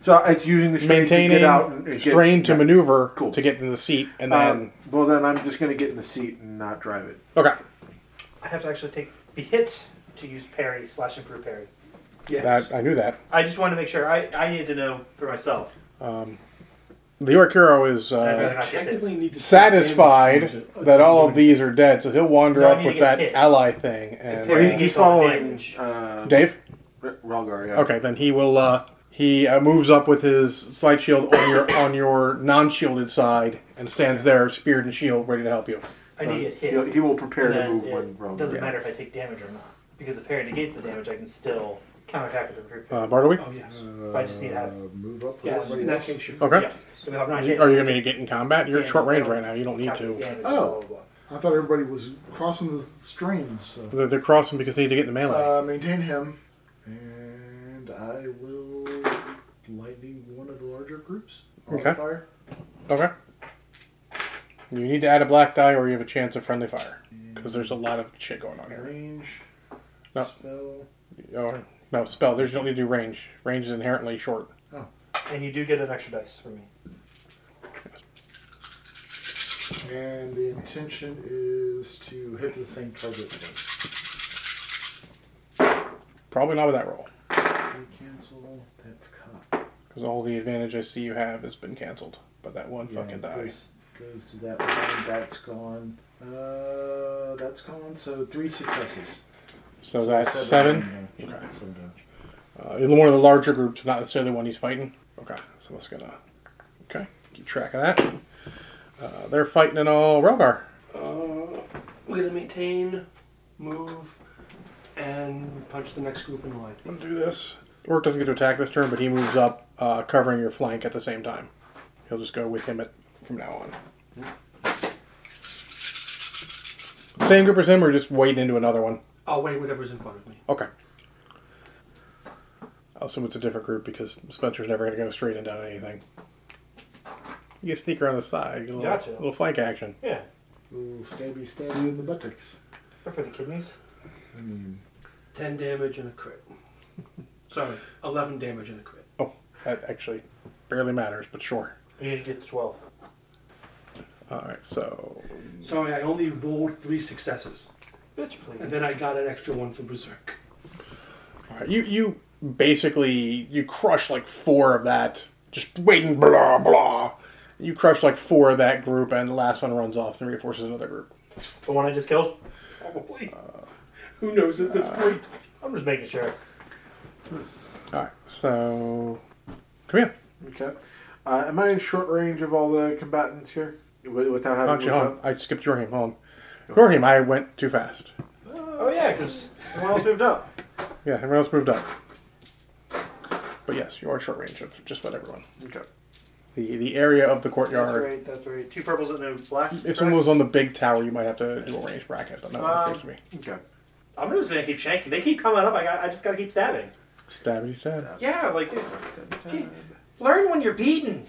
E: So it's using the strain to
A: maintaining
E: get out and and get,
A: strain to
E: yeah.
A: maneuver
E: Cool.
A: to get in the seat, and
E: Um,
A: then
E: well, then I'm just gonna get in the seat and not drive it.
A: okay.
C: I have to actually take be hit to use parry slash improve parry.
A: That, I knew that.
C: I just wanted to make sure. I, I needed to know for myself.
A: The York hero is
C: I'd rather
A: uh,
C: not get hit.
D: Technically, need to
A: satisfied that all of these are dead, so he'll wander
C: No, I
A: up
C: need
A: with
C: to get
A: that
C: hit.
A: ally thing. And
E: Well,
C: Yeah,
E: he,
A: uh,
C: he
E: he's
C: saw
E: following
C: damage.
E: uh,
A: Dave.
E: R- Ralgar. Yeah.
A: Okay, then he will. Uh, he uh, moves up with his slide shield on your on your non-shielded side and stands there, speared and shield, ready to help you.
C: I need to get hit.
E: He'll- He, will prepare to
C: Then
E: move
C: it
E: when Ralgar.
C: doesn't
A: yeah.
C: matter if I take damage or not because the parry negates the damage. I can still counterattack with improve parry.
A: Uh, Bartleby,
D: Oh yes.
C: I just need to have-
B: Uh, move up. with
D: Yes. Oh,
B: everybody
D: In that
B: else.
D: case, sure.
A: Uh, okay.
C: Yes. So if I'm not
A: Are
C: hit,
A: you, are you going to get in combat? You're at
C: Yeah,
A: short range
C: no.
A: right now. You don't need
C: calculate
A: to.
C: damage,
B: Oh.
C: blah, blah, blah.
B: I thought everybody was crossing the strains. So.
A: They're, they're crossing because they need to get in the melee.
B: Uh, maintain him, and I will lightning one of the larger groups on
A: Okay.
B: fire.
A: okay. You need to add a black die, or you have a chance of friendly fire because there's a lot of shit going on here.
B: Range,
A: No.
B: spell.
A: Oh, no spell. There's you don't need to do range. Range is inherently short.
C: And you do get an extra dice from me.
B: And the intention is to hit the same target twice.
A: Probably not with that roll
B: We cancel. That's cop.
A: because all the advantage I see you have has been canceled. But that one
B: Yeah,
A: fucking die.
B: this goes to that one. That's gone. Uh, that's gone. So three successes.
A: So, that's seven.
B: damage.
A: Okay.
B: Seven damage.
A: Uh, in one of the larger groups, not necessarily the one he's fighting. Okay, so that's gonna. Okay, keep track of that. Uh, they're fighting an all Rogar.
D: Uh, we're gonna maintain, move, and punch the next group in line.
A: I'm gonna do this. Orc doesn't get to attack this turn, but he moves up, uh, covering your flank at the same time. He'll just go with him at, from now on. Same group as him, or just wade into another one?
D: I'll wait whatever's in front of me.
A: Okay. I'll assume it's a different group because Spencer's never going to go straight and down anything. You get sneaker on the side, get a little,
C: Gotcha.
A: little flank action.
C: Yeah.
B: Little stabby stabby in the buttocks.
C: Or for the kidneys.
B: I mean,
D: Ten damage and a crit. Sorry, eleven damage and a crit.
A: Oh, that actually barely matters, but sure.
C: You need to get the 12.
A: All right, so
D: Sorry, I only rolled three successes,
C: Bitch, please.
D: and then I got an extra one for berserk.
A: You you basically you crush like four of that. Just waiting, blah blah. You crush like four of that group, and the last one runs off and reinforces another group.
F: The one I just killed?
D: Probably.
E: Uh,
D: Who knows at this point?
F: I'm just making sure.
A: All right, so come here.
E: Okay. Uh, am I in short range of all the combatants here? Wi- Without having
A: Actually,
E: to
A: hold on. I skipped your name. Hold on. Your name. I went too fast.
F: Oh, yeah, because everyone else moved up.
A: Yeah, everyone else moved up. But yes, you are short range of just about everyone.
E: Okay.
A: The the area of the
F: That's
A: courtyard.
F: right, that's right. Two purples and a black.
A: If someone was on the big tower, you might have to do a range bracket, but not
F: Um,
A: to me.
E: Okay.
F: I'm just gonna keep shanking. They keep coming up. I got. I just gotta keep stabbing.
A: Stabby stab.
F: Yeah, like this.
A: Uh,
F: Learn when you're beaten.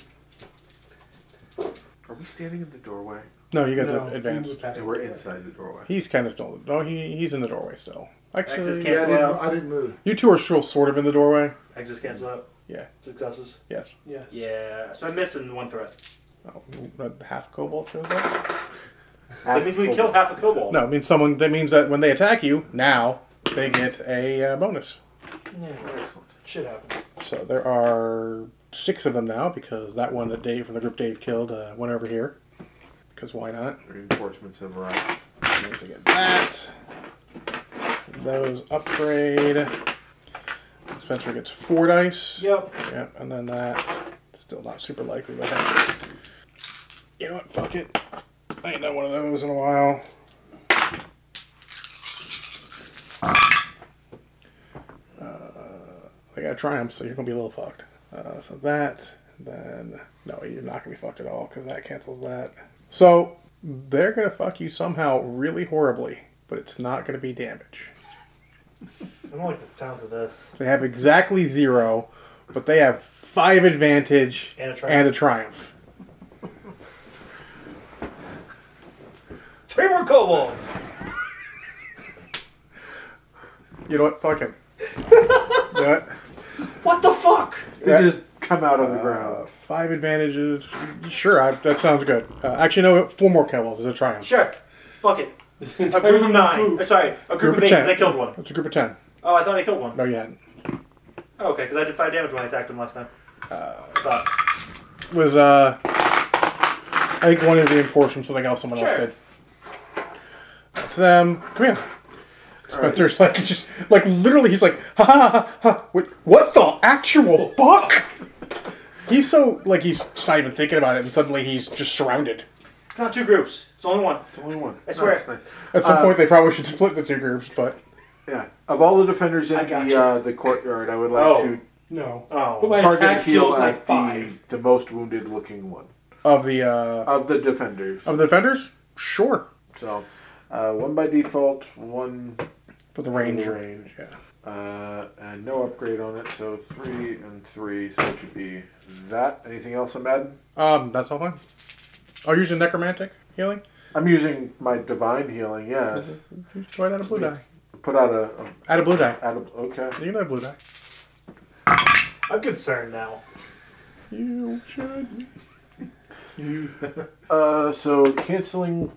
E: Are we standing in the doorway?
A: No, you guys
D: No,
A: have
D: we
A: advanced.
D: moved past
E: And
D: it.
E: we're inside the doorway.
A: He's kind of still. No, he he's in the doorway still.
F: Access
A: Actually,
B: Yeah, I
F: Cancel
B: didn't,
F: out.
B: I didn't move.
A: you two are still sort of in the doorway.
F: Exits cancel out.
A: Yeah.
F: Successes.
A: Yes.
D: Yes.
F: Yeah. So I'm missing one threat.
A: Oh, that half cobalt shows up.
F: That means we killed half a kobold.
A: No, it means someone. That means that when they attack you now, they get a uh, bonus.
E: Excellent.
F: Shit happened.
A: So there are six of them now because that one that Dave from the group Dave killed uh, went over here. Because why not?
E: Reinforcements have arrived.
A: Once again, that. Those upgrade. Spencer gets four dice.
F: Yep.
A: Yep, and then that. Still not super likely, but hey. You know what? Fuck it. I ain't done one of those in a while. Uh, I got a triumph, so you're gonna be a little fucked. Uh, so that, then no, you're not gonna be fucked at all because that cancels that. So they're gonna fuck you somehow really horribly, but it's not gonna be damage.
F: I don't like the sounds of this.
A: They have exactly zero, but they have five advantage
F: And a triumph.
A: and a triumph.
F: Three more kobolds.
A: You know what? Fuck him. you know what?
F: What the fuck?
E: They
A: Yeah.
E: just come out of the
A: Uh,
E: ground.
A: five advantages. Sure, I, that sounds good. Uh, actually, no, four more cowbells is a triumph.
F: Sure. Fuck it. A group of nine. Uh, sorry, a group, of eight. 'cause I killed one.
A: It's a group of ten.
F: Oh, I thought I killed one.
A: No, you hadn't.
F: Oh, okay, because I did five damage when I attacked him last time. I thought.
A: It was, uh, I think one of the enforced from something else someone else
F: Sure.
A: did. That's them. Come here. Spencer's like, just, like, literally, he's like, ha ha ha ha. Wait, What the actual fuck? He's so, like, he's not even thinking about it, and suddenly he's just surrounded.
F: It's not two groups. It's only one.
E: It's only one.
F: I swear.
E: Nice, nice.
A: At some point, they probably should split the two groups, but
E: Yeah. Of all the defenders in
D: I got
E: the
D: you.
E: uh, the courtyard, I would like
F: Oh.
E: to
D: No.
F: Oh.
D: But my
E: target
D: attack
E: heal
D: heals
E: at
D: like
E: the
D: five.
E: the most wounded looking one
A: of the uh,
E: of the defenders.
A: of the defenders, sure.
E: So, uh, one by default, one
A: For the range,
E: the
A: range, yeah.
E: uh, and no upgrade on it. So three and three. So it should be that. Anything else I'm adding?
A: Um, that's all fine. Are you using necromantic healing?
E: I'm using my divine healing. Yes.
A: Go ahead, add a blue die.
E: Put out a, a
A: Add a blue die.
E: add a okay.
A: You can add a blue die.
F: I'm concerned now.
A: You should.
E: Uh, so canceling.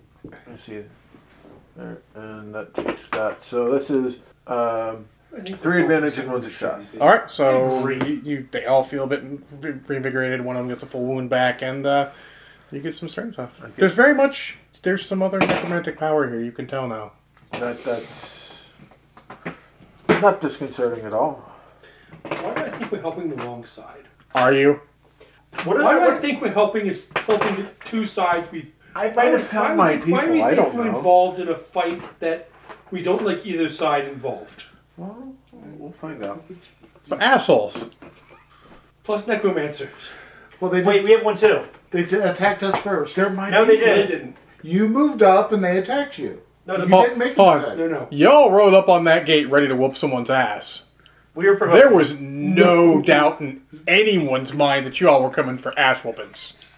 E: Let's see. There, and that takes that. So this is um, three advantage and one success.
A: All right, so you, you they all feel a bit re- reinvigorated. One of them gets a full wound back, and uh, you get some strength off. There's very much. There's some other necromantic power here. You can tell now.
E: That that's not disconcerting at all.
D: Why do I think we're helping the wrong side?
A: Are you?
F: What is
D: Why do I
F: that?
D: think we're helping is helping the two sides we
E: I might have
D: Why
E: found
D: would-
E: my
D: Why do we
E: people. I
D: think
E: don't
D: we're
E: know.
D: involved in a fight that we don't like either side involved?
E: Well, we'll find out.
A: But assholes.
D: Plus necromancers.
B: Well, they did,
F: Wait, we have one too.
B: they did, attacked us first.
E: There might
F: No,
E: be
F: they didn't.
D: didn't.
B: You moved up and they attacked you.
F: No, the
B: you
A: ball-
B: didn't make
A: hold on.
B: an attack.
D: No, no.
A: Y'all rode up on that gate ready to whoop someone's ass.
F: We were provoked.
A: There was no doubt in anyone's mind that you all were coming for ass whoopings.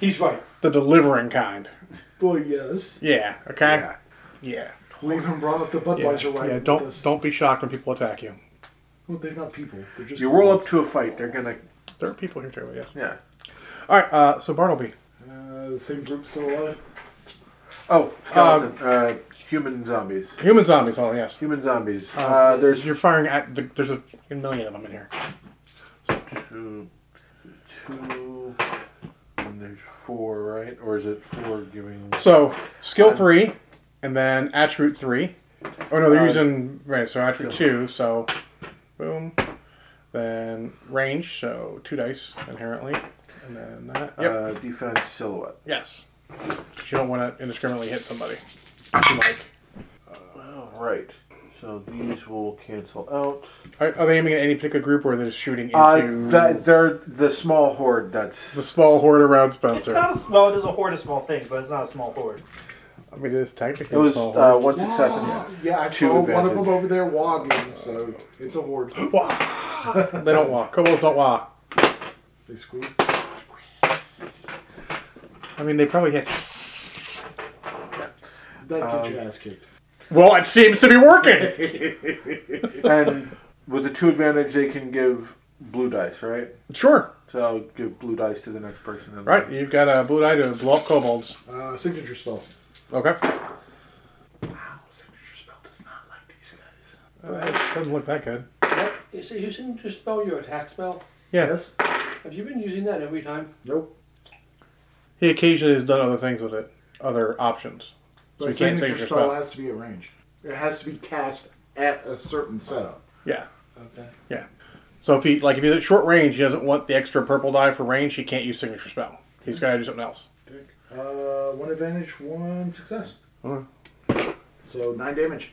D: He's right.
A: The delivering kind.
B: Well, yes.
A: Yeah, okay?
E: Yeah.
A: Yeah.
B: We even brought up the
A: Yeah,
B: Budweiser wagon.
A: yeah
B: with
A: don't
B: this.
A: don't be shocked when people attack you.
B: Well, they're not people. They're just.
E: You roll up to a fight. They're gonna.
A: There are people here too, yeah.
E: Yeah.
A: All right, uh, so Bartleby.
B: Uh, the same group still alive.
E: Oh, skeleton. Uh, Human zombies.
A: Human zombies only, yes.
E: Human zombies.
A: Um,
E: Uh, there's
A: you're firing at the, there's a fucking million of them in here.
E: two, two, and there's four, right? Or is it four giving?
A: So skill
E: Uh,
A: three, and then attribute three. Oh no, they're
E: Uh,
A: using right. So attribute two. So boom. Then range. So two dice inherently, and then that. Yep.
E: Uh, defense silhouette.
A: yes. 'Cause You don't want to indiscriminately hit somebody. If you like. Oh.
E: All right. So these will cancel out.
A: Are, are they aiming at any particular group, or are they just shooting into
E: Uh, that, they're the small horde.
A: the
E: That's
A: small horde around
C: It's
A: Spencer?
C: not a, well, it is a horde of small things, but it's not a small horde.
A: I mean, it is technically
E: it was
A: a small
E: uh,
A: horde.
E: one success. And,
B: Yeah, I
E: Two
B: saw one of
E: advantage.
B: them over there walking, so it's a horde.
A: they don't walk. Kobolds don't walk.
B: They squeak.
A: I mean, they probably hit.
B: That get
E: Um,
B: your ass kicked.
A: Well, it seems to be working.
E: and with the two advantage, they can give blue dice, right?
A: sure.
E: So I'll give blue dice to the next person. And
A: Right. You've got a blue die to blow up kobolds.
B: Uh, signature spell.
A: Okay.
B: Wow, signature spell does not like these guys.
A: doesn't look that good.
D: What? Is it using to spell your attack spell?
A: Yeah.
B: Yes?
D: Have you been using that every time?
B: Nope.
A: He occasionally has done other things with it, other options. So
B: But
A: you can't
B: signature
A: signature
B: spell,
A: spell.
B: has to be at range. It has to be cast at a certain setup.
A: Yeah.
D: Okay.
A: Yeah. So if he like if he's at short range, he doesn't want the extra purple die for range. He can't use signature spell. He's got to do something else.
B: Dick. Uh, one advantage, one success.
A: Alright.
B: So nine damage.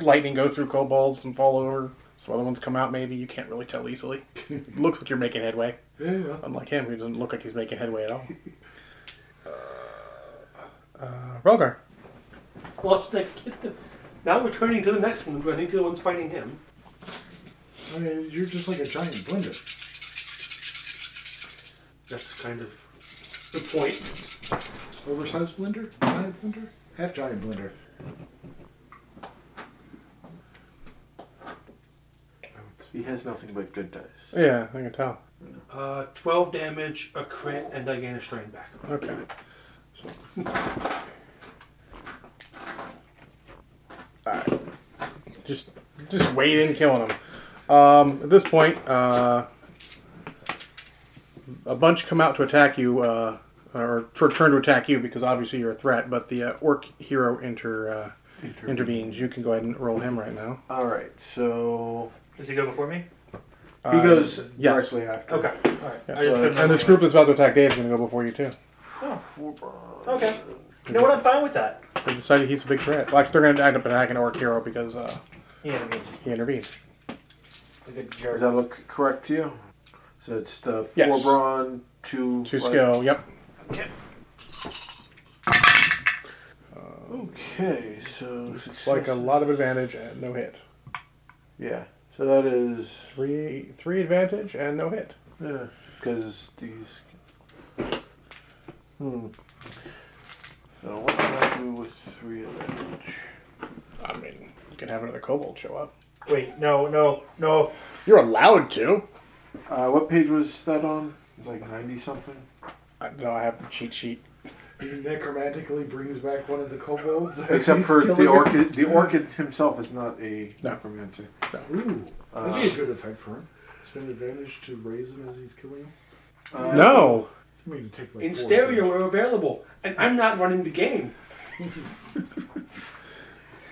A: Lightning goes through kobolds and fall over. Some other ones come out. Maybe you can't really tell easily. Looks like you're making headway.
B: Yeah, well.
A: Unlike him, who doesn't look like he's making headway at all. uh, uh, Relgar.
D: Well, it's like, get the, now we're turning to the next one, where I think the one's fighting him.
B: I mean, you're just like a giant blender.
D: That's kind of the point.
B: Oversized blender? Giant blender? Half giant blender.
E: He has nothing but good dice.
A: Yeah, I can tell.
D: Uh, 12 damage, a crit, and I gain a strain back.
A: Okay. Alright. Just just wade in killing them. Um, at this point, uh, a bunch come out to attack you, uh, or to turn to attack you because obviously you're a threat. But the uh, orc hero inter, uh, intervenes. You can go ahead and roll him right now.
E: All right. So
F: Does he go before me?
E: he goes
A: yes.
E: directly after.
F: Okay. All right. I just
E: so-
F: couldn't
A: And this group that's about to attack Dave's going to go before you too.
E: Four-
F: Okay. You know what? I'm fine with that.
A: They decided he's a big threat. Like they're going to end up attacking orc hero because uh,
F: Yeah, I mean,
A: he intervened.
F: a good
E: Does
F: jerk.
E: that look correct to you? So it's the four
A: Yes.
E: brawn, two
A: Two
E: what?
A: skill. Yep.
E: Okay, so success.
A: like a lot of advantage and no hit.
E: Yeah. So that is
A: Three three advantage and no hit.
E: yeah, because these. Hmm. So what can I do with three advantage?
A: I mean, you can have another kobold show up.
F: Wait, no, no, no.
A: You're allowed to.
E: Uh, what page was that on? It's like ninety something.
A: I, no, I have the cheat sheet.
B: He necromantically brings back one of the kobolds. as
E: Except
B: he's
E: for the
B: killing it.
E: orchid. The orchid himself is not a
A: No.
E: necromancer.
B: Ooh, that'd
E: Uh.
B: be a good effect for him. Spend advantage to raise him as he's killing him.
A: no.
B: I mean, to take like
D: In
B: four
D: stereo,
B: damage.
D: we're available, and I'm not running the game.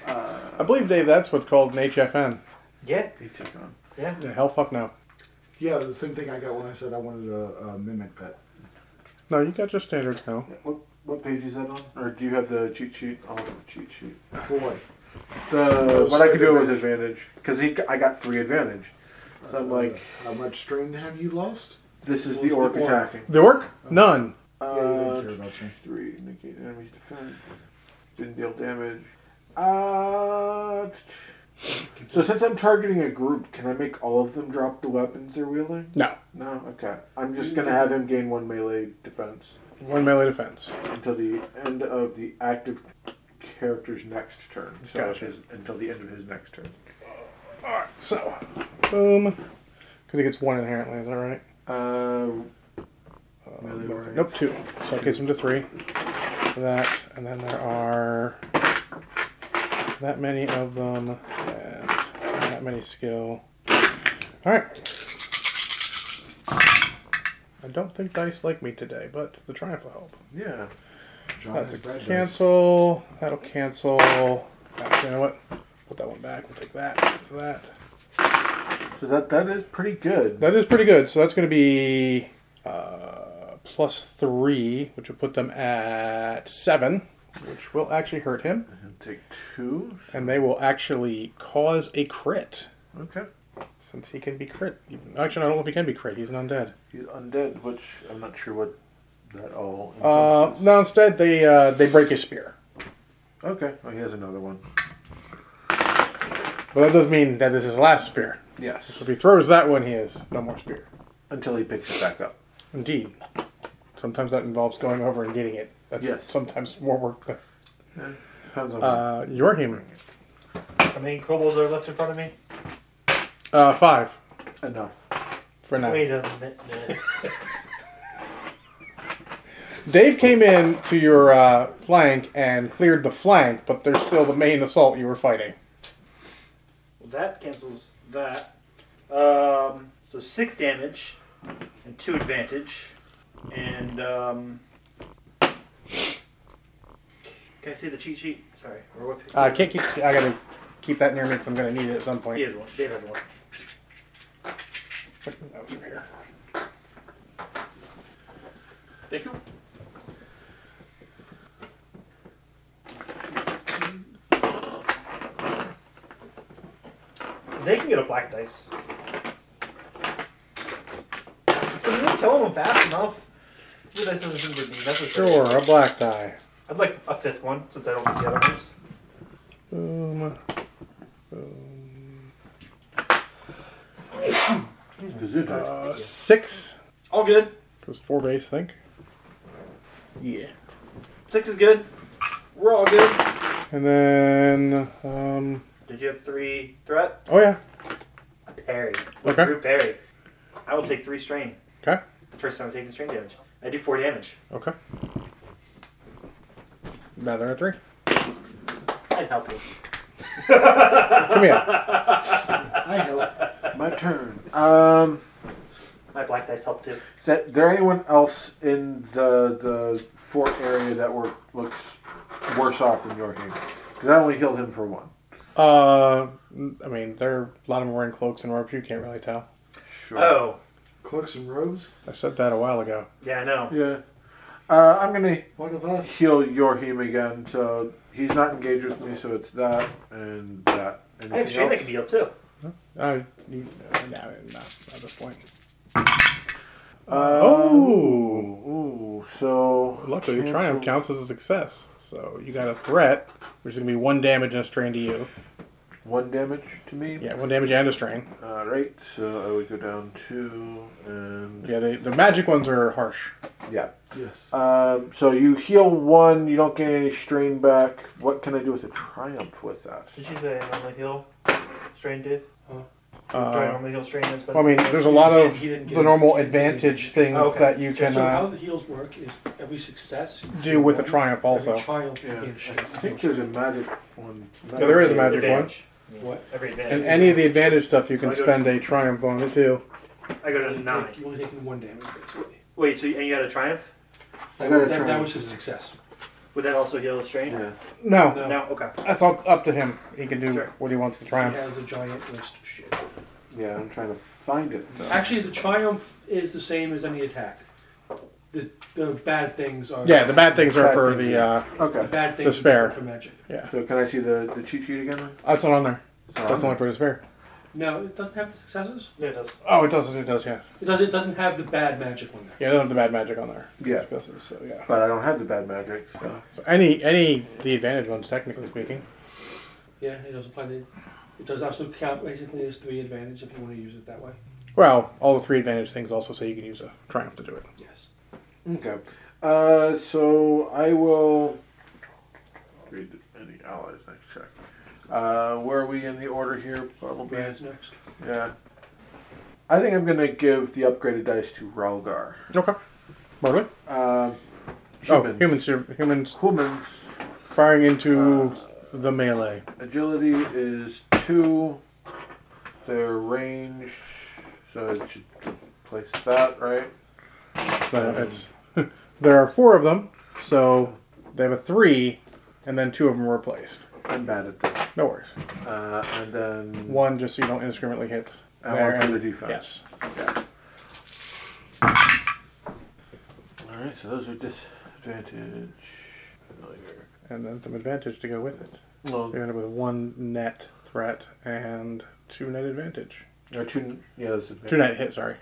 A: I believe, Dave, that's what's called an HFN.
F: Yeah,
E: He took on.
F: yeah.
A: Yeah, hell fuck no.
B: Yeah, the same thing I got when I said I wanted a, a mimic pet.
A: No, you got your standard no.
E: Yeah, What what page is that on? Or do you have the cheat sheet? I'll have the cheat sheet.
B: For what?
E: The what I could do with
B: advantage.
E: advantage because he I got three advantage. So I'm like,
B: How much strain have you lost?
E: this is Uh, the orc
D: Orc.
E: attacking.
A: The orc? None.
B: yeah, you
E: Uh,
B: didn't care about strain.
E: Three negate enemies defense. Didn't deal damage. Uh, so since I'm targeting a group, can I make all of them drop the weapons they're wielding?
A: No.
E: No. Okay. I'm just gonna have him gain one melee defense
A: One melee defense.
E: until the end of the active character's next turn. So
A: Gotcha.
E: his, until the end of his next turn.
A: Alright, so. Boom. Because he gets one inherently, is that right?
E: Uh, melee
A: Um,
E: Uh,
A: Nope, two. So that gets him to three. for that. And then there are that many of them and that many skill. Alright. I don't think dice like me today, but the triumph will help.
E: Yeah.
B: John
A: That's
B: has
A: a
B: bad days.
A: cancel. That'll cancel. Actually, you know what? Put that one back. We'll take that. So that.
E: So that that is pretty good.
A: That is pretty good. So that's going to be uh, plus three, which will put them at seven, which will actually hurt him,
E: Take two.
A: and they will actually cause a crit
E: Okay.
A: since he can be crit. Actually, I don't know if he can be crit. He's an undead.
E: He's undead, which I'm not sure what that all.
A: Uh,
E: encompasses.
A: no, instead they uh, they break his spear,
E: Okay. Oh, he has another one.
A: but that doesn't mean that this is his last spear.
E: Yes.
A: If he throws that one, he has no more spear.
E: Until he picks it back up.
A: Indeed. Sometimes that involves going over and getting it. That's
E: Yes.
A: sometimes more work than
E: Depends on.
A: uh, your human.
C: How many kobolds are left in front of me?
A: Uh, five
E: enough.
A: for now.
C: Wait a minute.
A: Dave came in to your uh, flank and cleared the flank, but there's still the main assault you were fighting.
C: Well, that cancels that. Um, so six damage and two advantage. And um, can I see the cheat sheet? Sorry. Or what
A: Uh, I can't keep. I gotta keep that near me because I'm gonna need it at some point.
C: He has one. Dave has one.
A: That was over here.
C: Thank you. They can get a black dice. So you can kill them fast enough. Blue dice doesn't seem to be necessary.
A: Sure, a black die.
C: I'd like a fifth one since I don't get the other
A: Boom.
C: ones.
A: Uh, six
C: All good.
A: goes four base, I think. Yeah.
C: Six is good. We're all good.
A: And then, um,
C: Did you have three threat?
A: oh yeah,
C: A parry.
A: Okay.
C: Group parry. I will take three strain.
A: okay,
C: First time I'm taking strain damage. I do four damage.
A: okay. Now they're at three.
C: I'd help you.
A: Come here.
B: I help.
E: My turn. Um.
C: My black dice helped too.
E: Is that there anyone else in the the fort area that were looks worse off than your hero? Because I only healed him for one.
A: Uh, I mean, there are a lot of them wearing cloaks and robes. You can't really tell.
E: Sure.
C: Oh,
B: Cloaks and robes?
A: I said that a while ago.
C: yeah, I know.
E: Yeah. Uh, I'm gonna
B: What of us?
E: heal your him again. So he's not engaged with me. So it's that and that.
C: I have
E: Anything
C: strain that can
E: else?
C: be healed too.
A: Uh, you, uh, no, not at this point.
E: Uh,
A: Oh,
E: Ooh. So
A: Um, luckily your
E: cancel-
A: triumph counts as a success. So you got a threat, which is gonna be one damage and a strain to you.
E: one damage to me.
A: Yeah, one damage and a strain.
E: All right. So I would go down two and
A: Yeah, they, the magic ones are harsh.
E: yeah.
B: Yes.
E: Um, so you heal one, you don't gain any strain back. What can I do with a triumph with that?
C: Did you say I normally heal strain did? Do I
A: Uh,
C: normally heal strain? that's been-
A: well, I mean, there's a lot of
D: He didn't get
A: the
D: it.
A: normal advantage things
C: Oh, okay.
A: that you
D: So,
A: can
D: so how
A: uh,
D: the heals work is every success. you
A: do with a
D: one,
A: triumph also.
D: Every triumph you
E: Yeah,
D: gain
E: I
D: strength.
E: think there's a magic one.
A: Yeah, there is a magic one.
C: advantage.
D: What?
C: Every advantage.
A: And any of the advantage stuff, you can
C: So I go-
A: spend a triumph on it too.
C: I go to
D: You're
C: nine.
D: taking- You're only taking one damage, basically.
C: Wait, so you, and you got a triumph?
E: I got a
D: that, that
E: triumph,
D: was his
E: yeah.
D: success.
C: Would that also heal strain?
E: Yeah.
A: No,
D: No.
C: No. Okay.
A: that's all up to him. He can do
C: Sure.
A: what he wants to
D: He
A: triumph.
D: has a giant list of shit.
E: Yeah, I'm trying to find it. Though.
D: Actually, the triumph is the same as any attack. The the bad things are.
A: Yeah, the bad things are
E: Bad
A: for
E: things,
A: the.
E: yeah.
A: Uh,
D: The
E: Okay.
D: bad things
A: Despair.
D: are for magic.
E: So can I see the, the cheat sheet again? then?
A: that's not on there.
E: So
A: That's
E: I'm-
A: only for despair.
D: No, it doesn't have the successes.
C: Yeah, it does.
A: Oh, it does. It does. Yeah.
D: It does. It doesn't have the bad magic one there.
A: Yeah. It doesn't have the bad magic on there.
E: Yeah.
A: This is- So uh, yeah.
E: But I don't have the bad magic. So.
A: So any any the advantage ones, technically speaking.
D: Yeah, it does apply to. It does also count basically as three advantage if you want to use it that way.
A: Well, all the three advantage things also say you can use a triumph to do it.
D: Yes.
E: Okay. Uh, so I will read any allies next check. Uh, where are we in the order here? Probably.
D: Brad's next.
E: Yeah. I think I'm gonna give the upgraded dice to Ralgar.
A: Okay. Marley.
E: Uh,
A: Oh, humans. Humans
E: Humans.
A: firing into the melee.
E: Agility is two. Their range. So it should place that right.
A: But it's, there are four of them, so they have a three, and then two of them are replaced.
E: I'm bad at this.
A: No worries.
E: Uh, and then
A: One just so you don't indiscriminately hit.
E: I
A: there,
E: want for the
A: and-
E: defense. Yeah. All right, so those are disadvantage. Familiar.
A: yeah, And then some advantage to go with it.
E: Well,
A: You're gonna with one net threat and two net advantage.
E: or two. Yeah, that's advantage.
A: Two net hit, sorry.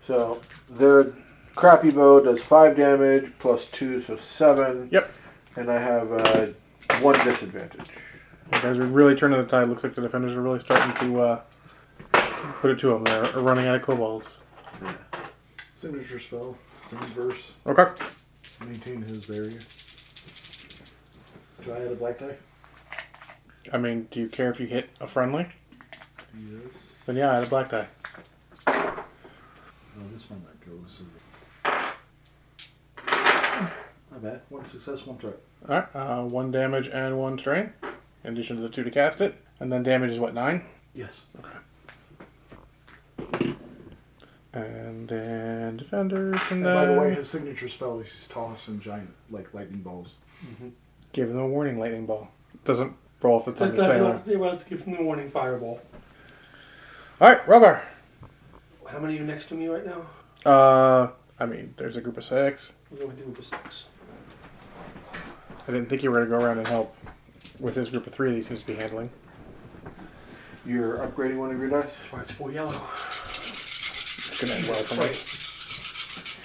E: So their crappy bow does five damage plus two, so seven.
A: Yep.
E: And I have uh, one disadvantage.
A: You guys are really turning the tide. Looks like the defenders are really starting to uh, put it to them. They're running out of kobolds.
B: Signature spell. Same verse.
A: Okay.
B: Maintain his barrier. Do I add a black die?
A: I mean, do you care if you hit a friendly?
B: Yes.
A: Then yeah, I had a black die.
B: Oh, this might not go. So. My bad. One success, one threat.
A: All right. Uh, one damage and one strain, in addition to the two to cast it. And then damage is what nine.
B: Yes.
A: And then defenders. And,
B: And
A: then
B: by the way, his signature spell is toss and giant like lightning balls.
A: give them a warning lightning ball. Doesn't roll off the tongue
D: That's
A: of
D: that's
A: sailor.
D: what they was to give them the warning fireball.
A: All right, rubber.
D: How many are next to me right now?
A: Uh, I mean, there's a group of six.
D: We're going to do with the six.
A: I didn't think you were gonna go around and help with his group of three. That he seems to be handling.
E: You're upgrading one of your dice.
D: That's why it's four yellow.
A: It's gonna end well for me.
D: Right.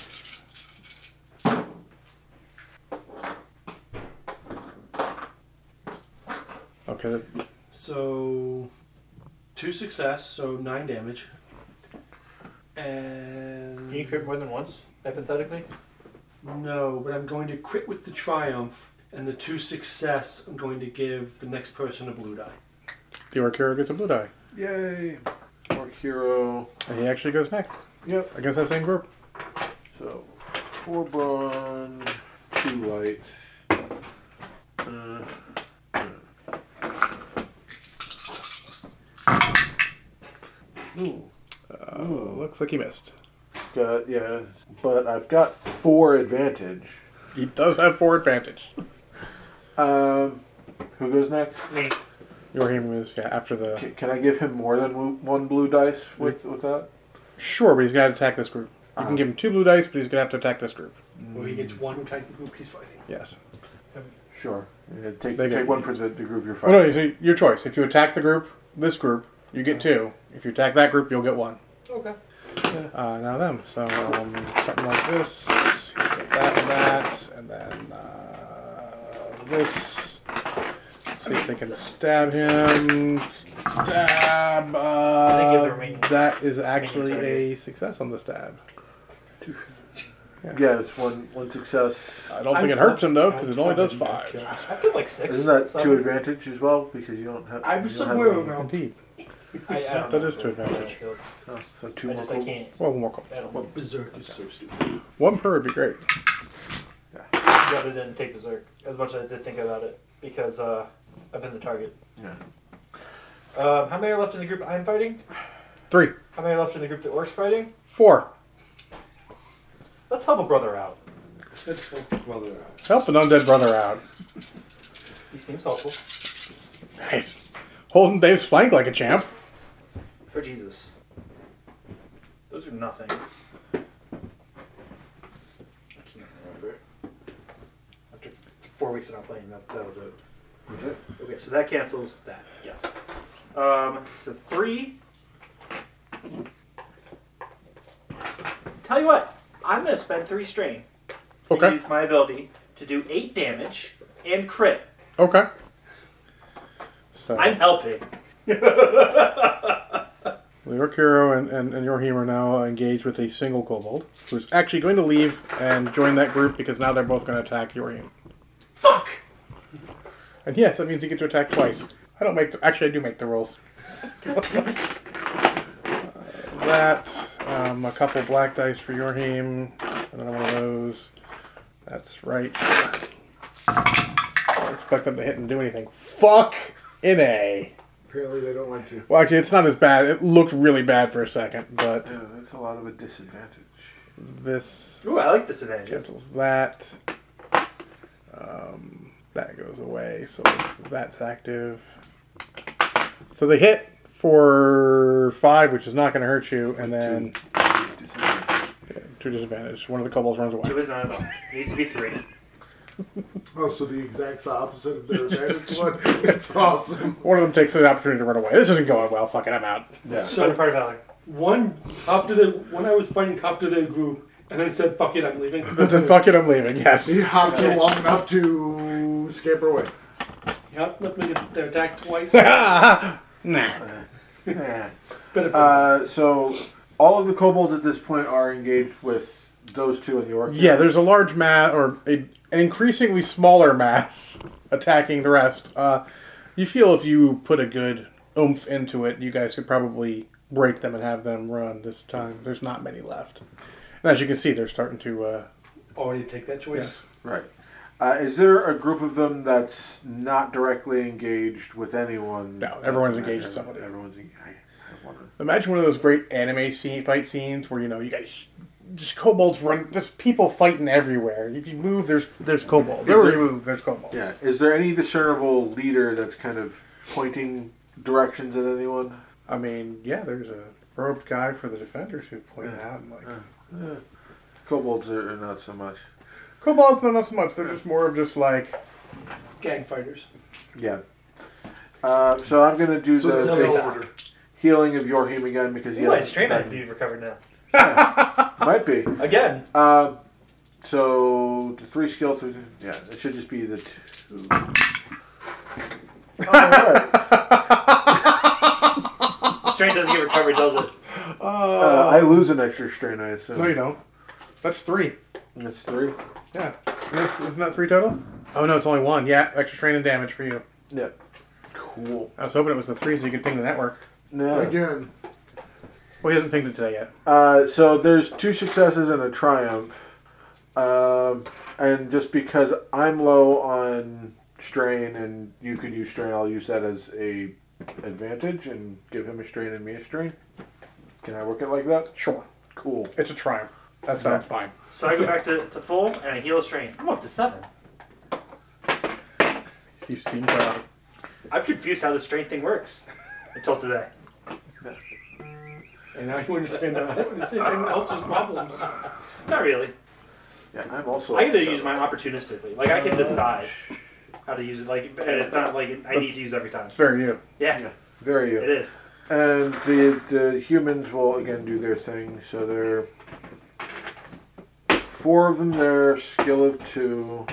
A: Okay, that-
D: So, two success, so nine damage. And
F: Can you crit more than once, hypothetically?
D: No, but I'm going to crit with the triumph and the two success. I'm going to give the next person a blue die.
A: the orc hero gets a blue die,
E: Yay! Orc hero.
A: and he actually goes next
E: Yep.
A: against that same group.
E: So four brawn, two light. Uh, uh. Ooh.
A: Oh, looks like he missed.
E: Got yeah, but I've got four advantage.
A: He does have four advantage.
E: Um, who goes next?
F: Me.
A: Your hero is yeah after the
E: C- Can I give him more than w- one blue dice with with that?
A: sure, but he's gonna have to attack this group. You can give him two blue dice, but he's gonna have to attack this group.
D: Where he
E: Mm.
D: gets one attack the group he's fighting.
A: Yes.
E: Sure. Yeah, take
A: They
E: take
A: get-
E: one for the, the group you're
A: Oh
E: fighting.
A: no, it's your choice. If you attack the group, this group, you get two. If you attack that group, you'll get one.
D: Okay.
A: Uh, now them. So um, something like this, that and that, and then uh, this. Let's see if they can stab him. Stab.
F: They give the
A: Uh,
F: remaining-
A: that is actually
F: remaining
A: a success on the stab.
E: Yeah, it's one one success.
A: I don't think it hurts him though, because it only does five.
F: I feel like six.
E: Isn't that two
F: seven.
E: advantage as well? Because you don't have.
D: I
E: you
D: was
E: don't have
D: somewhere
E: any-
D: around.
A: Indeed.
F: I, I don't
A: That
F: know.
A: is to advantage.
E: oh, so two
F: I
E: more.
F: just I can't.
A: Well, one more call.
F: I don't
D: Well, Berserk is so stupid.
A: One per would be great.
F: rather than take berserk as much as I did think about it because uh, I've been the target.
E: Yeah.
F: Um, how many are left in the group I'm fighting?
A: Three,
F: How many are left in the group that Orc's fighting?
A: four.
F: Let's help a brother out.
D: That's so brother out.
A: Help an undead brother out.
F: He seems helpful.
A: Nice. Holding Dave's flank like a champ.
F: Or Jesus. Those are nothing. I can't remember. After four weeks of not playing, that, that'll do it.
B: That's it.
F: Okay, so that cancels that. Yes. Um, so three. Tell you what, I'm gonna spend three strain. and
A: Okay.
F: Use my ability to do eight damage and crit.
A: Okay. So
F: I'm helping.
A: your hero and, and, and your hero are now engaged with a single kobold who's actually going to leave and join that group because now they're both going to attack your hero.
F: Fuck.
A: And yes, that means you get to attack twice. I don't make the, actually I do make the rolls. Uh, that um, a couple black dice for your him, another one of those. That That's right. I expect them to hit and do anything. Fuck in a.
B: Apparently, they don't like to.
A: Well, actually, it's not as bad. It looked really bad for a second, but
E: Yeah, that's a lot of a disadvantage.
A: this
F: Ooh, I like this advantage.
A: cancels that. Um, that goes away, so that's active. So they hit for five, which is not going to hurt you, and then
E: Disadvantage.
A: two disadvantage. One of the kobolds runs
F: Two
A: away.
F: is not enough. Needs to be three.
B: Oh, so the exact opposite of their advantage one. It's awesome.
A: One of them takes an opportunity to run away. This isn't going well. Fuck it, I'm out.
E: Yeah.
D: So
F: part of valor.
D: one cop to the one I was fighting cop to their group and then said, fuck it, I'm leaving.
A: then fuck it, I'm leaving. Yes.
B: He hopped in long enough to escape her way.
D: Yeah, let me get their attack twice.
A: nah.
E: Yeah.
D: Better
E: Uh, so all of the kobolds at this point are engaged with those two in the orc.
A: Yeah, there's a large mass, or a, an increasingly smaller mass, attacking the rest. Uh, you feel if you put a good oomph into it, you guys could probably break them and have them run this time. There's not many left. And as you can see, they're starting to. Uh,
D: Already take that choice.
E: Right. Uh, is there a group of them that's not directly engaged with anyone?
A: No, everyone's
E: That's-
A: engaged with somebody.
E: Everyone's engaged. I, I wonder.
A: imagine one of those great anime scene, fight scenes where, you know, you guys. Just kobolds run. There's people fighting everywhere. If you move, there's there's kobolds.
E: Is
A: Everywhere
E: there-
A: you move, there's kobolds.
E: Yeah. Is there any discernible leader that's kind of pointing directions at anyone?
A: I mean, yeah, there's a robed guy for the defenders who pointed out and like
E: Kobolds are, are not so much.
A: kobolds no, not so much. They're just more of just like
D: Gang fighters.
E: Yeah. Uh, so I'm gonna do
B: So
E: the,
B: the
E: the
B: middle order.
E: healing of your him again because he
F: Ooh,
E: hasn't
F: it's straight might
E: been-
F: be recovered now.
E: might be.
F: Again.
E: Uh, so the three skill, three, yeah, it should just be the two.
A: Oh,
E: Alright.
F: Strength doesn't get recovered, does it?
E: uh, I lose an extra strain, I assume.
A: no, you don't. That's three.
E: That's three.
A: Yeah, Isn't that- isn't that three total? Oh no, it's only one. Yeah, extra strain and damage for you.
E: Yep. Cool.
A: I was hoping it was the three so you could ping the network.
E: No.
B: Again,
A: Well, he hasn't pinged it today yet.
E: Uh, so there's two successes and a triumph. Um, and just because I'm low on strain and you could use strain, I'll use that as a advantage and give him a strain and me a strain. Can I work it like that?
A: Sure,
E: Cool.
A: it's a triumph. That sounds fine.
F: So I go back to, to full and I heal a strain. I'm up to seven.
A: You seem to.
F: I'm confused how the strain thing works until today.
D: And now you understand that everyone else's problems.
F: Not really.
E: Yeah, I'm also.
F: I
E: up
F: get to
E: seven.
F: use mine opportunistically. Like I can decide how to use it. Like, and it's not like I need to use it every time.
A: It's very you.
F: Yeah,
E: Yeah. Very
F: it
E: you.
F: is.
E: And the the humans will again do their thing. So they're four of them there, skill of two.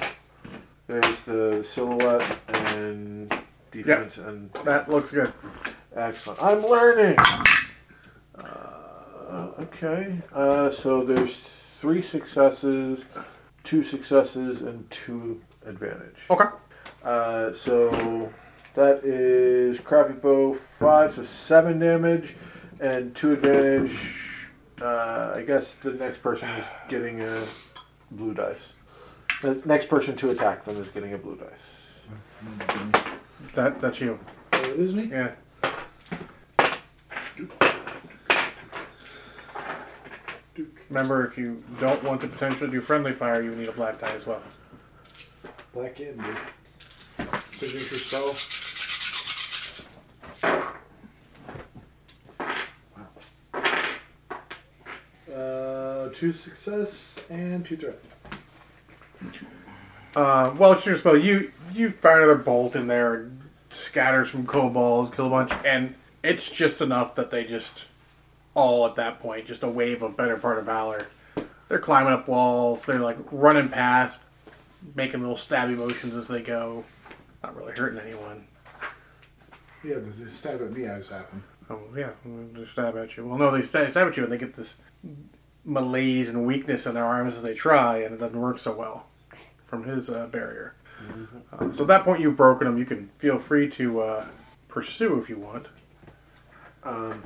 E: There's the silhouette and defense and
A: That looks good.
E: excellent. I'm learning. Uh, okay. Uh, so there's three successes, two successes, and two advantage.
A: Okay.
E: Uh, so that is crappy bow five, so seven damage, and two advantage. Uh, I guess the next person is getting a blue dice. The next person to attack them is getting a blue dice.
A: That that's you.
B: oh, it is me.
A: Yeah. Remember, if you don't want the potential to do friendly fire, you need a black die as well.
B: Black in, dude. Signature spell. Wow. Uh, two success and two threat.
A: Uh, well, it's your spell. You you fire another bolt in there, scatters some kobolds, kill a bunch, and it's just enough that they just all at that point, just a wave of better part of valor. They're climbing up walls. They're like running past, making little stabby motions as they go. Not really hurting anyone.
B: Yeah, the, the stab at me eyes happen.
A: Oh yeah, they stab at you. Well, no, they stab, stab at you, and they get this malaise and weakness in their arms as they try, and it doesn't work so well from his uh, barrier. Uh, so at that point, you've broken them. You can feel free to uh, pursue if you want. Um,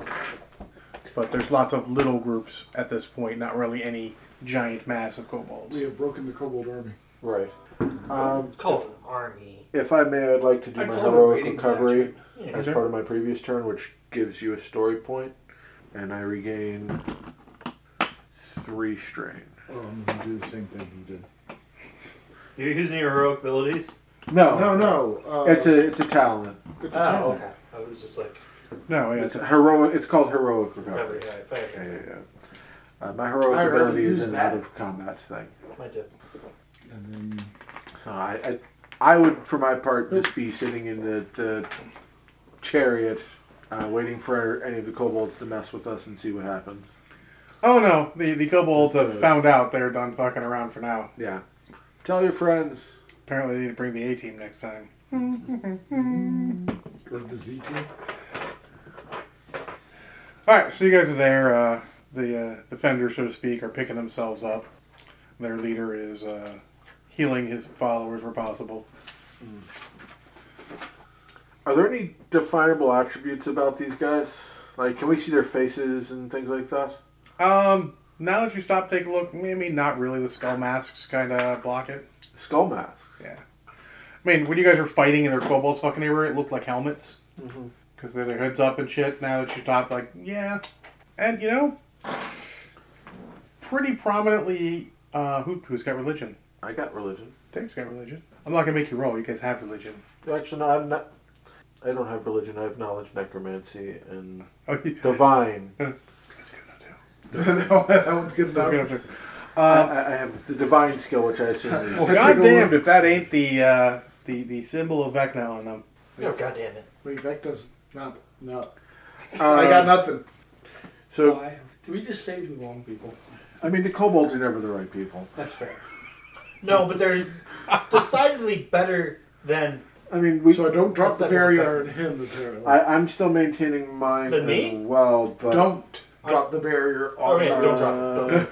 A: but there's lots of little groups at this point. Not really any giant mass of kobolds.
B: We have broken the kobold army.
E: Right. Um,
F: Call it an army.
E: if I may, I'd like to do
D: I'd
E: my
D: call it a
E: heroic
D: raiding
E: recovery
D: management.
F: Yeah.
E: as
A: Okay.
E: part of my previous turn, which gives you a story point, and I regain three strain.
B: Oh, I'm gonna do the same thing he did.
F: You're using your heroic abilities?
E: No,
B: No, no. Uh,
E: Oh. It's a oh, it's a talent.
B: It's a talent.
F: Oh, okay. I was just like,
A: No, yeah,
E: It's a heroic. It's called heroic
F: whatever.
E: recovery.
F: Yeah, if I
E: Yeah,
F: okay.
E: yeah, yeah. Uh, my heroic
B: I already
E: ability is
B: used
E: an
B: that.
E: out of combat thing.
F: My tip.
B: And then
E: So I, I, I would, for my part, just be sitting in the, the chariot, uh, waiting for any of the kobolds to mess with us and see what happens.
A: Oh no, the the kobolds have found out they're done fucking around for now.
E: Yeah. Tell your friends.
A: Apparently, they need to bring the A team next time.
B: or the Z team.
A: All right, so you guys are there. Uh, the uh, defenders, so to speak, are picking themselves up. Their leader is uh, healing his followers where possible.
E: Are there any definable attributes about these guys? Like, can we see their faces and things like that?
A: Um, now that you stop, take a look. Maybe not really. The skull masks kind of block it.
E: Skull masks.
A: Yeah. I mean, when you guys were fighting and their kobolds fucking they were, it looked like helmets.
E: Mhm.
A: Because they had their hoods up and shit. Now that you stop, like, yeah. And, you know, pretty prominently, uh, who, who's got religion?
E: I got religion.
A: Dave's got religion. I'm not going to make you roll. You guys have religion.
E: Actually, no, I'm not. I don't have religion. I have knowledge, necromancy, and
A: Oh, you,
E: divine.
B: that one- that one's good
A: We're
B: enough.
A: gonna-
E: I, Uh, I I have the divine skill, which I assume is.
A: well, God damn, if that ain't the, uh, the, the symbol of Vecna on them.
F: No, Oh, goddamn it.
B: Wait, that does not. No, I
E: Um,
B: got nothing.
E: So
D: Why? Did we just save the wrong people?
E: I mean, the kobolds are never the right people.
D: That's fair.
F: No, but they're decidedly better than
E: I mean, we.
B: so don't drop
F: That's like-
B: the barrier on him. Apparently,
E: I, I'm still maintaining mine
F: The
E: as
F: knee?
E: well, but uh,
B: don't drop the barrier
F: Oh,
B: on.
F: yeah,
B: him.
F: don't drop it. Don't drop it.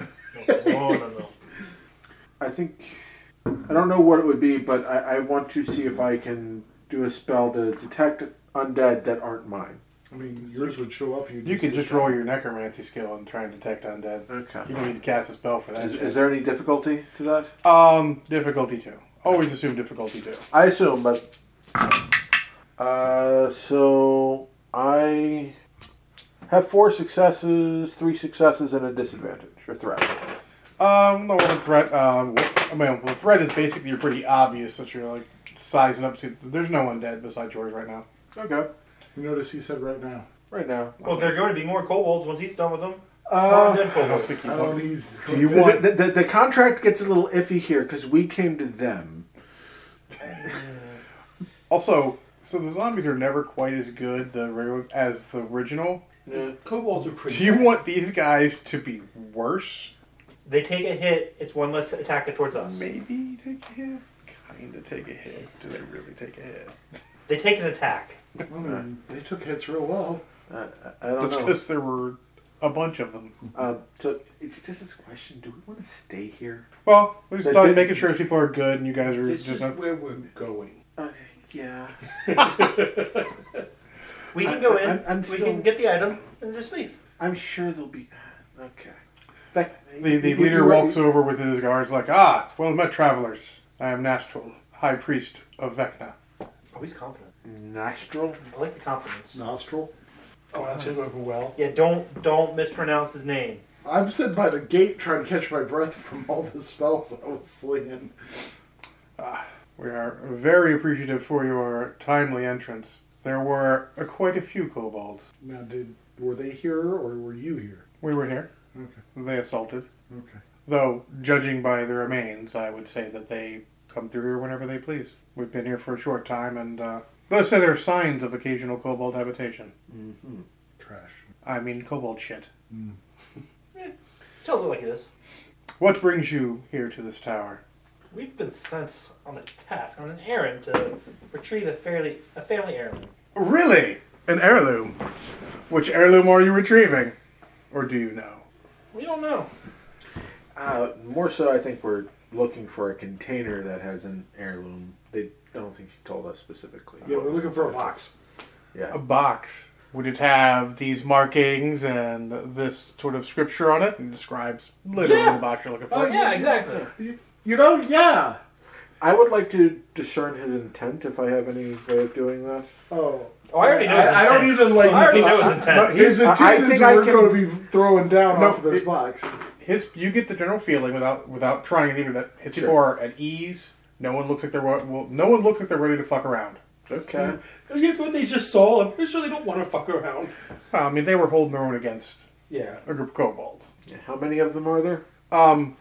F: No, no, no, no.
E: I think I don't know what it would be, but I, I want to see if I can do a spell to detect undead that aren't mine.
B: I mean, yours would show up. You,
A: You can just roll your necromancy skill and try and detect undead.
E: Okay.
A: You don't need to cast a spell for that.
E: Is,
A: shit.
E: is there any difficulty to that?
A: Um, difficulty two. Always assume difficulty two.
E: I assume, but uh, so I have four successes, three successes, and a disadvantage or threat.
A: Um, no, the threat. Um, I mean, well, threat is basically you're pretty obvious that you're like sizing up. See, there's no undead besides Jordy right now.
E: Okay.
B: You notice he said right now.
E: Right now.
F: Well, there are going to be more kobolds once he's done with them.
E: Uh,
F: Undead
A: I don't
F: kobolds.
A: think you
B: I
A: want.
B: don't. Oh, He's
A: Do you
E: The-
A: want?
E: The, the, the contract gets a little iffy here because we came to them.
A: Also, so the zombies are never quite as good the regular- as the original.
D: Kobolds are pretty.
A: Do you
D: bad.
A: want these guys to be worse?
F: They take a hit, it's one less attacker towards us.
A: Maybe take a hit. Kinda take a hit. Do they really take a hit?
F: They take an attack.
B: I mean, they took hits real well.
E: Uh, I I don't
A: That's
E: know.
A: because there were a bunch of them.
E: Uh, so it's just this question: Do we want to stay here?
A: Well, we just
E: They
A: thought
E: did-
A: making sure people are good and you guys are
D: This
A: just
D: is
A: not.
D: where we're going.
E: Uh, yeah.
F: We
E: I-
F: can go
E: I-
F: in,
E: I'm- I'm
F: we
E: still-
F: can get the item, and just leave.
E: I'm sure there'll be. uh, Okay. In fact,
A: The, the
E: you-
A: leader
E: you were-
A: walks over with his guards, like, Ah, well met, travelers. I am Nastral, High Priest of Vecna.
F: Oh, he's confident.
E: Nostril.
F: I like the confidence.
B: Nostril.
D: Oh, that's going to go well.
F: Yeah, don't don't mispronounce his name.
B: I'm sitting by the gate trying to catch my breath from all the spells I was slinging.
A: We are very appreciative for your timely entrance. There were uh, quite a few kobolds.
B: Now, did were they here or were you here?
A: We were here.
B: Okay.
A: They assaulted.
B: Okay.
A: Though, judging by the remains, I would say that they come through here whenever they please. We've been here for a short time, and uh, let's say there are signs of occasional kobold habitation.
B: Trash.
A: I mean, kobold shit.
F: Tells it like it is.
A: What brings you here to this tower?
F: We've been sent on a task, on an errand to retrieve a fairly a family heirloom.
A: Really? An heirloom? Which heirloom are you retrieving? Or do you know?
F: We don't know.
E: Uh, more so, I think we're looking for a container that has an heirloom. They I don't think she told us specifically.
B: Yeah, we're looking for a box.
A: A
E: Yeah.
A: box. Would it have these markings and this sort of scripture on it? And describes literally
F: Yeah.
A: the box you're looking
B: Oh,
A: for.
F: yeah, exactly.
B: You know, yeah.
E: I would like to discern his intent if I have any way of doing that.
B: Oh,
C: Oh, I already know. his
B: I, I don't
C: intent.
B: even like.
C: I already know his
B: dis-
C: intent.
B: His
E: I- I
B: intent is
E: think I
B: we're
E: can-
B: going to be throwing down
A: No,
B: off of this
A: it-
B: box.
A: His, you get the general feeling without without trying anything that his people are at ease. No one looks like they're wa- well, no one looks like they're ready to fuck around.
E: Okay.
D: That's what they just saw. I'm pretty sure they don't want to fuck around.
A: Well, I mean, they were holding their own against
D: Yeah.
A: a group of kobolds.
E: How many of them are there?
A: Um,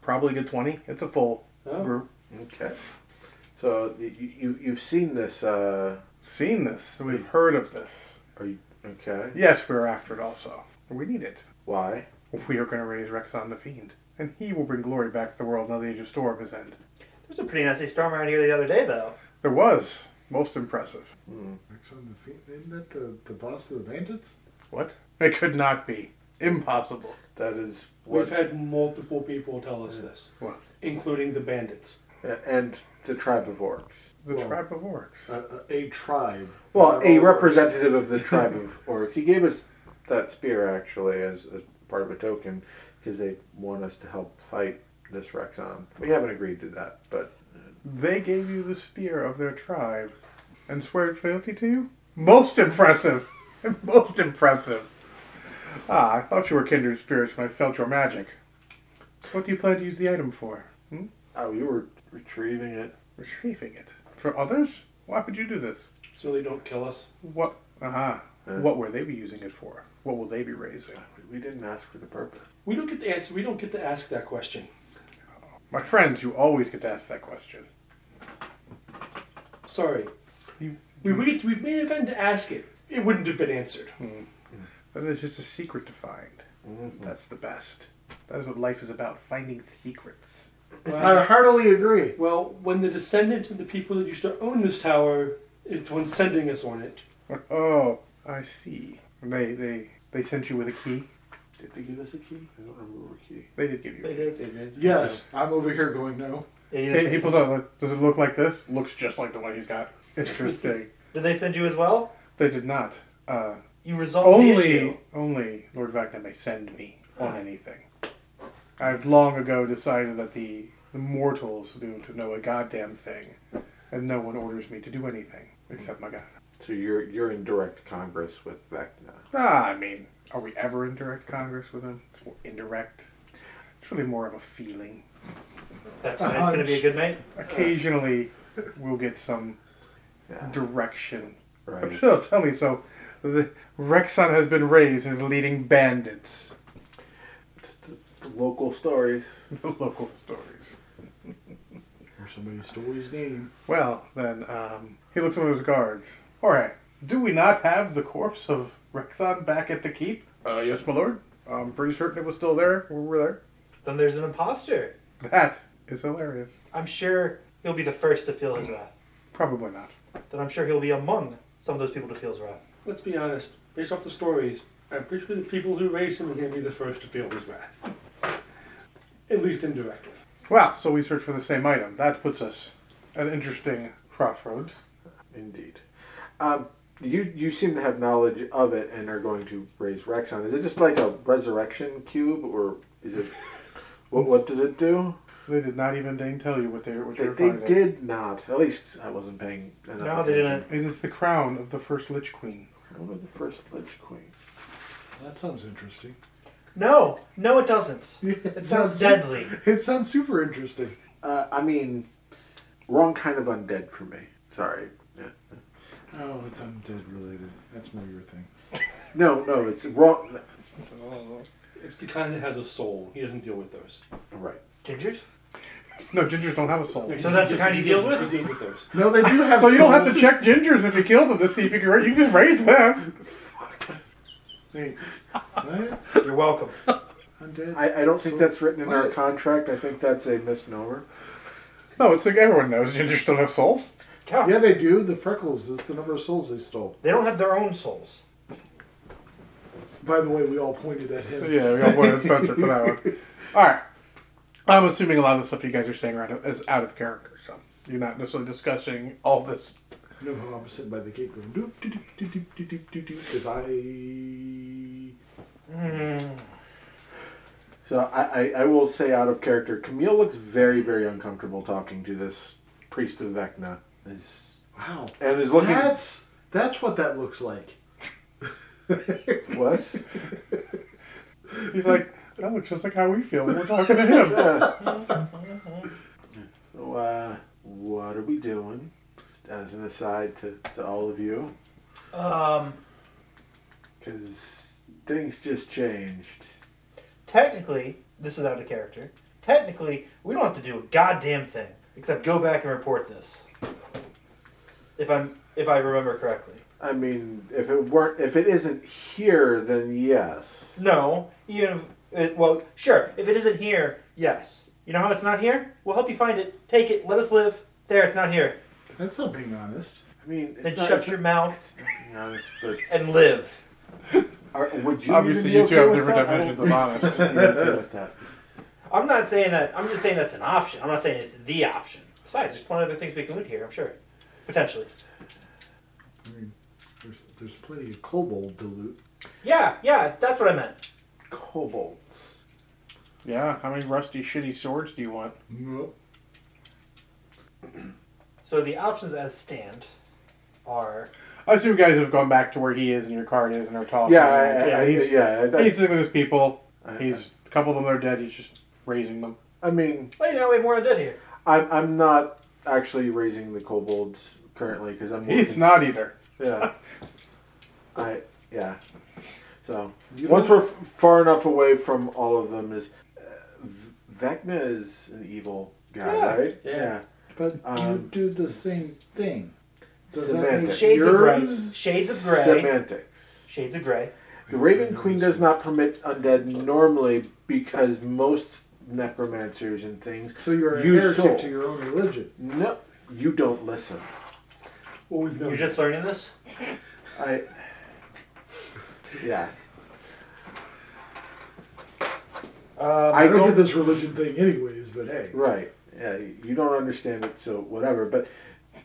A: probably a good twenty. It's a full
D: Oh.
A: group.
E: Okay. So you, you you've seen this. Uh,
A: Seen this? We've heard of this.
E: are you okay?
A: Yes, we are after it also. We need it.
E: Why?
A: We are going to raise Rexon the Fiend, and he will bring glory back to the world now the Age of Storm has ended.
F: There's a pretty nasty storm around here the other day, though.
A: There was. Most impressive.
B: Next on the feet. Isn't that the, the boss of the bandits?
A: What? It could not be. Impossible.
E: That is
D: We've
E: what.
D: had multiple people tell us this,
A: What?
D: including the bandits.
E: and the tribe of orcs.
A: The
B: Well-
A: tribe of orcs.
B: A, a, a tribe.
E: Well, a
B: They're all
E: representative of the tribe of orcs. He gave us that spear actually as a part of a token because they want us to help fight this Rexon. We haven't agreed to that, but
A: They gave you the spear of their tribe and swear fealty to you? Most impressive. Most impressive. Ah, I thought you were kindred spirits when I felt your magic. What do you plan to use the item for? Hmm?
E: oh, you were retrieving it.
A: Retrieving it. For others? Why would you do this?
D: So they don't kill us.
A: What? Uh-huh.
E: Uh.
A: What will they be using it for? What will they be raising?
E: We didn't ask for the purpose.
D: We don't get to ask. We don't get to ask that question.
A: My friends, you always get to ask that question.
D: Sorry.
A: You-
D: We, we, get to- we may have gotten to ask it. It wouldn't have been answered.
A: That is just a secret to find. That's the best. That is what life is about, finding secrets.
B: I heartily agree.
D: Well, when the descendant of the people that used to own this tower is the one sending us on it,
A: Oh, I see. They they they sent you with a key.
E: Did they give us a key? I don't remember what key.
A: They did give you. a key.
B: Yes, I'm over here going no.
F: Yeah, you
A: He, he pulls out. like, Does it look like this? Looks just like the one he's got. Interesting.
F: Did they send you as well?
A: they did not. Uh,
F: You resolved the issue.
A: only only Lord Vagna may send me on anything. I've long ago decided that the, the mortals do to know a goddamn thing, and no one orders me to do anything except my god.
E: So you're you're in direct congress with Vecna.
A: Ah, I mean, are we ever in direct Congress with him? It's more indirect. It's really more of a feeling.
F: That's tonight's gonna be a good night.
A: Occasionally, we'll get some
E: Yeah.
A: direction. But
E: Right.
A: still, tell me, so the Rexon has been raised as leading bandits.
E: It's the, the local stories.
A: The local stories.
B: Or somebody stole his name.
A: Well, then, um, he looks at one of his guards. All right, do we not have the corpse of Rexon back at the keep? Uh, yes, my lord. I'm pretty certain it was still there when we were
F: Then there's an imposter.
A: there. That is hilarious.
F: I'm sure he'll be the first to feel his wrath.
A: Probably not.
F: Then I'm sure he'll be among some of those people to feel his wrath.
D: let's be honest, based off the stories, I'm pretty sure the people who raised him are going to be the first to feel his wrath. At least indirectly.
A: Wow, so we search for the same item. That puts us at interesting crossroads.
E: Indeed. Um, you you seem to have knowledge of it and are going to raise Rexon. Is it just like a resurrection cube, or is it? What what does it do?
A: They did not even deign tell you what they what
E: They,
A: you were
E: they
A: finding.
E: did not. At least I wasn't paying enough
F: No, they
E: attention.
F: didn't.
A: It is the crown of the first Lich Queen.
E: I was the first Lich Queen.
B: That sounds interesting.
F: No, no, it doesn't. It sounds
B: sounds-
F: deadly.
B: It sounds super interesting.
E: Uh, I mean, wrong kind of undead for me. Sorry. Yeah.
B: Oh, it's undead related. That's more your thing.
E: No, no, it's wrong.
D: It's the kind that has a soul. He doesn't deal with those.
E: Right.
F: Gingers?
A: No, gingers don't have a soul.
F: So that's the kind he deals with?
D: He deals with those.
B: No, they do have.
A: So you don't have to
B: souls.
A: check gingers if you kill them to see if you can raise. You can just raise them.
B: Wait, what?
F: You're welcome.
B: Undead.
E: I, I don't think
B: soul-
E: that's written in our
B: What?
E: contract. I think that's a misnomer.
A: No, it's like everyone knows gingers don't have souls.
F: Yeah.
B: Yeah, they do. The freckles is the number of souls they stole.
F: They don't have their own souls.
B: By the way, we all pointed at him.
A: Yeah, we got one at Spencer for that one. All right. I'm assuming a lot of the stuff you guys are saying right now is out of character, so you're not necessarily discussing all this
B: No, no, I'm sitting by the gate going doop doop doop doop doop doop doop doop because I.
E: So I, I, I will say out of character, Camille looks very, very uncomfortable talking to this priest of Vecna. Is
B: Wow.
E: and is looking
B: That's that's what that looks like.
E: what?
A: He's like, that looks just like how we feel when we're talking to him.
E: So, uh, what are we doing? As an aside to, to all of you,
C: Um,
E: because things just changed.
C: technically, this is out of character. Technically, we don't have to do a goddamn thing except go back and report this. If I'm, if I remember correctly.
E: I mean, if it weren't, if it isn't here, then yes.
C: No, even if, uh, well, sure. If it isn't here, yes. You know how it's not here? We'll help you find it. Take it. Let us live. There, it's not here.
B: That's not being honest.
E: I mean, it's
C: Then
E: not.
C: shut
E: it's
C: your
E: not-
C: mouth
E: it's not being honest, but
C: and live.
E: are, would you
A: Obviously,
E: even
A: you
E: be
A: two
E: okay
A: have
E: with
A: different
E: that? I
A: definitions
E: don't-
A: of honest.
E: You'd be okay with that.
C: I'm not saying that. I'm just saying that's an option. I'm not saying it's the option. Besides, there's plenty of other things we can loot here. I'm sure, potentially.
B: I mean, there's there's plenty of kobold to loot.
C: Yeah, yeah, that's what I meant.
E: Kobold.
A: Yeah, how many rusty, shitty swords do you want?
B: Nope.
C: So the options as stand are
A: I assume you guys have gone back to where he is and your card is and are talking.
E: Yeah, I, I,
A: yeah,
E: I,
A: he's,
E: yeah. that-
A: he's sitting with his people.
E: I- I-
A: He's a couple of them are dead. He's just raising them.
E: I mean,
C: wait, now oh, we have more undead here.
E: I'm I'm not actually raising the kobolds currently because I'm. more
A: He's
E: cons-
A: not either.
E: Yeah. I yeah. So
B: You
E: once
B: don't-
E: we're f- far enough away from all of them, is uh, v- Vecna is an evil guy,
C: Yeah.
E: right?
D: Yeah.
B: But you
E: Um,
B: do the same thing. Does that mean
E: Semantics.
C: Shades of gray.
B: yours-
C: Shades of gray.
E: Semantics.
C: Shades of gray.
E: The Raven Queen does not permit undead normally because most necromancers and things.
B: So you're a
E: You
B: heretic
E: sold.
B: to your own religion.
E: No, you don't listen.
D: Well, we've known.
C: You're just learning this.
E: I. Yeah.
C: Um,
E: I
B: I don't
E: don't-
B: get this religion thing, anyways. But hey,
E: Right. Yeah, you don't understand it, so whatever. But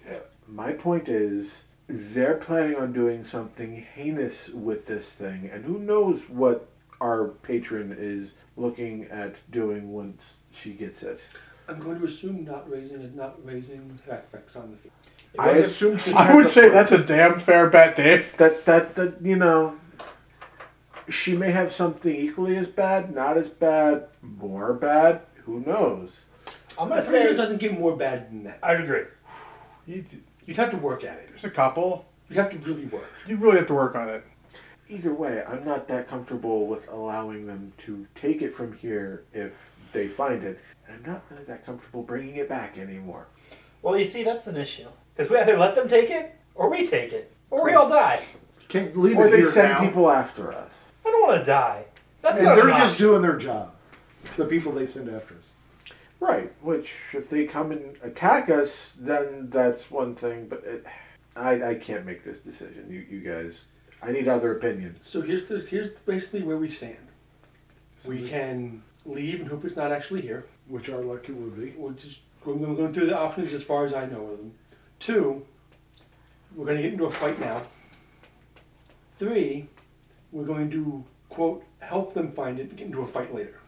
E: uh, my point is, they're planning on doing something heinous with this thing, and who knows what our patron is looking at doing once she gets it.
D: I'm going to assume not raising and not raising backpacks on the field.
E: I assume she.
A: I
E: has
A: would
E: a-
A: say that's a damn fair bet, Dave.
E: that that that you know. She may have something equally as bad, not as bad, more bad. Who knows?
C: I'm
D: I'm
C: gonna
D: pretty sure it
C: say
D: doesn't get more bad than that.
C: I'd agree.
D: You'd have to work at it.
A: There's a couple.
D: You'd have to really work.
A: You really have to work on it.
E: Either way, I'm not that comfortable with allowing them to take it from here if they find it. And I'm not really that comfortable bringing it back anymore.
C: Well, you see, that's an issue because we either let them take it or we take it or we all die.
B: can't leave
E: Or
B: it
E: they
B: here
E: send
B: now.
E: people after us.
C: I don't want to die. That's
B: and
C: not
B: they're
C: an
B: just
C: option.
B: doing their job. The people they send after us.
E: Right, which if they come and attack us, then that's one thing, but it, I, I can't make this decision. You, you guys, I need other opinions.
D: So here's the here's basically where we stand. We
B: Sounds-
D: can leave and hope it's not actually here.
B: Which our luck it would be.
D: We're just we're going to go through the options as far as I know of them. Two, we're going to get into a fight now. Three, we're going to quote help them find it and get into a fight later.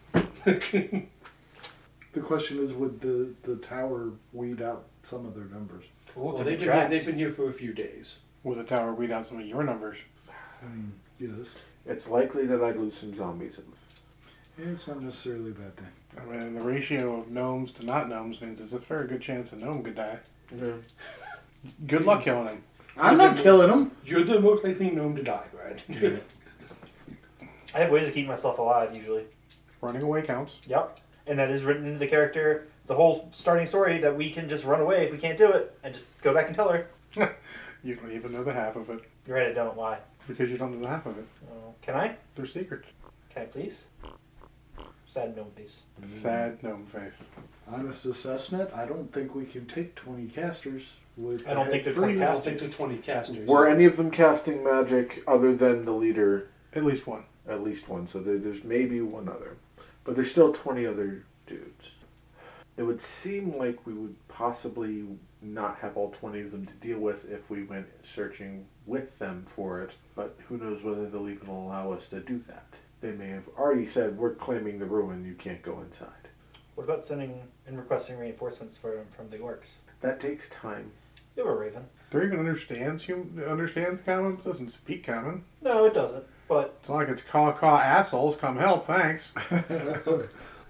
B: The question is, would the the tower weed out some of their numbers?
C: Ooh,
D: well, they've
C: could be
D: been, here,
C: tracked.
D: they've been here for a few days.
A: With the tower, weed out some of your numbers.
B: I mean, yes.
E: It's likely that I'd lose some zombies.
B: It's not necessarily a bad thing.
A: I mean, the ratio of gnomes to not gnomes means it's a very good chance a gnome could die.
E: Yeah.
A: Good luck killing him.
B: I'm not killing them.
D: You're the most likely gnome to die, Brad.
C: I have ways to keep myself alive usually.
A: Running away counts.
C: Yep. And that is written into the character, the whole starting story, that we can just run away if we can't do it and just go back and tell her.
A: You don't even know the half of it
C: You're right, I don't lie.
A: because you don't know the half of it.
C: Uh, can I?
A: They're secrets.
C: Can I please? Sad gnome, please.
A: Mm. Sad gnome face.
B: Honest assessment. I don't think we can take 20 casters with.
C: I don't
B: the
C: think
B: head
C: they're 20
B: priest.
D: I
C: casters.
D: don't think the twenty casters.
E: Were any of them casting magic other than the leader?
A: At least one.
E: At least one. So there, there's maybe one other, but there's still twenty other dudes. It would seem like we would possibly not have all twenty of them to deal with if we went searching with them for it. But who knows whether they'll even allow us to do that? they may have already said, "We're claiming the ruin. You can't go inside."
F: What about sending and requesting reinforcements for, from the orcs?
E: That takes time.
F: You have a raven.
A: Do even understands hum- understands common? Doesn't speak common.
C: No, it doesn't. But
A: It's not like it's caw caw assholes. Come help, thanks.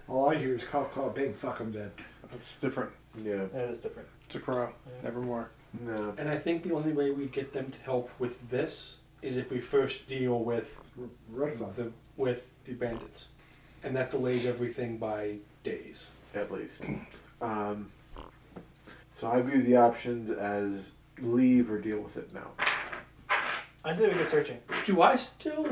B: All I hear is call, call, big, fuck, I'm dead.
A: That's different.
E: Yeah.
F: It is different.
A: It's a crow. Nevermore.
E: No.
D: And I think the only way we'd get them to help with this is if we first deal with
B: R- Red Sun.
D: the with the bandits, and that delays everything by days.
E: at least. Um, so I view the options as leave or deal with it now.
C: I think we get searching.
D: Do I still?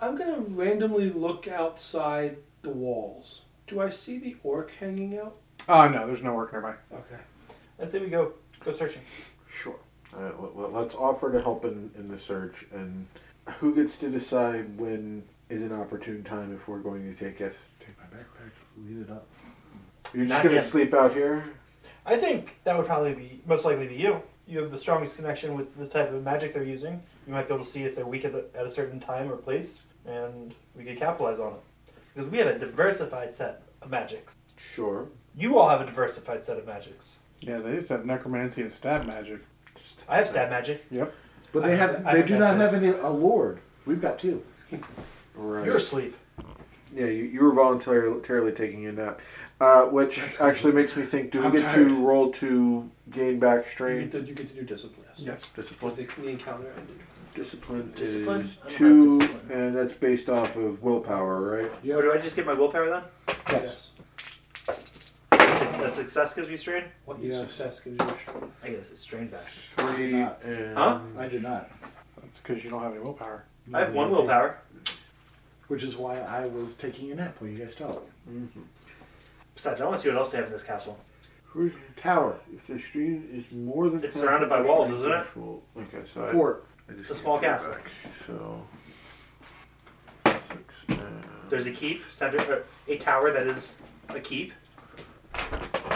D: I'm gonna randomly look outside the walls. Do I see the orc hanging out?
A: Oh no, there's no work nearby.
D: Okay.
C: I think we go go searching.
E: Sure. Uh, let- let- let's offer to help in, in the search, and who gets to decide when is an opportune time if we're going to take it?
B: Take my backpack, lead it up.
E: You're just
F: Not
E: going to
F: yet.
E: sleep out here?
C: I think that would probably be most likely be you. You have the strongest connection with the type of magic they're using. You might be able to see if they're weak at, the, at a certain time or place, and we could capitalize on it. Because we have a diversified set of magics.
E: Sure.
C: You all have a diversified set of magics.
A: Yeah, they just have necromancy and stab magic.
E: Just
C: I have stab magic.
A: Yep.
B: But they
C: I-
B: have,
C: I-
B: they
C: I-
B: do not have any a lord. We've got two.
E: right.
C: You're asleep.
E: Yeah, you, you were voluntarily taking a nap, uh, which actually makes me think: Do we
B: I'm
E: get
B: tired.
E: to roll to gain back
D: You
E: strain?
D: get to, you get to do discipline.
A: Yes.
D: Well,
E: Discipline.
D: the, the encounter ended.
E: Discipline,
F: Discipline?
E: is
F: I don't have
E: two,
F: discipline.
E: and that's based off of willpower, right?
F: Oh, do I just get my willpower then?
A: Yes.
F: The success gives me strain?
D: What
B: Yes.
D: success gives you? a strength.
F: I guess it's strain back.
E: Three
B: Huh?
E: and
B: I do not.
A: That's because you don't have any willpower.
F: I have one willpower.
B: Which is why I was taking a nap while you guys talk.
F: Besides, I want to see what else they have in this castle.
E: three.
B: Tower.
E: If the stream is more than
F: It's surrounded by walls, isn't it?
E: it? Okay, so I-
B: Fort.
E: I just
F: It's a
E: can't
F: small
E: go
F: castle.
E: back. So six. uh,
C: Oh.
E: and-
F: There's a keep, center, uh, a tower that is a keep.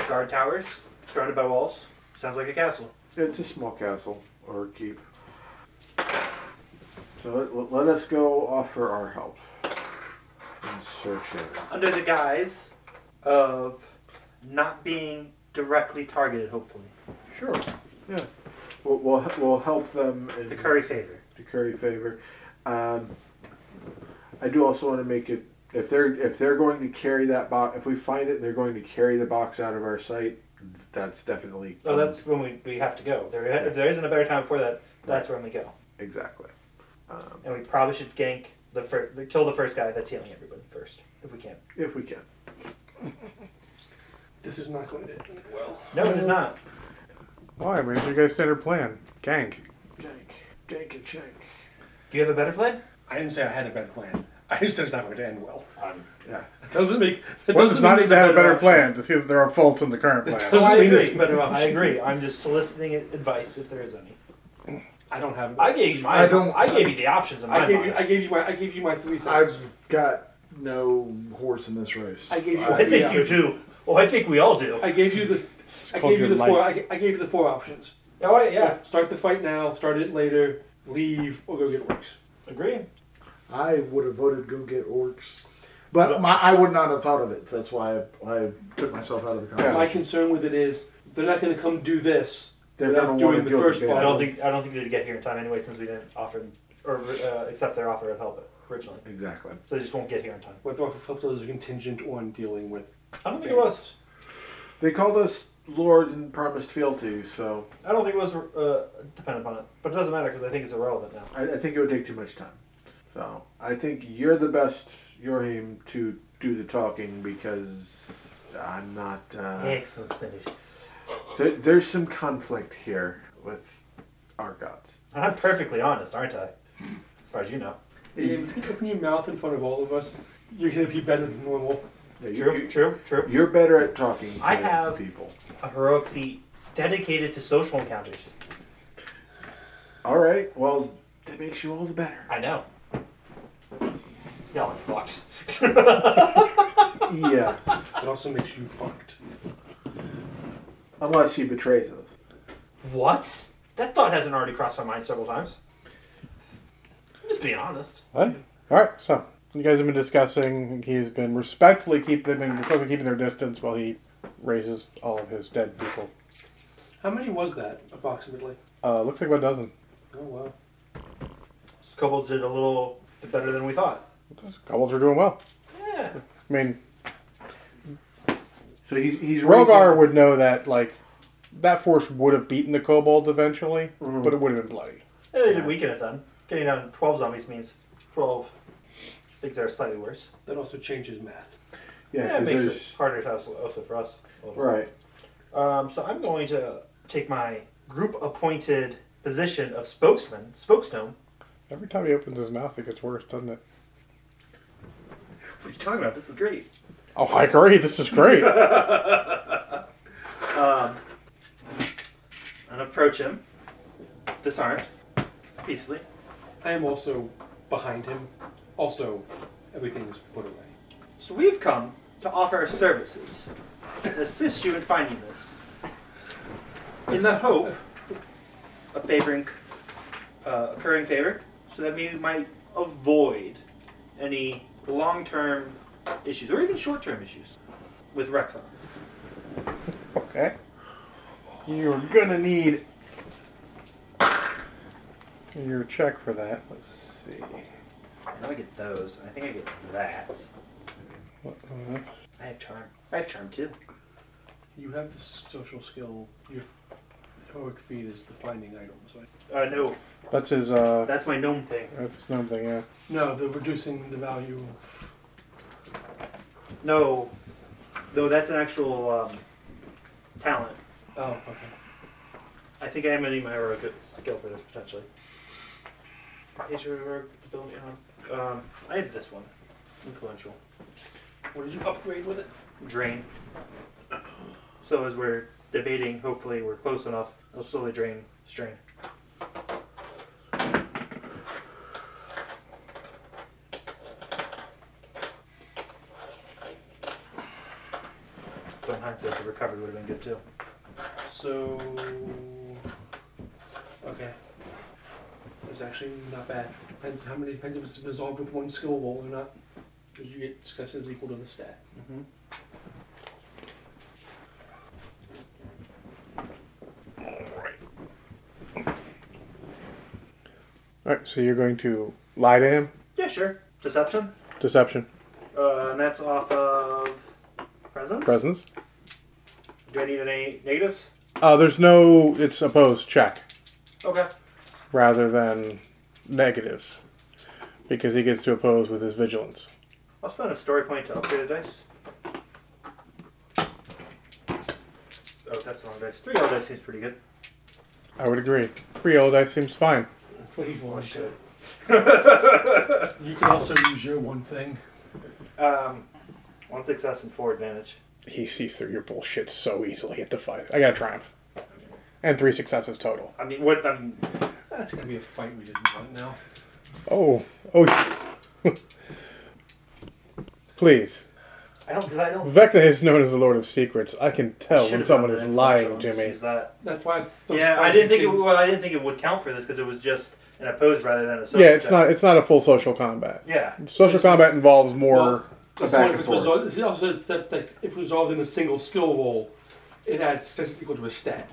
F: Guard towers surrounded by walls. Sounds like a castle.
E: It's a small castle or keep. So let- let, let us go offer our help and search it.
F: Under the guise of not being directly targeted, hopefully.
E: Sure. Yeah. We'll, we'll, we'll help them in
F: The curry favor.
E: to curry favor. Um, I do also want to make it if they're if they're going to carry that box if we find it and they're going to carry the box out of our sight, that's definitely
C: Oh, that's when we, we have to go. There, if there isn't a better time for that. That's when we go.
E: exactly. Um,
C: And we probably should gank the first, kill the first guy that's healing everybody first, if we can.
E: if we can.
D: This is not going to end well.
C: No, it is not.
A: Why? I mean, it's your guys' standard plan. Gank.
E: Gank. Gank and shank.
C: Do you have a better plan?
D: I didn't say I had a bad plan. I just said it's not going to end well.
C: Um,
E: Yeah.
D: That doesn't make. That
A: What does
D: doesn't
A: not
D: mean
A: to have a better
D: option.
A: plan to see that there are faults in the current
D: That
A: plan.
D: doesn't
C: I
D: mean it's
C: agree.
D: a better
C: I
D: option.
C: agree. I'm just soliciting advice if there is any.
D: I don't have.
C: I gave you my.
B: I don't-
C: I gave you the options in my
D: I gave
C: mind.
D: you. I gave you my. I gave you my three things.
B: I've got no horse in this race.
D: I gave you.
C: I think
D: yeah.
C: you do. Well, I think we all do.
D: I gave you the. I
A: called
D: gave you
A: your
D: the four. I, ga- I gave you the four options.
C: oh, I, yeah.
D: Start, start the fight now. Start it later. Leave or go get works.
C: Agree.
B: I would have voted go get orcs, but my, I would not have thought of it. That's why I, I took myself out of the conversation.
D: My concern with it is they're not going to come do this.
E: They're
D: without
E: gonna wanna
D: doing the
E: deal with
D: first
E: it.
D: part.
C: I don't think. I don't think they'd get here in time anyway, since we didn't offer or uh, accept their offer of help originally.
E: Exactly.
C: So they just won't get here in time.
D: What the offer felt was contingent on dealing with.
C: I don't think it was.
E: They called us lords and promised fealty, so
C: I don't think it was uh, dependent upon it, but it doesn't matter because I think it's irrelevant now.
E: I, I think it would take too much time. So I think you're the best, Yorheim, to do the talking because I'm not. Uh,
C: Ah, Excellent finish.
E: There, there's some conflict here with our gods.
C: I'm perfectly honest, aren't I? As far as you know.
E: You-
D: If you open your mouth in front of all of us, you're going to be better than normal.
C: True.
E: you,
C: true. True.
E: are better at talking to
C: I have-
E: people.
C: a heroic feat dedicated to social encounters.
E: All right. Well, that makes you all the better.
C: I know. Y'all are fucked.
E: yeah.
D: It also makes you fucked.
E: Unless he betrays us.
C: what? That thought hasn't already crossed my mind several times. I'm just being honest.
A: What? All right. So You guys have been discussing. He's been respectfully keep they've been respectfully keeping their distance while he raises all of his dead people.
D: How many was that approximately?
A: Uh, looks like about a dozen.
D: Oh wow.
G: Kobolds did a little bit better than we thought.
A: Kobolds are doing well.
G: Yeah.
A: I mean,
E: So he's he's
A: Rogar would know that like that force would have beaten the kobolds eventually,
E: Mhm.
A: but it would have been bloody.
G: Yeah, they did weaken it then. Getting down to 12 zombies means 12 things that are slightly worse.
D: That also changes math.
E: Yeah,
G: it
E: 'cause
G: makes
E: there's-
G: it harder to also, also for us. a little bit.
E: right.
G: Um, so I'm going to take my group appointed position of spokesman, spokesman.
A: Every time he opens his mouth, it gets worse, doesn't it?
C: What are you talking about? This is great.
A: Oh, I agree. This is great.
C: Um, and approach him, disarmed, peacefully.
D: I am also behind him. Also, everything is put away.
C: So we've come to offer our services and assist you in finding this, in the hope of favoring, uh, occurring favor, so that we might avoid any long-term issues or even short-term issues with Rexon.
A: Okay. You're gonna need your check for that. Let's see.
C: Now I get those. and I think I get that.
A: What- uh,
C: I have charm. I have charm too.
D: You have the social skill. Your heroic feat is the finding item. So I,
C: Uh, no,
A: That's his. uh
C: that's my gnome thing.
A: That's his gnome thing. Yeah.
D: no, the reducing the value.
C: No, no, that's an actual um, talent.
D: Oh, okay.
C: I think I am gonna need my heroic skill for this potentially. Is your heroic ability on? Um, I have this one. Influential.
D: What did you upgrade with it?
C: Drain. So as we're debating, hopefully we're close enough. It'll slowly drain strain. But in hindsight, the recovery would have been good too.
D: So, okay. It's actually not bad. Depends how many depends if it's resolved with one skill roll or not. Because you get success is equal to the stat.
A: All right. So you're going to lie to him.
C: Yeah, sure. Deception.
A: Deception.
C: Uh, and that's off of presence.
A: Presence.
C: Do I need any negatives?
A: Uh, there's no. It's opposed check
C: Okay.
A: rather than negatives because he gets to oppose with his vigilance.
C: I'll spend a story point to upgrade a dice. Oh, that's the wrong dice. Three yellow dice seems pretty good.
A: I would agree. Three old that seems fine.
D: Twenty-one. you can also use your one thing.
C: Um, one success and four advantage.
A: He sees through your bullshit so easily at the fight. I got a triumph. And three successes total.
C: I mean, what? I mean,
D: That's gonna be a fight we didn't want now.
A: Oh, oh. Please.
C: I don't because I don't.
A: Vecna is known as the Lord of Secrets. I can tell
C: Should've
A: when someone
C: done
A: is
C: that.
A: lying
C: Should've
A: to me.
C: used that.
D: That's why.
C: Yeah, I didn't think it. Well, I didn't think it would count for this because it was just an opposed rather than a. social
A: Yeah, it's
C: check.
A: not it's not a full social combat.
C: Yeah.
A: Social
D: This is-
A: combat involves more
D: That's
E: Back
D: one
E: and
D: if it's
E: forth.
D: resolved. It also said that if resolved in a single skill roll, it adds success is equal to a stat.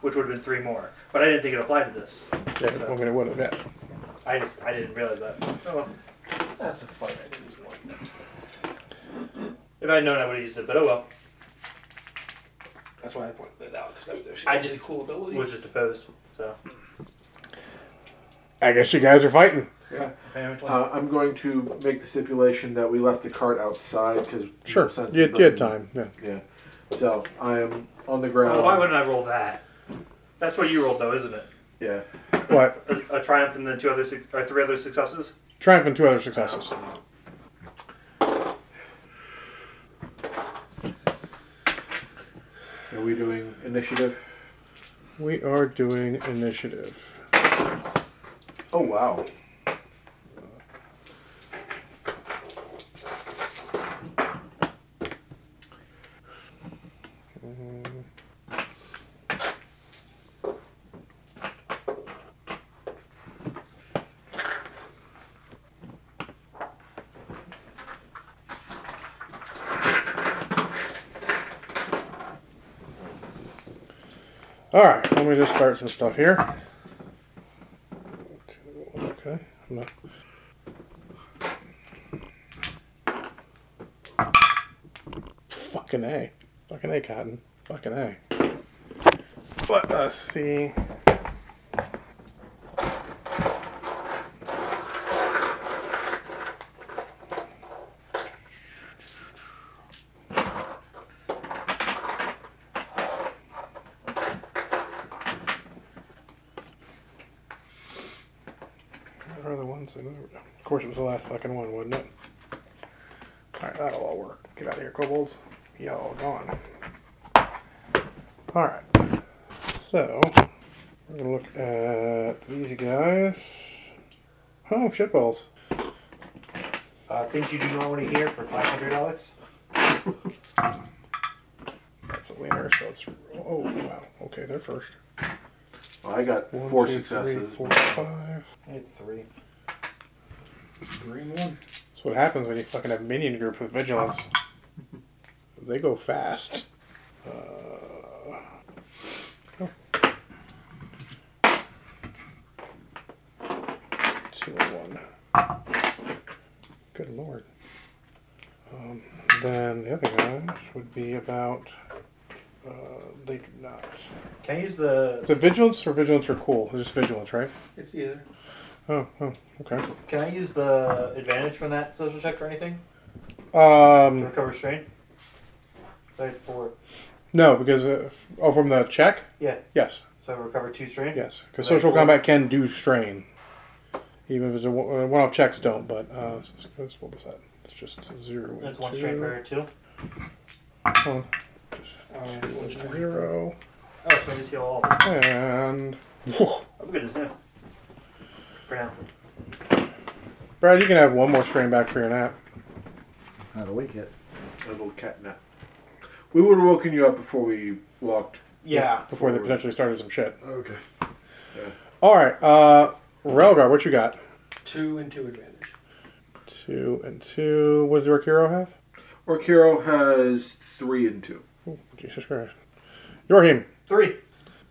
C: Which would have been three more, but I didn't think it applied to this.
A: yeah, I mean, it would have, yeah.
C: I just I didn't realize that. Oh, well.
D: That's a fight I didn't want.
C: If I'd known, I would have used it. But oh well.
D: That's why I pointed that out because that was
C: I just-
D: cool ability.
C: It was just opposed. So
A: I guess you guys are fighting.
C: apparently.
E: Uh, I'm going to make the stipulation that we left the cart outside because
A: Sure. You, you had time. Yeah.
E: Yeah. So I am on the
C: Well, why
E: ground.
C: wouldn't Oh, I roll that? That's what you rolled, though, isn't it?
E: yeah.
A: What?
C: A, a triumph and then two other six, or three other successes.
A: Triumph and two other successes.
E: Are we doing initiative?
A: We are doing initiative.
E: Oh wow.
A: All right, let me just start some stuff here. Okay, I'm not- Fucking A. Fucking A, Cotton. Fucking A. Let us see. Where are the ones? that- Of course, it was the last fucking one, wasn't it? All right, that'll all work. Get out of here, kobolds. Y'all gone. All right. So we're gonna look at these guys. Oh, shitballs.
C: Uh, things you do not want to hear for 500 Alex.
A: That's a winner. So it's oh wow. Okay, they're first.
E: Well, I got
A: One,
E: four
A: two, three,
E: successes.
A: four, five.
C: I had three.
B: Green one.
A: That's what happens when you fucking have minion group with vigilance. They go fast. Uh, oh. Two and one. Good lord. Um, then the other guys would be about. Uh, they do not.
C: Can I use the?
A: Is it vigilance or vigilance or cool? It's just vigilance, right?
D: It's either.
A: Oh, oh, okay.
C: Can I use the advantage from that social check or anything to
A: Um,
C: recover strain? I had four.
A: no, because uh, oh, from the check.
C: Yeah.
A: Yes.
C: So I recover two strain.
A: Yes, because
C: Like
A: social
C: what?
A: combat can do strain. Even if it's a one- uh, one-off checks don't, but uh, s- s- let's- what was that? It's just zero.
C: That's
A: and
C: one
A: two.
C: strain per two.
A: One,
D: Uh,
A: zero,
C: Oh, so I just heal all. of them.
A: and Whew.
F: Oh, goodness, no. For now.
A: Brad, you can have one more strain back for your nap.
B: Not awake yet.
E: A little cat nap. We would have woken you up before we walked.
C: Yeah.
A: Before they potentially started some shit.
B: Okay.
A: All right, uh, Railguard, what you got?
D: two and two advantage.
A: Two and two. What does your hero have?
E: Orkiro has three and two.
A: Oh, Jesus Christ. Your him,
C: Three.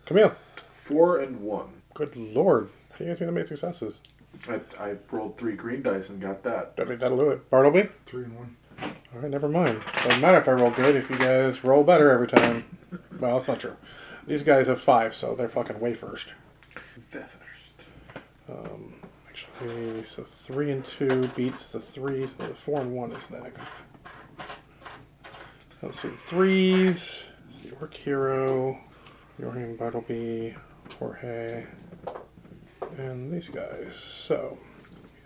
A: Camille.
E: Four and one.
A: Good lord. How do you guys think they made successes?
E: I, I rolled three green dice and got that.
A: That'll that'll do it. Bartleby?
B: Three and one.
A: All right, never mind. Doesn't matter if I roll good if you guys roll better every time. Well, that's not true. These guys have five, so they're fucking way first. Actually, so three and two beats the three, so the four and one is next. Let's see, threes. The Orc Hero, Yorian Bartleby, Jorge, and these guys. So,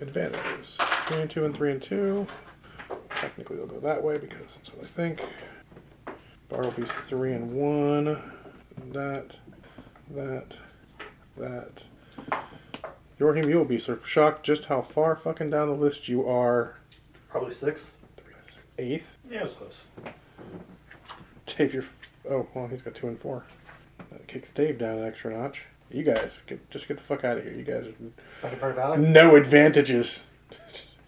A: advantages. Three and two and three and two. Technically, they'll go that way because that's what I think. Bartleby's three and one. That, that, that. Yorhim, you will be sur- shocked just how far fucking down the list you are.
C: Probably six.
A: Eighth.
C: Yeah, it was close.
A: Dave, you're. Oh, well, he's got two and four. That kicks Dave down an extra notch. You guys, get, just get the fuck out of here. You guys
C: Better part of
A: are
C: valor.
A: no advantages.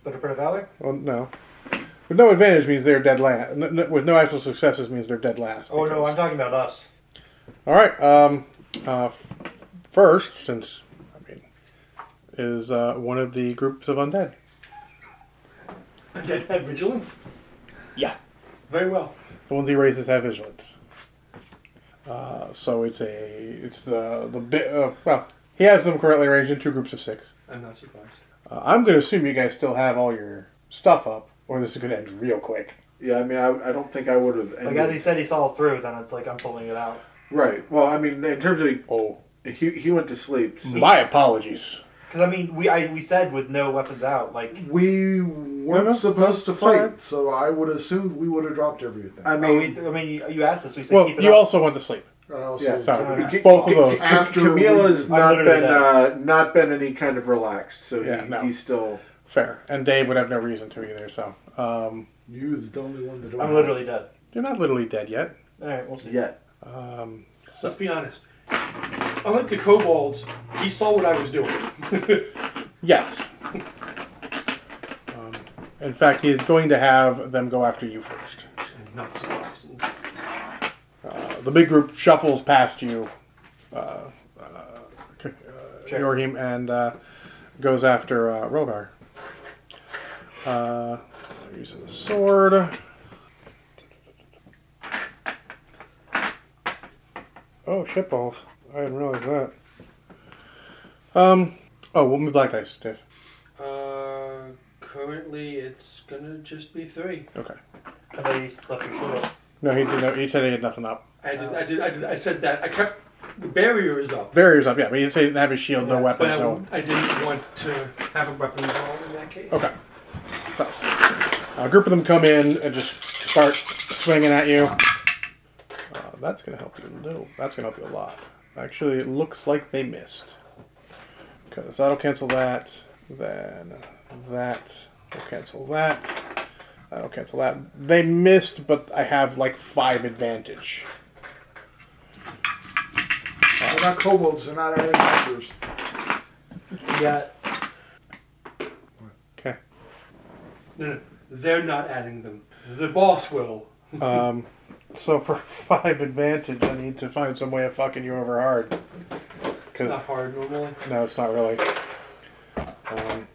C: Better part of valor.
A: Well, no. With no advantage means they're dead last. N- n- with no actual successes means they're dead last.
C: Oh no,
A: because-
C: I'm talking about us.
A: All right. Um, uh, f- first, since I mean, is uh, one of the groups of undead.
D: Undead have vigilance?
F: Yeah.
D: Very well.
A: The ones he raises have vigilance. Uh, so it's a it's the the bit. Uh, well, he has them currently arranged in two groups of six.
D: I'm not surprised.
A: Uh, I'm going to assume you guys still have all your stuff up, or this is going to end real quick.
E: Yeah, I mean, I, I don't think I would have.
C: Like
E: ended-
C: as he said, he saw it through. Then it's like I'm pulling it out.
E: Right. Well, I mean, in terms of
A: Oh,
E: he, he went to sleep. so-
A: my apologies.
C: Because I mean, we I, we said with no weapons out, like
B: We weren't
A: no.
B: supposed to
A: Sorry.
B: fight, so I would assume we would have dropped everything.
E: I
C: oh,
E: mean,
C: we, I mean, you, you asked us. We said
A: Well,
C: keep it
A: you
C: up.
A: also went to sleep.
B: I also
E: yeah,
A: sorry.
E: Ca-
A: Both of
E: Ca-
A: those.
E: Ca-
B: After
E: Camila's
B: we-
E: not
C: I'm literally
E: been uh, not been any kind of relaxed, so
A: Yeah,
E: he,
A: no.
E: he's still.
A: Fair, and Dave would have no reason to either. So um,
B: You's the only one that. don't
C: I'm
B: have-
C: literally dead.
A: you're not literally dead yet.
C: All right, we'll see.
E: Yeah,
D: Let's be honest. Unlike the kobolds, he saw what I was doing.
A: Yes. Um, in fact, he is going to have them go after you first.
D: I'm not surprised.
A: The big group shuffles past you
C: Sure.
A: Yorhim and uh, goes after uh, Rogar. Uh, using the sword. Oh, shit balls. I didn't realize that. Um, oh, what me black dice did.
D: Uh, currently, it's gonna just be three.
A: Okay.
C: I know you left your shirt up.
A: No, he did. No, he said he had nothing up.
D: I did, I did, I did, I said that. I kept the barrier is up,
A: Barriers up, yeah, but he didn't say he didn't have his shield, no
C: Yeah,
A: weapon,
D: but I,
A: so.
D: I didn't want to have a weapon involved in that case.
A: Okay. So, a group of them come in and just start swinging at you. Uh, that's going to help you a little. That's going to help you a lot. Actually, it looks like they missed. Because that'll cancel that. Then that will cancel that. That'll cancel that. They missed, but I have like five advantage.
B: They're not kobolds. They're not adding numbers.
C: You got
A: Okay.
D: No, no, they're not adding them. The boss will.
A: Um, so for five advantage, I need to find some way of fucking you over hard.
D: It's not
A: Because
D: hard normally.
A: no, it's not really. Um,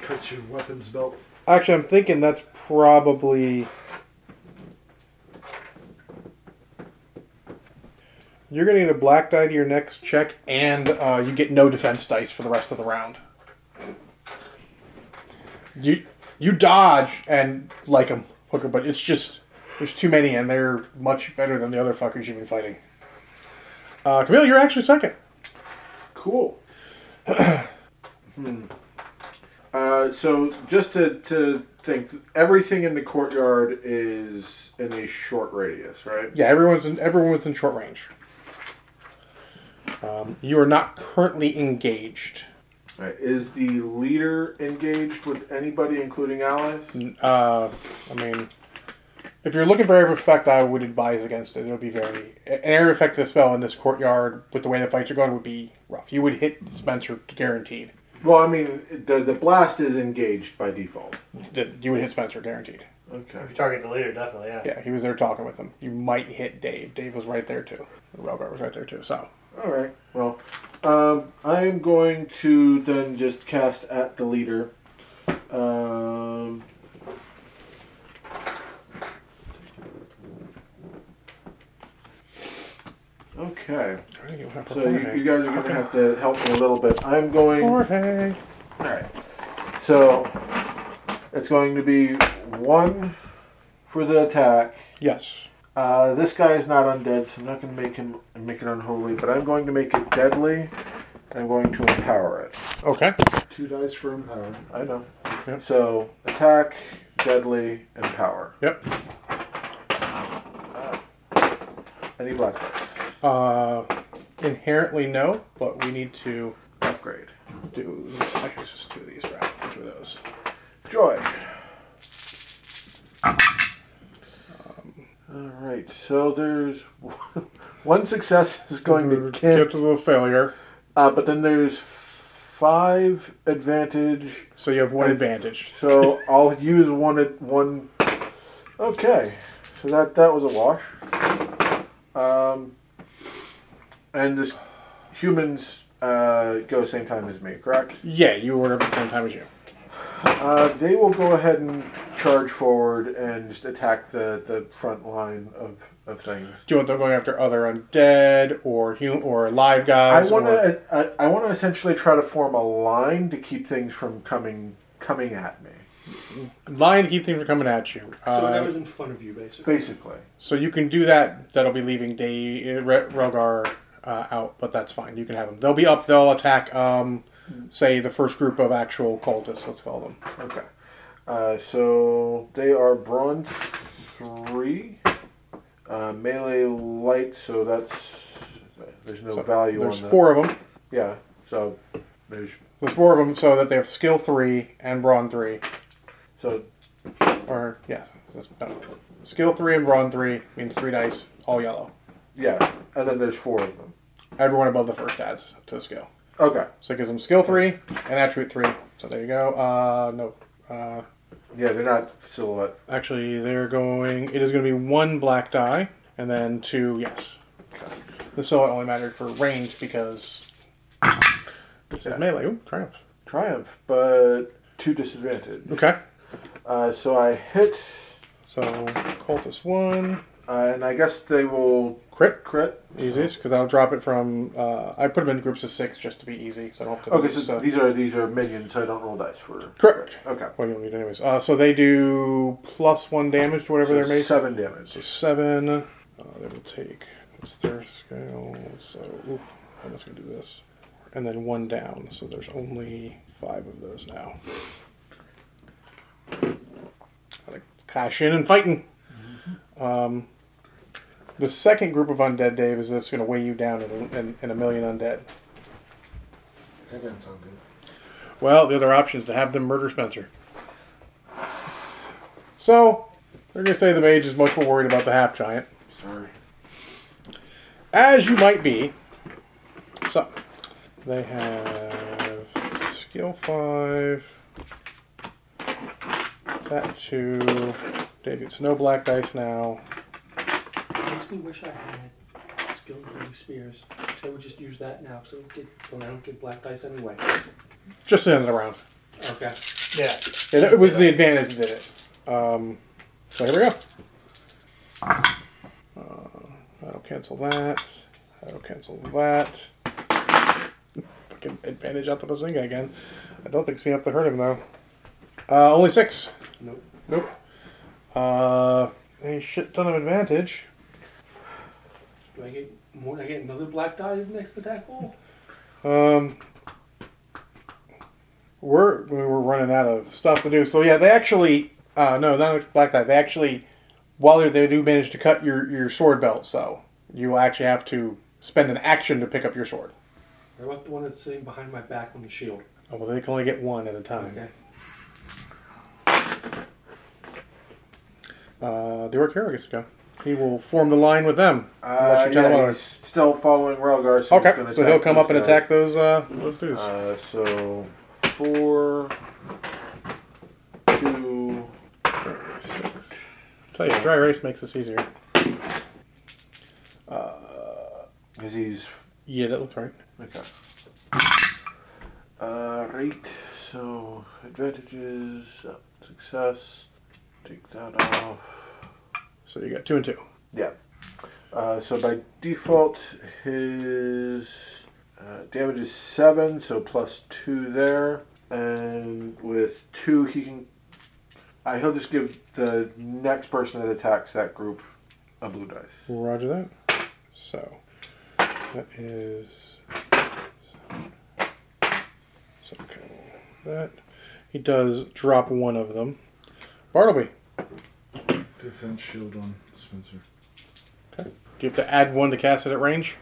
B: Cut your weapons belt.
A: actually, I'm thinking that's probably. You're gonna get a black die to your next check, and uh, you get no defense dice for the rest of the round. You you dodge and like them, hooker, but it's just there's too many, and they're much better than the other fuckers you've been fighting. Uh, Camille, you're actually second.
E: Cool. hmm. Uh, so just to, to think, everything in the courtyard is in a short radius, right?
A: Yeah, everyone's in, everyone's in short range. Um, you are not currently engaged.
E: Right. Is the leader engaged with anybody, including allies?
A: Uh, I mean, if you're looking for area of effect, I would advise against it. It would be very an area of effect of the spell in this courtyard with the way the fights are going would be rough. You would hit Spencer guaranteed.
E: Well, I mean, the the blast is engaged by default.
A: That You would hit Spencer guaranteed.
E: Okay.
C: if you target the leader, definitely, yeah.
A: Yeah, he was there talking with him. You might hit Dave. Dave was right there too. Robert was right there too. So
E: All right. Well, um, I am going to then just cast at the leader. Um, okay.
A: I think you have
E: So you,
A: Jorge.
E: you guys are going to have to help me a little bit. I'm going. All
A: Jorge.
E: right. So it's going to be one for the attack.
A: Yes.
E: Uh, this guy is not undead, so I'm not going to make him make it unholy, but I'm going to make it deadly. and I'm going to empower it.
A: Okay.
B: Two dice for empower.
E: I know.
A: Yep.
E: So attack, deadly, empower.
A: Yep.
E: Any black dice.
A: Uh, inherently no, but we need to
E: Upgrade.
A: do. Actually, it's just two of these right? Two of those.
E: Joy. Um, all right. So there's one success is going to
A: Get
E: Kent,
A: to the failure.
E: uh, but then there's five advantage.
A: So you have one advantage.
E: So I'll use one at one. Okay, so that that was a wash. Um, and this humans uh, go same time as me, correct?
A: Yeah, you order at the same time as you.
E: Uh, they will go ahead and charge forward and just attack the, the front line of, of things.
A: Do you want them going after other undead or hum- or live
E: I
A: guys?
E: want
A: or-
E: to I, I want to essentially try to form a line to keep things from coming coming at me.
A: line to keep things from coming at you.
D: So
A: Uh,
D: whatever's in front of you, basically.
E: Basically,
A: so you can do that. That'll be leaving Day Re- Rogar uh, out, but that's fine. You can have them. They'll be up. They'll attack. Um, say the first group of actual cultists. Let's call them.
E: okay. Uh, so they are bronze three, uh, melee light. So that's there's no
A: So
E: value
A: There's
E: on that.
A: four of them.
E: Yeah. So there's
A: There's four of them, so that they have skill three and brawn three,
E: so
A: or yeah, that's- no. skill three and brawn three means three dice, all yellow.
E: yeah, and then there's four of them.
A: Everyone above the first adds to skill,
E: Okay.
A: so it gives them skill three and attribute three. So there you go. Uh, no, uh,
E: Yeah, they're not silhouette.
A: actually, they're going. It is going to be one black die, and then two yes.
E: Okay.
A: So it only mattered for range because this is melee. Ooh, triumph.
E: Triumph, but two disadvantage.
A: Okay.
E: Uh, so I hit,
A: So cultist one
E: uh, and I guess they will
A: crit
E: crit.
A: easiest because I'll drop it from. Uh, I put them in groups of six just to be easy, so I don't have to.
E: Okay,
A: so
E: so these are these are minions, so I don't roll dice for.
A: correct.
E: Okay.
A: Well, you don't need anyways. Uh, so they do plus one damage to whatever
E: So
A: they're made.
E: seven damage.
A: So seven. Uh, they will take. It's their scale. So oof, I'm just gonna do this, and then one down. So there's only five of those now. Gotta cash in and fighting. Um, the second group of undead, Dave, is that's gonna weigh you down in, in, in a million undead.
B: That doesn't sound good.
A: Well, the other option is to have them murder Spencer. So, they're going to say the mage is much more worried about the half giant.
E: Sorry.
A: As you might be. So, they have skill 5. That 2. Dave gets no black dice now.
D: Makes me wish I had skill three spears. 'cause I would just use that now, so I don't get, well, I don't get black dice anyway.
A: Just send it around.
D: Okay.
C: Yeah.
A: Yeah, that was the advantage that did it. Um, so here we go. Uh, that'll cancel that. That'll cancel that. Fucking advantage out the Bazinga again. I don't think it's enough to hurt him though. Uh, only six.
D: Nope.
A: Nope. Uh, a shit ton of advantage.
D: Do I get more? I get another black die in the next attack roll?
A: Um, we're we were running out of stuff to do. So yeah, they actually uh, no, not with black knight. They actually while they're- they do manage to cut your your sword belt, so you will actually have to spend an action to pick up your sword.
D: What about the one that's sitting behind my back on the shield?
A: Oh, well, they can only get one at a time.
D: Okay.
A: Uh, the orc hero gets to go. He will form the line with them.
E: Uh,
A: Unless you tell him
E: yeah, he's
A: otherwise.
E: still following Relgar, so he's
A: okay,
E: gonna
A: so he'll
E: attack
A: come
E: those
A: up and
E: guys.
A: attack those uh, those dudes.
E: Uh, so four, two, six.
A: tell you, dry race makes this easier.
E: Because he's
A: Yeah, that looks right.
E: okay. Uh, right. So advantages, uh, success. Take that off.
A: So you got two and two.
E: Yeah. Uh, so by default, his uh, damage is seven, so plus two there, and with two he can. Uh, he'll just give the next person that attacks that group a blue dice.
A: Roger that. So that is so okay, that he does drop one of them. Bartleby,
B: Defense shield on Spencer.
A: do you have to add one to cast it at range?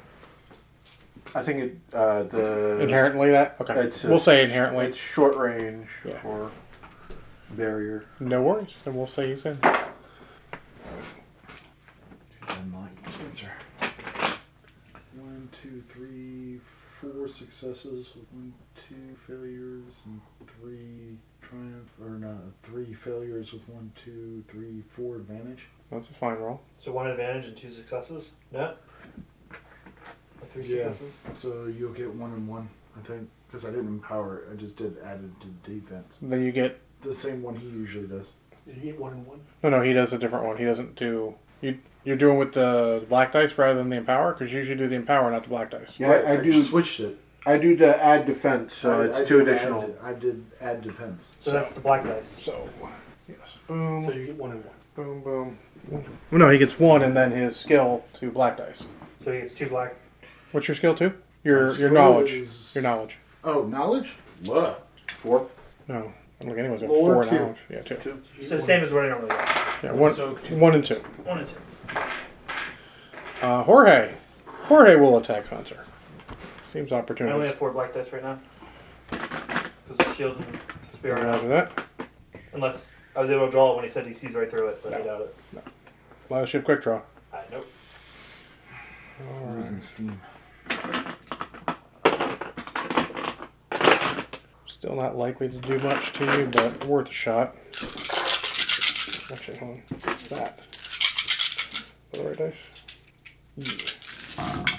E: I think it uh, the
A: Inherently, that okay.
E: it's a-
A: we'll say inherently.
E: it's short range
A: Yeah.
E: or barrier.
A: no worries, and we'll say he's in.
B: Unlike Spencer. One, two, three, four successes with one, two failures and three triumph or not three failures with one, two, three, four advantage.
A: That's a fine roll.
C: So one advantage and two successes. No. Or three
B: Yeah.
C: successes.
B: So you'll get one and one, I think, because I didn't empower it. I just did added to defense.
A: Then you get
B: The same one he usually does.
D: Did you get one and one?
A: no, no. He does a different one. He doesn't do you. You're doing with the black dice rather than the empower because you usually do the empower, not the black dice.
E: Yeah,
B: Right,
E: I, do.
B: just switched it.
E: I do the add defense, so
B: I-
E: it's
B: I
E: two
B: did add
E: additional.
B: de- I did add defense.
C: So, that's the black dice.
A: So yes, boom.
D: So you get one and one.
A: Boom, boom. Well, no, he gets one and then his skill to black dice.
C: So he gets two black.
A: What's your skill to? Your
B: My
A: your
B: skill
A: knowledge.
B: is-
A: Your knowledge.
B: Oh, knowledge? What?
E: Four.
A: No, I don't think anyone's got
E: Or
A: four
E: two.
A: knowledge. Yeah, two.
E: Two.
D: Did you
C: So
D: get
C: same as what I normally get.
A: Yeah, one,
B: So-
A: one and two.
C: One and two.
A: Uh, Jorge. Jorge will attack Hunter. Seems
C: I only
A: opportunity.
C: have four black dice right now. Because the shield and spear are out.
A: Roger that.
C: Unless I was able to draw it when he said he sees right through it, but I
A: No.
C: doubt it.
A: Last shift quick draw.
C: Uh, nope.
B: Losing steam.
A: Still not likely to do much to you, but worth a shot. Actually, hold on. What's that? Is that The right dice? Yeah.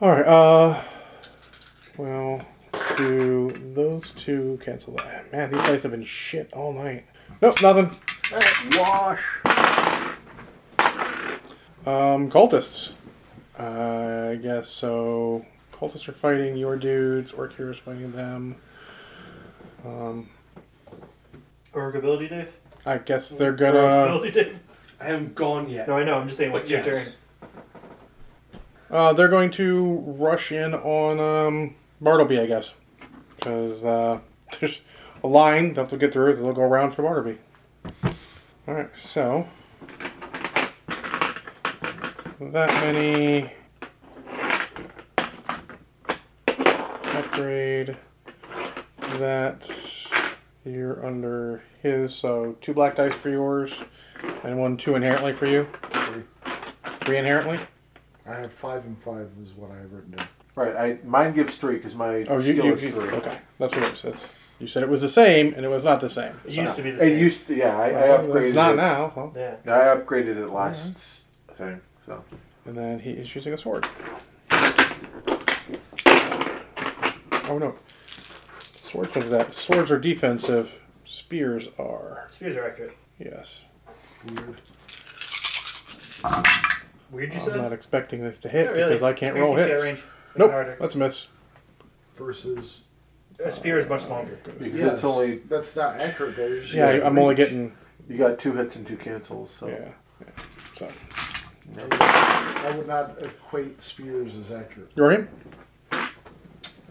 A: All right. Uh, well, do those two cancel that? Man, these guys have been shit all night. Nope, nothing.
F: Wash.
A: Um, cultists. Uh, I guess so. Cultists are fighting your dudes. Orc here is fighting them. Um,
C: Orc ability, Dave?
A: I guess they're
C: Orc
A: gonna.
C: ability, Dave?
D: I haven't gone yet.
C: No, I know. I'm just saying
D: but
C: what's
D: yes.
C: your turn.
A: Uh, they're going to rush in on um, Bartleby, I guess, because uh, there's a line they'll have to get through. They'll go around for Bartleby. All right, so that many upgrade that you're under his. So two black dice for yours, and one two inherently for you.
B: Three.
A: Three inherently.
B: I have five and five is what I have written down.
E: Right, I mine gives three because my
A: Oh, you,
E: skill
A: you,
E: is
A: you-
E: three.
A: okay. That's what it says. You said it was the same, and it was not the same.
C: It used to be the same.
E: It used to, yeah, I, I
A: Well,
E: upgraded
A: It's not
E: it.
A: now. well.
C: Yeah.
E: I upgraded it last thing. So
A: And then he is using a sword. Oh no! Swords are that. Swords are defensive. Spears are.
C: Spears are accurate.
A: Yes.
B: Weird.
C: Weird, you
A: I'm not
C: said?
A: expecting this to hit
C: Not really.
A: because I can't
C: Spear
A: roll
C: keeps you at
A: hits.
C: range. Makes it
A: Nope.
C: harder.
A: Let's miss.
B: Versus.
C: A spear is much longer.
E: because
B: Yes,
E: it's only
B: That's not accurate though. You should
A: Yeah,
B: have
A: I'm only
B: reach.
A: getting.
E: you got two hits and two cancels. So
A: Yeah. yeah. So
B: I would not equate spears as accurate.
A: you're him.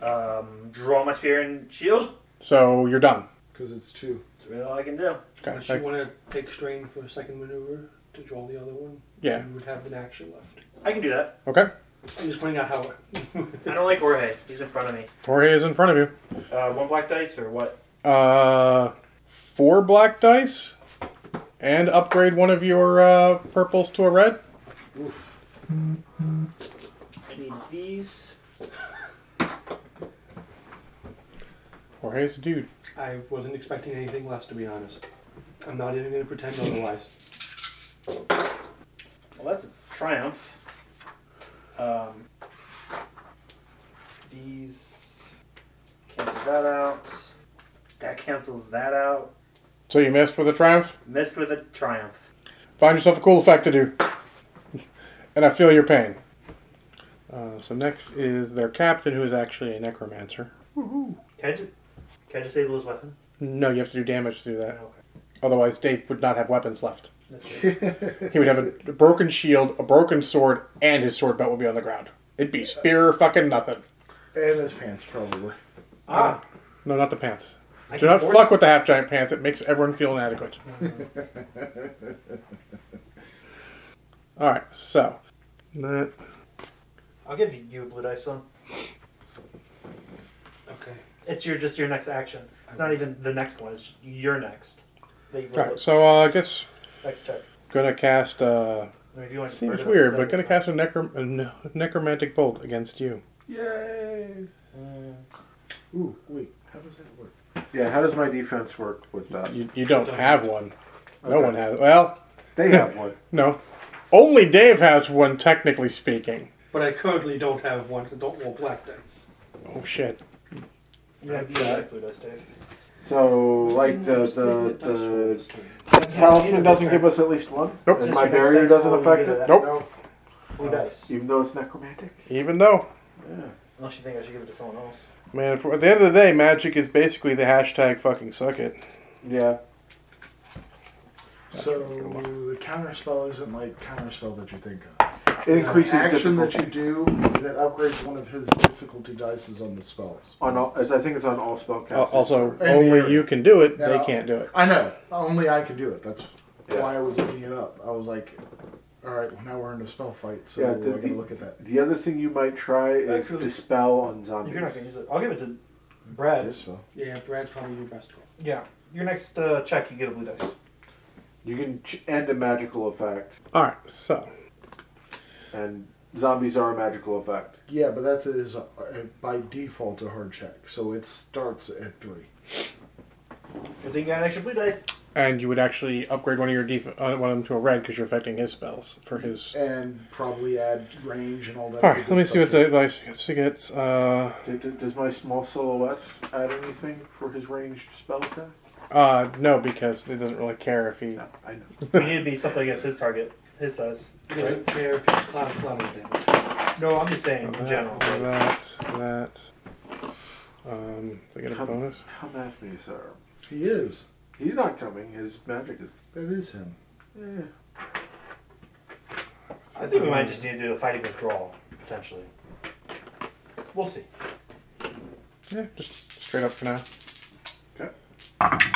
F: Um, draw my spear and shield.
A: So you're done.
B: Because it's two.
F: That's really all I can do.
D: Unless
A: Okay.
D: you want to take strain for a second maneuver to draw the other one,
A: yeah.
D: you would have an action left.
F: I can do that.
A: Okay.
D: I'm just pointing out how.
F: I don't like Jorge. He's in front of me.
A: Jorge is in front of you.
F: Uh, one black dice or what?
A: Uh, four black dice, and upgrade one of your uh, purples to a red.
B: Oof.
F: I need these.
A: Jorge's a dude.
D: I wasn't expecting anything less, to be honest. I'm not even going to pretend otherwise.
F: Well, that's a triumph. Um, these cancel that out. That cancels that out.
A: So you missed with a triumph.
F: Missed with a triumph.
A: Find yourself a cool effect to do, and I feel your pain. Uh, so next is their captain, who is actually a necromancer.
C: Can I, ju- can I disable his weapon?
A: No, you have to do damage to do that.
C: Okay.
A: Otherwise, Dave would not have weapons left.
C: That's good.
B: I'd
A: He would have a broken shield, a broken sword, and his sword belt would be on the ground. It'd be spear, fucking nothing.
B: And his pants, probably.
F: Ah,
A: No, not the pants.
F: I
A: Do
F: can
A: not
F: force-
A: fuck with the half giant pants. It makes everyone feel inadequate. All right, so that
C: I'll give you a blue dice one.
D: Okay.
C: It's your just your next action. It's not even the next one. It's your next. That you
A: all
C: roll
A: right. So uh, I guess
C: next check.
A: gonna cast. Uh,
C: I mean, if you want to
A: seems
C: further
A: weird,
C: that,
A: but gonna
C: it's fine.
A: cast a, necrom- a ne- necromantic bolt against you.
E: yay!
C: Mm,
B: Ooh, wait. How does that work?
E: Yeah, how does my defense work with that?
A: You, you don't
D: Don't.
A: have one. No
E: Okay.
A: one has. Well,
E: They have one.
A: no. Only Dave has one, technically speaking.
D: But I currently don't have one, 'cause I don't roll black dice.
A: Oh shit.
C: yeah, you
E: Okay.
C: like blue dice, Dave.
E: So like
D: Mm,
E: the
D: just make
E: the
D: dice roll
E: the
D: this time.
E: talisman doesn't give us at least one.
A: Nope.
E: And
C: Just
E: my
C: your next
E: barrier
C: dice
E: doesn't
C: roll,
E: affect
C: you do
E: it.
C: that.
A: Nope.
B: No.
C: Blue dice.
E: Even though it's necromantic.
A: Even though,
E: Yeah.
C: Unless you think I should give it to someone else.
A: man, for, at the end of the day, magic is basically the hashtag fucking suck it.
E: Yeah.
B: So the counterspell isn't like counterspell that you think of.
E: It
B: It's
E: increases
B: an action
E: difficulty.
B: that you do that upgrades one of his difficulty dices on the spells.
E: on all, I think it's on all spellcasters.
A: Al- also,
B: the
A: only
B: area.
A: you can do it. They
B: Yeah.
A: can't do it.
B: I know. Only I can do it. That's
E: Yeah.
B: why I was looking it up. I was like, all right, well, now we're in a spell fight, so
E: Yeah,
B: we're
E: the-
B: going to
E: the-
B: look at that.
E: The other thing you might try is
D: Actually-
E: dispel on
C: If you're not
E: zombies.
C: gonna use it, I'll give it to Brad.
B: This spell.
D: Yeah, Brad's probably your best one.
C: Yeah. Your next uh, check, you get a blue dice.
E: You can ch- end a magical effect,
A: All right, so
E: and zombies are a magical effect.
B: Yeah, but that is uh by default a hard check, so it starts at three.
C: Good thing you got an extra blue dice.
A: and you would actually upgrade one of your def- uh, one of them to a red because you're affecting his spells for his.
B: and probably add range and all that.
A: All right,
B: good
A: let me see
B: stuff
A: what the advice gets. Uh,
E: Did, did- does my small silhouette add anything for his ranged spell attack?
A: uh, no, because it doesn't really care if he.
E: I know.
C: We need to be something against his target, his size.
D: You don't care if you clown clown damage.
C: No, I'm just saying in
A: That,
C: general.
A: Uh, that, that. Um, do I get a
E: Come-
A: bonus?
E: Come at me, sir.
B: He is.
E: He's not coming. His magic is.
B: That is him.
E: Eh.
C: I think we might just need to do a fighting withdrawal potentially. We'll see.
A: Yeah, just straight up for now.
E: Okay.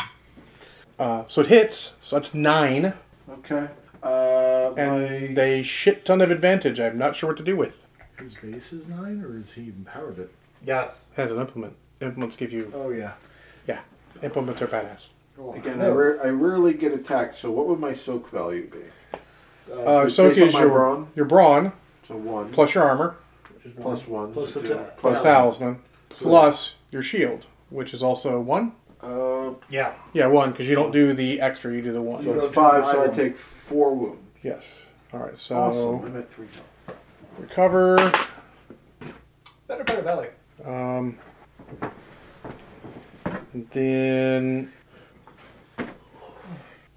A: Uh, so it hits. So that's nine,
E: Okay. Uh,
A: and
E: my,
A: they shit ton of advantage. I'm not sure what to do with.
B: His base is nine, or is he empowered it?
C: Yes.
A: Has an implement. Implements give you.
B: Oh yeah.
A: Yeah, implements are badass.
B: Oh,
E: again, I,
B: no.
E: rare I rarely get attacked. So what would my soak value be?
A: Uh,
E: It's
A: soak
E: based on
A: is
E: my
A: your
E: brawn?
A: your brawn
E: So one
A: plus your armor
E: plus one
B: Plus
E: so
B: the
E: two.
B: ta-
A: plus
B: Talon.
A: talisman plus your shield, which is also one.
E: Uh,
C: Yeah.
A: Yeah, one because you don't do the extra; you do the one.
E: so
B: don't
E: it's
B: do
E: five.
B: my
E: So I
B: one.
E: take four wounds.
A: yes. All right. So
E: Awesome. I'm at three health.
A: recover.
C: Better, better, better.
A: Um, then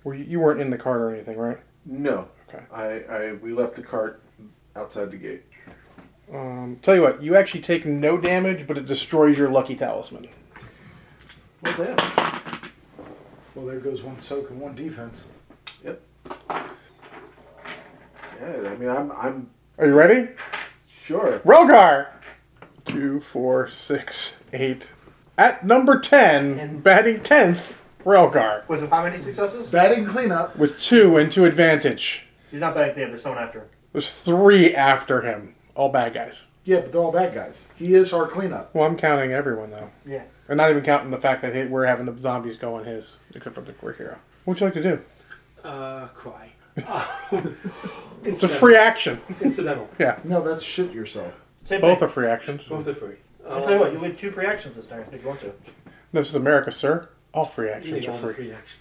A: were you, you weren't in the cart or anything, right?
E: No.
A: Okay.
E: I, I we left the cart outside the gate.
A: Um, tell you what, you actually take no damage, but it destroys your lucky talisman.
E: Well, damn.
B: Well, there goes one soak and one defense.
E: Yep. Yeah. I mean, I'm I'm
A: Are you ready?
E: sure.
A: Relgar! Two, four, six, eight. At number 10, batting 10th, Relgar.
C: With how many successes?
B: Batting cleanup.
A: With two and two advantage.
C: He's not batting damn, there's someone after him.
A: There's three after him. All bad guys.
B: Yeah, but they're all bad guys. He is our cleanup.
A: Well, I'm counting everyone, though.
C: Yeah.
A: And not even counting the fact that hey, we're having the zombies go on his, except for the queer hero. What would you like to do?
D: Uh, cry.
A: It's a free action.
D: Incidental.
A: Yeah.
B: No, that's shit yourself.
C: Same
A: Both
C: thing.
A: are free actions.
D: Both are free.
C: I'll tell you what, you win two free actions this turn if you want to.
A: This is America, sir. All free
D: You
A: actions
D: need
A: are
D: all the
A: free.
D: free action.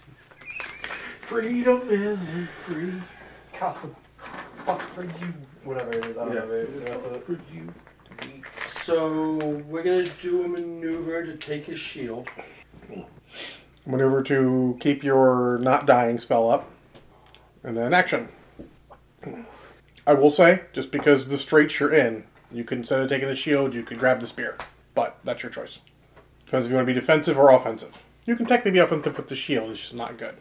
E: Freedom isn't free.
C: Castle. Fuck for you. Whatever it is, I don't
E: Yeah.
C: know. the rest of it.
E: For you.
D: So we're gonna do a maneuver to take his shield.
A: Maneuver to keep your not dying spell up. And then action. I will say, just because the straits you're in, you could instead of taking the shield, you could grab the spear. But that's your choice. Depends if you want to be defensive or offensive. You can technically be offensive with the shield, it's just not good.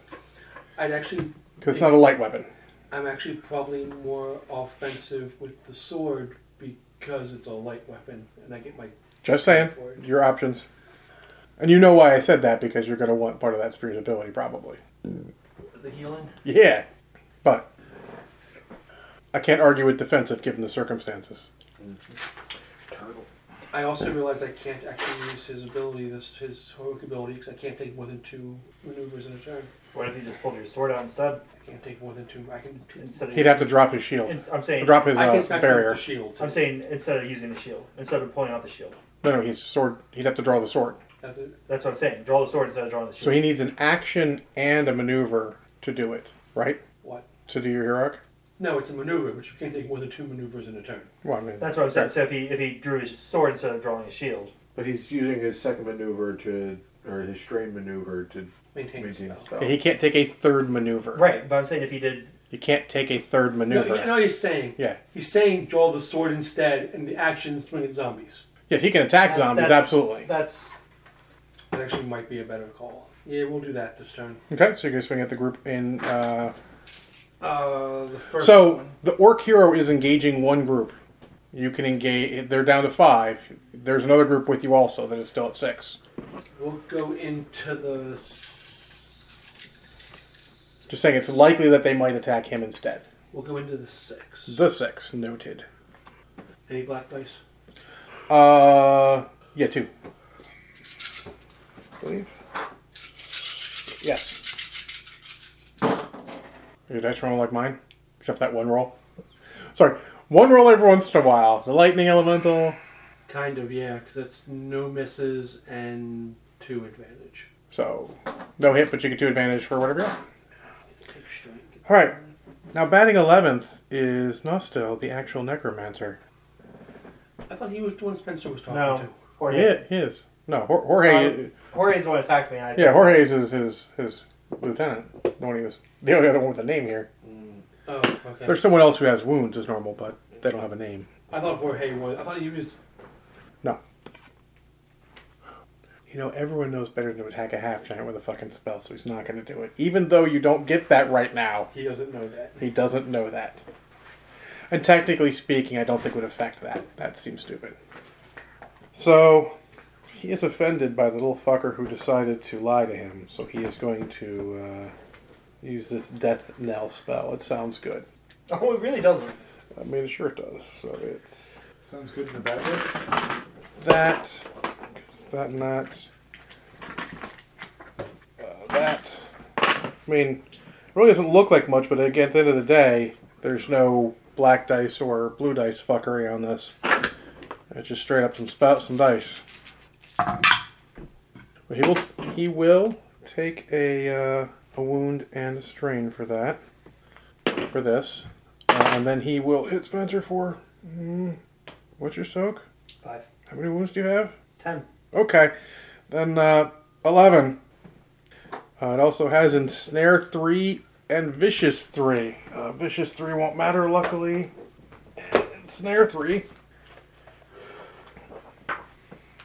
D: I'd actually,
A: Because it's not a light weapon.
D: I'm actually probably more offensive with the sword because it's a light weapon, and I get my
A: Just
D: spear
A: saying,
D: for it.
A: your options. And you know why I said that, because you're going to want part of that spear's ability, probably.
D: the healing.
A: Yeah, but I can't argue with defensive given the circumstances.
D: I also realized I can't actually use his ability, this his heroic ability, because I can't take more than two maneuvers in a turn.
C: What if you just pulled your sword out instead?
D: I can't take more than two. I can.
C: Instead of
A: He'd have to drop his shield,
C: Ins- I'm saying.
A: drop his
D: I can
A: uh,
D: smack him
A: barrier.
D: with the shield.
C: I'm saying instead of using the shield, instead of pulling out the shield.
A: No, no, his sword. He'd have to draw the sword.
D: That's it.
C: That's what I'm saying. Draw the sword instead of drawing the shield.
A: So he needs an action and a maneuver to do it, right?
D: What?
A: To do your heroic.
D: No, it's a maneuver, but you can't take more than two maneuvers in a turn.
A: Well, I mean,
C: That's what I'm saying. So if he if he drew his sword instead of drawing his shield,
E: But he's using his second maneuver to, or his strain maneuver to
D: Maintain,
E: maintain the
D: spell.
E: spell.
A: Yeah, he can't take a third maneuver.
C: right? But I'm saying if he did,
A: You can't take a third
D: No,
A: maneuver.
D: you know what he's saying.
A: Yeah.
D: He's saying draw the sword instead, and the action swing at zombies.
A: Yeah, he can attack
C: that-
A: zombies
C: that's-
A: absolutely.
C: That's
D: That actually might be a better call. Yeah, we'll do that this turn.
A: Okay, so you can swing at the group in. Uh...
D: Uh, the first
A: So
D: one.
A: the orc hero is engaging one group. You can engage. They're down to five. There's another group with you also that is still at six.
D: We'll go into the. s-
A: Just saying, it's likely that they might attack him instead.
D: We'll go into the six.
A: The six noted.
D: Any black dice?
A: Uh, yeah, two. believe. Yes. Are your dice rolling like mine? Except that one roll. Sorry, one roll every once in a while. The lightning elemental.
D: Kind of, yeah, because that's no misses and two advantage.
A: So, no hit, but you get two advantage for whatever you want.
F: Quick strike.
A: All right. Now, batting 11th is Nostel, the actual necromancer.
D: I thought he was the one Spencer was talking
C: No.
D: to.
C: Jorge.
A: Yeah, he is. No, Jor- Jorge.
C: Jorge's the one who attacked me. And I
A: yeah, Jorge's is his, his lieutenant. The one he was. The only other one with a name here.
D: Oh, okay.
A: There's someone else who has wounds as normal, but they don't have a name.
D: I thought Jorge was. I thought he was.
A: You know, everyone knows better than to attack a half giant with a fucking spell, so he's not going to do it. Even though you don't get that right now,
D: He doesn't know that.
A: he doesn't know that. And technically speaking, I don't think it would affect that. That seems stupid. So, he is offended by the little fucker who decided to lie to him, so he is going to uh, use this death knell spell. It sounds good.
C: Oh, it really doesn't.
A: I mean, it sure does. So it's
B: Sounds good in a bad way.
A: that, 'cause it's that and that, uh, that. I mean, it really doesn't look like much, but again, at the end of the day, there's no black dice or blue dice fuckery on this. It's just straight up some spout, some dice. But he will, he will take a uh, a wound and a strain for that, for this, uh, and then he will hit Spencer for. Mm, what's your soak?
C: Five.
A: How many wounds do you have?
C: Ten.
A: Okay. Then uh, 11. Uh, it also has Ensnare 3 and Vicious 3. Uh, vicious 3 won't matter, luckily. Ensnare 3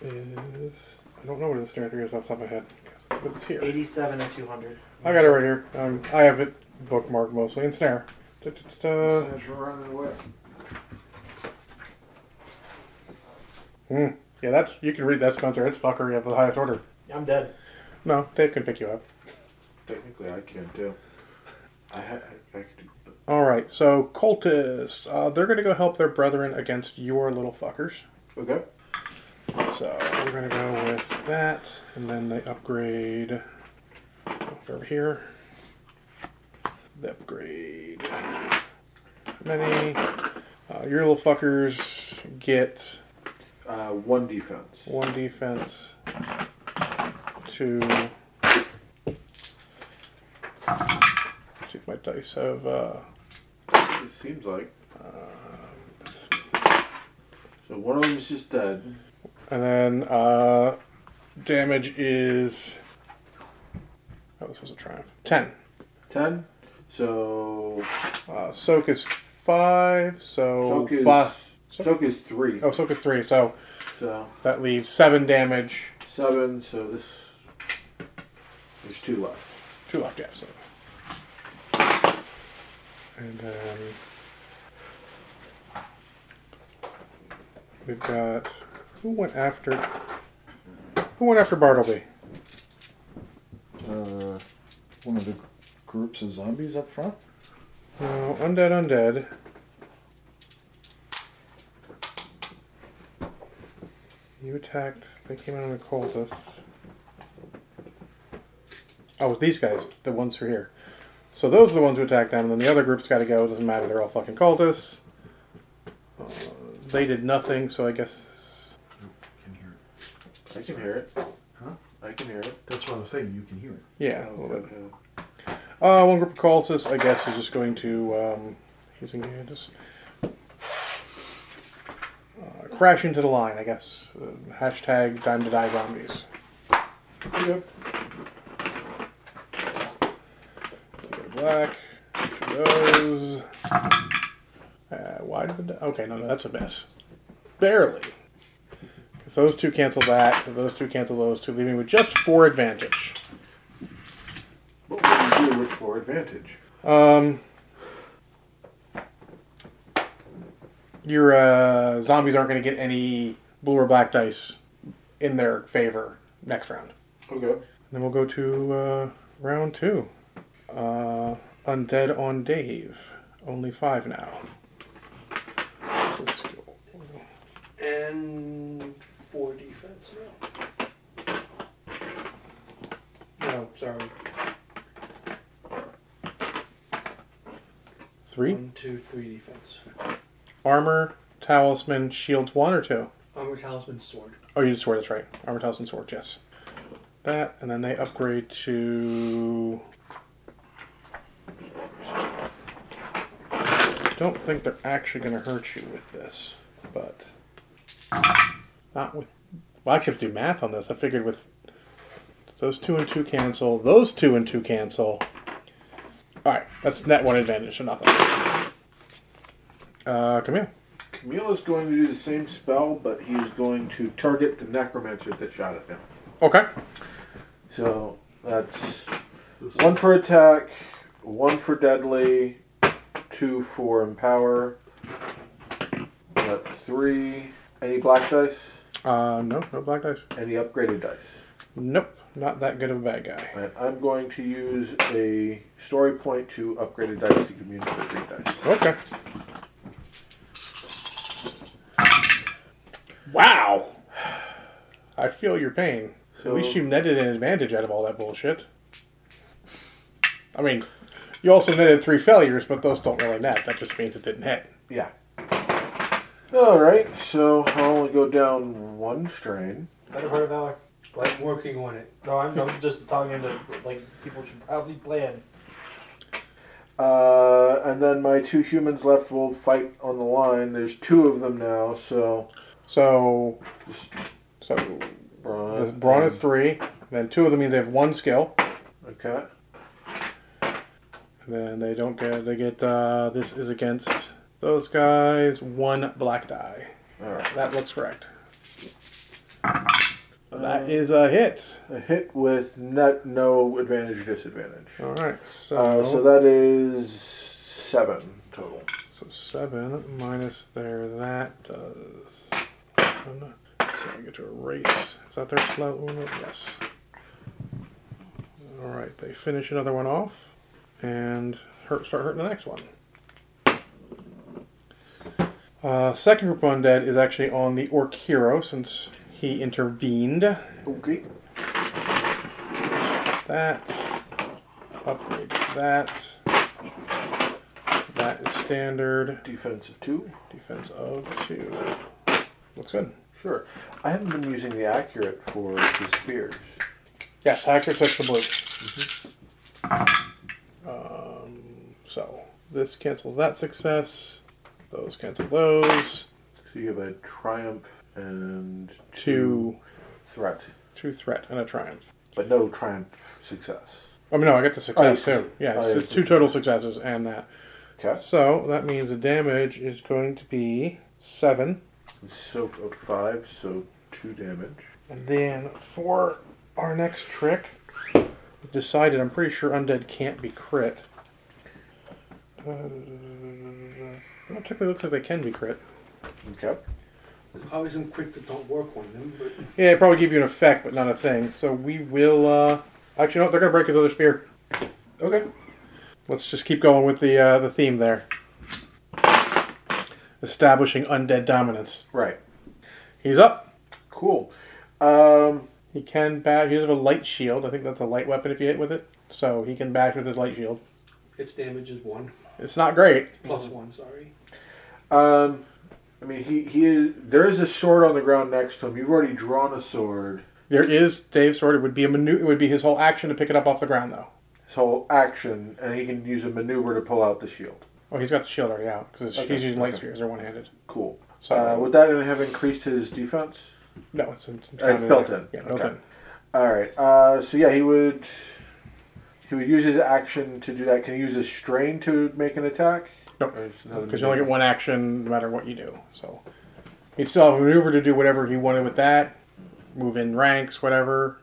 A: is. I don't know what Ensnare 3 is off the top of my head. 'cause- But it's here.
C: 87 and 200.
A: I got it right here. Um, I have it bookmarked mostly. Ensnare. Da-da-da-da.
B: As you're running away.
A: Hmm. Yeah, that's you can read that, Spencer. It's fuckery of the highest order.
C: I'm dead.
A: No, Dave can pick you up.
E: Technically, I can too. I, ha- I, I could do.
A: All right, so cultists, uh, they're going to go help their brethren against your little fuckers.
E: Okay.
A: So we're going to go with that, and then they upgrade over here. They upgrade many. Uh, your little fuckers get
E: Uh, one defense.
A: one defense, two. Let's see if my dice have. Uh,
E: It seems like. so one of them is just dead.
A: And then uh, damage is. Oh, this was a triumph. 10.
E: Ten. So
A: Uh, soak is 5, so.
E: soak is
A: Oh, five.
E: soak is three.
A: Oh, soak is 3, so
E: So
A: that leaves 7 damage.
E: seven. So this. There's two left.
A: 2 left, yeah, so. And um, then. We've got. Who went after. Who went after Bartleby?
B: Uh, one of the groups of zombies up front.
A: No, Uh, undead, undead. You attacked. They came in on the cultists. Oh, it's these guys, the ones who are here. So those are the ones who attacked them, and then the other group's got to go. It doesn't matter. They're all fucking cultists. Uh, they did nothing, so I guess.
B: Can hear it.
E: I can hear it.
B: Huh?
E: I can hear it.
B: That's what I was saying. You can hear it.
E: Oh,
A: Yeah, a little bit. Uh, one group of cultists, I guess, is just going to. Um, he's going to just. Uh, crash into the line, I guess. Uh, hashtag time to die zombies.
E: Yep.
A: Go to black. Two of those. Uh, why did the. di- Okay, no, no, that's a miss. Barely. 'Cause Those two cancel that, those two cancel those two, leaving me with just four advantage.
E: What would you do with four advantage?
A: Um, your uh, zombies aren't going to get any blue or black dice in their favor next round.
E: Okay.
A: And then we'll go to uh, round two. Uh, undead on Dave. Only five now. Let's go.
D: And four defense now. No, sorry.
A: Three.
D: One, two, three defense.
A: Armor, talisman, shields one or two.
D: Armor, talisman, sword.
A: Oh, you just sword, that's right. Armor, talisman, sword, yes. that, and then they upgrade to. Don't think they're actually going to hurt you with this, but not with. Well, I actually have to do math on this. I figured with those two and two cancel, those two and two cancel. All right, that's net one advantage, so nothing. Uh, come here.
E: Camille is going to do the same spell, but he is going to target the necromancer that shot at him.
A: Okay.
E: So that's
B: This
E: one for attack, one for deadly, two for empower. Got three. Any black dice?
A: Uh, no, no black dice.
E: Any upgraded dice?
A: Nope, not that good of a bad guy.
E: And I'm going to use a story point to upgrade a dice to give me another green dice.
A: Okay. Wow. I feel your pain.
E: So-
A: At least you netted an advantage out of all that bullshit. I mean, you also netted three failures, but those don't really net. That just means it didn't hit.
E: Yeah. All right, so I'll only go down one strain.
C: Better part of valor.
D: I'm working on it.
C: No, I'm, I'm just telling him that like people should probably plan.
E: Uh, and then my two humans left will fight on the line. There's two of them now, so
A: So, so the
E: Braun.
A: brawn is three. Then two of them means they have one skill.
E: Okay.
A: And then they don't get. They get. Uh, this is against those guys. One black die.
E: All right.
A: That looks correct. That is a hit.
E: A hit with net no advantage or disadvantage.
A: All right. Oh, So,
E: Uh, so that is seven total.
A: so seven minus their that does. one. So I get to erase. Is that their slow uno? Yes. All right. They finish another one off, and hurt start hurting the next one. Uh, second group of undead is actually on the orc hero since he intervened.
E: Okay.
A: that. Upgrade that. That is standard.
E: Defense of two.
A: Defense of two. Looks good.
E: Sure. I haven't been using the accurate for the spears.
A: Yes, hacker took the blue. Um, so this cancels that success. Those cancel those.
E: So you have a triumph and
A: Two,
E: threat,
A: two threat and a triumph.
E: but no triumph success.
A: I mean, no, I got the success
E: Oh, you-
A: too. Yeah, it's,
E: oh, yeah,
A: it's two total successes and that.
E: Okay.
A: So that means the damage is going to be seven.
E: Soak of five, so two damage.
A: And then for our next trick, we've decided I'm pretty sure undead can't be crit. Uh, well, technically, looks like they can be crit.
E: Okay.
D: There's probably some quicks that don't work on them, but
A: Yeah, it probably give you an effect, but not a thing. So we will. Uh, actually, no, they're gonna break his other spear.
E: Okay.
A: Let's just keep going with the uh, the theme there. Establishing undead dominance.
E: Right.
A: He's up.
E: Cool. Um,
A: He can bash. He does have a light shield. I think that's a light weapon if you hit with it. So he can bash with his light shield.
D: its damage is one.
A: It's not great.
D: Plus one, sorry.
E: um, I mean, he, he is, there is a sword on the ground next to him. You've already drawn a sword.
A: There is Dave's sword. It would be a manu- It would be his whole action to pick it up off the ground, though.
E: His whole action, and he can use a maneuver to pull out the shield.
A: Oh, he's got the shield already out because
E: Okay,
A: he's using light
E: okay.
A: spears. They're one-handed.
E: Cool.
A: So
E: Uh, would that have increased his defense?
A: no, it's, it's,
E: Uh, it's built in.
A: Yeah, built
E: Okay.
A: in.
E: All right. Uh, so yeah, he would. He would use his action to do that. Can he use a strain to make an attack?
A: Nope.
E: Or is another
A: Because you only get one action no matter what you do. So he'd still have a maneuver to do whatever he wanted with that. Move in ranks, whatever.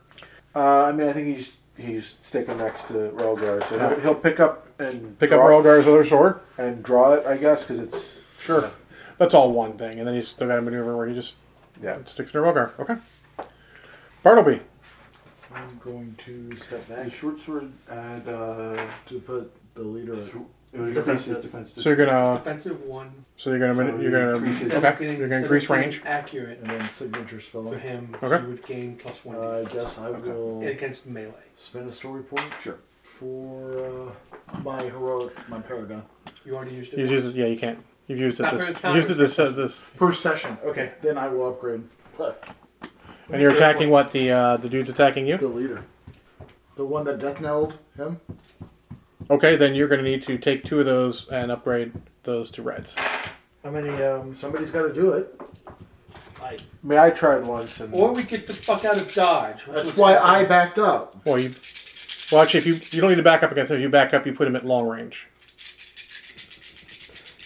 E: Uh, I mean, I think he's he's sticking next to Relgar, so he'll, he'll pick up and
A: Pick
E: draw-
A: up Rogar's other sword.
E: and draw it, I guess, because it's
A: Sure. That's all one thing, and then he's still got a maneuver where he just
E: yeah.
A: sticks near Rogar. Okay. Bartleby.
B: I'm going to step back
E: And short sword and uh,
B: to put the leader. at-
E: it would increase his defense.
A: So you're gonna.
D: Defensive one.
A: So you're gonna.
E: So
A: manu- You're
E: you
A: gonna.
E: increase it.
D: Instead of
A: Uh, Okay.
D: getting-
A: You're
D: instead
A: gonna
D: of
A: increase
D: being
A: range.
D: Accurate
B: And then signature spell.
D: for him,
A: Okay.
D: he would gain plus one.
B: Uh, I
D: defense.
B: guess I
E: Okay.
D: and
B: will
D: against melee.
B: spend a story point
E: Sure.
B: for uh, my heroic, my paragon.
D: You already used it.
A: You've
D: once.
A: used it. Yeah, you can't. You've used it.
D: Not
A: This.
D: very
A: You used it. This. Uh, this.
B: Per session. Okay, then I will upgrade. Huh.
A: And you're attacking what the uh, the dude's attacking you.
B: The leader. The one that death knelled him?
A: Okay, then you're going to need to take two of those and upgrade those to reds.
C: How many? Um,
B: Somebody's got to do it.
E: May I tried once and
D: Or we get the fuck out of Dodge. which
B: That's
D: was-
B: why I backed up.
A: Well, you. Well, actually, if you you don't need to back up against him, if you back up, you put him at long range.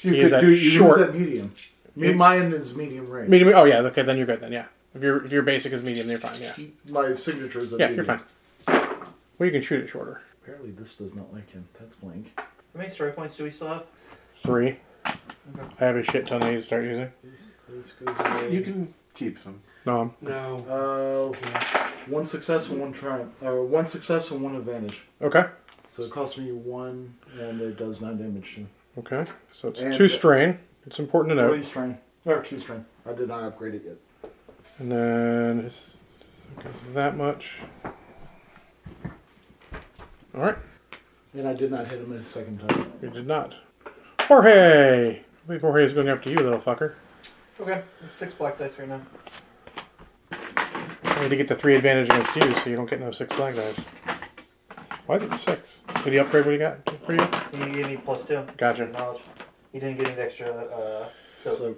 E: you
A: He is
E: could
A: at
E: do
B: You
E: you
A: short.
B: use that medium. Me, mine is medium range.
A: Medium. Oh yeah. Okay, then you're good. Then yeah. If your if your basic is medium, then you're fine. Yeah.
B: My signature is a
A: Yeah,
B: medium.
A: you're fine. Well, you can shoot it shorter.
B: Apparently this does not like him. That's blank.
F: How many story points do we still have?
A: Three. I have a shit ton I need to start using.
B: This, this goes away.
D: You can.
E: keep some.
A: No, I'm-
D: No.
B: Uh, one success and one triumph. Or one success and one advantage.
A: okay.
B: So it costs me one, and it does nine damage to.
A: Okay. So it's
B: And-
D: uh,
A: two strain. It's important to
B: Three
A: note.
B: strain. Or two strain. I did not upgrade it yet.
A: And then it's okay, so that much. All right.
B: And I did not hit him a second time.
A: You did not. Jorge. I believe Jorge is going after you, little fucker.
C: okay, six black dice right now.
A: I need to get the three advantage against you, so you don't get no six flag dice. Why is it six? Did he upgrade what he got for you?
C: You give me plus two.
A: Gotcha.
C: Knowledge. You didn't get any extra. Uh,
B: So.
C: so,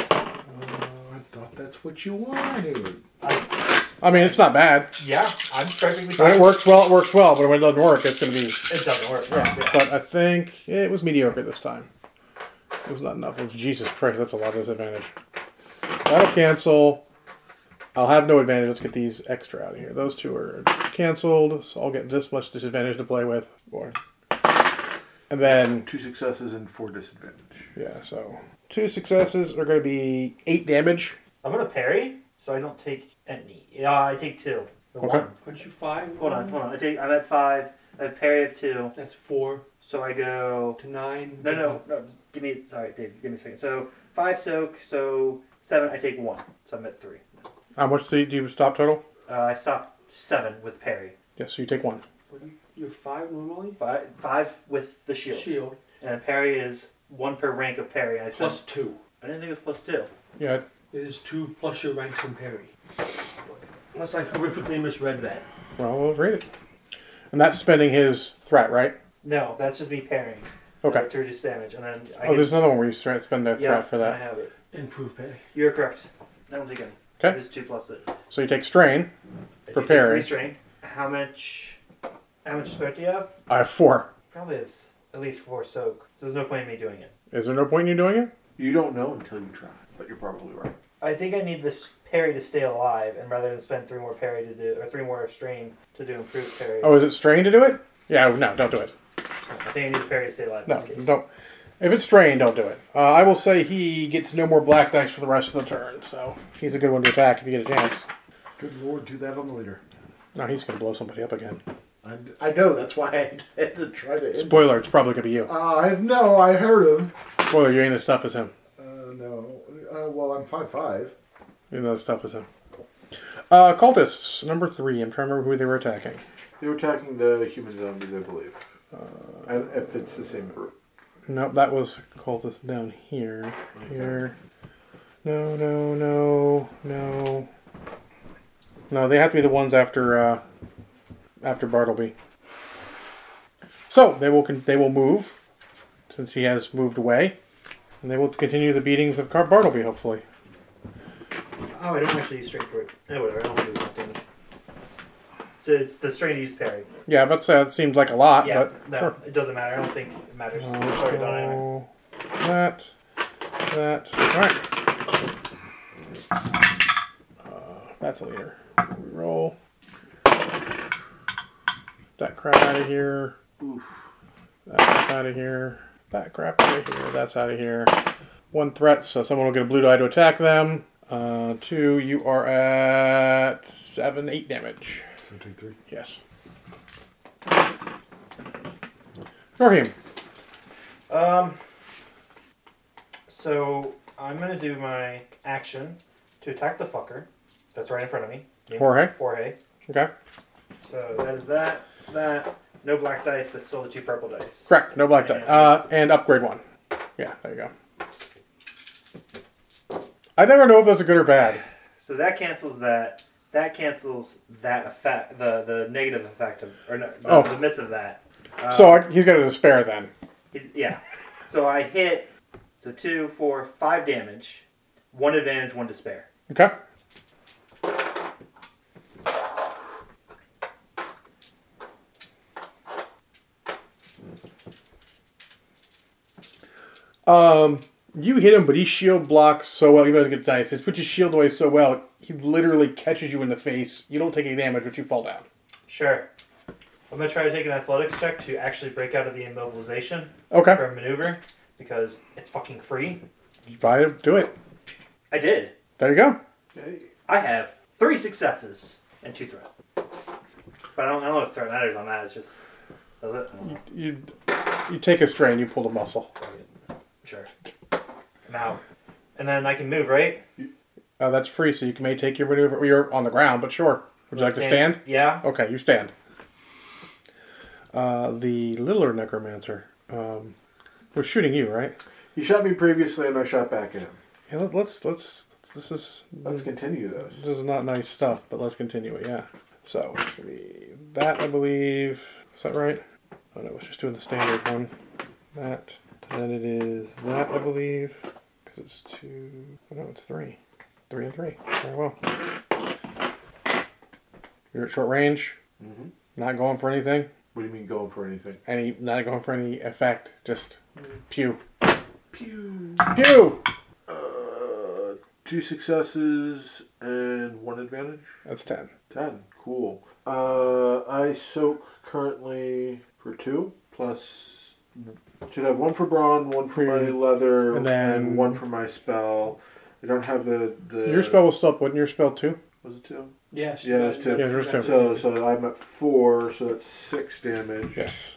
B: Oh, I thought that's what you wanted.
A: I mean, it's not bad.
C: yeah, I'm perfectly
A: When it
C: fine.
A: works well, it works well. But when it doesn't work, it's going to be.
C: It doesn't work. Yeah.
A: But I think it was mediocre this time. It was not enough. It was Jesus Christ. That's a lot of disadvantage. That'll cancel. I'll have no advantage. Let's get these extra out of here. Those two are canceled, so I'll get this much disadvantage to play with. Or, and then
E: Two successes and four disadvantage.
A: Yeah, so two successes are going to be eight damage.
F: I'm gonna parry, so I don't take any. Yeah, I take two. The
A: Okay.
F: one.
D: Aren't you five?
F: Hold on, hold on. I take. I'm at five. I have parry of two,
D: That's four
F: so I go.
D: to nine.
F: No, no, no. Give me. Sorry, Dave. Give me a second. So five soak. So seven. I take one. So I'm at three.
A: How much do you, do you stop total?
F: Uh, I stop seven with parry.
A: Yes, so you take one.
D: What do you- You're five normally?
F: Five, five with the shield.
D: Shield.
F: And parry is one per rank of parry. And I spend-
D: Plus two.
F: I didn't think it was plus two.
A: Yeah,
D: It is two plus your ranks in parry. Unless I horrifically misread that.
A: well, we'll read it. And that's spending his threat, right?
F: No, that's just me parrying.
A: Okay.
F: To reduce damage, and then I
A: Oh,
F: get,
A: there's another one where you stra- spend their threat
F: yeah,
A: for
F: I
A: that.
F: have it.
D: Improve parry.
F: You're correct. I don't take any.
A: Okay.
F: It's two plus it.
A: So you take strain.
F: If
A: For
F: you take
A: parry.
F: three strain, How much? How much threat do you have?
A: I have four.
F: Probably is at least four soak. So there's no point in me doing it.
A: Is there no point in you doing it?
E: You don't know until you try, but you're probably right.
F: I think I need this parry to stay alive, and rather than spend three more parry to do or three more strain to do improved parry,
A: Oh, is it strain to do it? Yeah, no, don't do it.
F: I think I need the parry to stay alive.
A: No,
F: in this case.
A: don't. If it's strain, don't do it. Uh, I will say he gets no more black dice for the rest of the turn, so he's a good one to attack if you get a chance.
B: Good lord, do that on the leader.
A: No, he's going to blow somebody up again.
B: I, I know, that's why I had to try to. End.
A: Spoiler, it's probably going to be you.
B: I know, I heard him.
A: Spoiler, you ain't as tough as him.
B: Uh, no. Uh, well, I'm Five, five.
A: You know, it's tough as him. Uh, cultists, number three. I'm trying to remember who they were attacking.
E: They were attacking the human zombies, I believe. Uh, and if it's the same group.
A: Nope, that was cultist down here. Here. No, no, no, no. No, they have to be the ones after uh, after Bartleby. So they will con- they will move, since he has moved away, and they will continue the beatings of Car- Bartleby. Hopefully,
F: Oh, I don't actually use strain for it. Eh, whatever, I don't want to do that damage. So it's the strain to use parry.
A: yeah, I'm about to say that seems like a lot,
F: Yeah,
A: Uh, but
F: no,
A: sure.
F: it doesn't matter. I don't think it matters.
A: Uh,
F: I'm sorry about it anyway.
A: so that, that, all right. Uh, that's a leader. We roll. That crap out of here. That crap out of here. That crap out of here. That's out of here. One threat, so someone will get a blue die to attack them. Uh, two, you are at seven, eight damage.
B: So take three.
A: Yes. Norheim.
C: Um. So I'm gonna do my action to attack the fucker that's right in front of me. Named
A: Jorge.
C: Jorge.
A: Okay.
C: So that is that. That.
F: No black dice, but still the two purple dice.
A: Correct. No black die. Uh, and upgrade one. Yeah, there you go. I never know if that's a good or bad.
F: So that cancels that. That cancels that effect, the the negative effect of, or no, the,
A: Oh.
F: the miss of that. Uh,
A: so I, he's got a despair then.
F: he's- yeah. So I hit. So two, four, five damage. One advantage, one despair.
A: Okay. Um, you hit him, but he shield blocks so well. He doesn't get dice. It switches shield away so well. He literally catches you in the face. You don't take any damage, but you fall down.
C: Sure. I'm gonna try to take an athletics check to actually break out of the immobilization
A: Okay.
C: for a maneuver because it's fucking free.
A: You buy it, do it.
F: I did.
A: There you go.
F: I have three successes and two threat. But I don't, I don't know if threat matters on that. It's just. Does it? I don't know.
A: You you take a strain. You pull the muscle.
F: Sure.
C: I'm out. And then I can move, right?
A: Uh, that's free, so you can may take your maneuver. Well, You're on the ground, but sure. Would you like to stand?
C: Yeah.
A: Okay, you stand. Uh, the littler necromancer um, was shooting you, right?
E: He shot me previously, and I shot back at him.
A: Yeah. Let, let's let's this is
E: Let's continue those.
A: this is not nice stuff, but let's continue it. Yeah. So it's gonna be that I believe. Is that right? Oh no, it's just doing the standard one. That. Then it is that I believe, because it's two. oh, no, it's three. Three and three. Very well. You're at short range.
E: Mhm.
A: Not going for anything.
E: What do you mean going for anything?
A: any not going for any effect, just pew.
E: Pew.
A: Pew!
E: Uh, two successes and one advantage.
A: That's ten.
E: Ten. Cool. Uh, I soak currently for two plus. Should have one for brawn, one for my
A: Hmm.
E: leather,
A: And
E: and,
A: then-
E: one for my spell. I don't have the, the
A: Your spell was still up, wasn't your spell too?
E: was it two?
D: Yes.
E: Yeah, there's two.
A: Yeah, there's two.
E: So so I'm at four, so that's six damage.
A: Yes.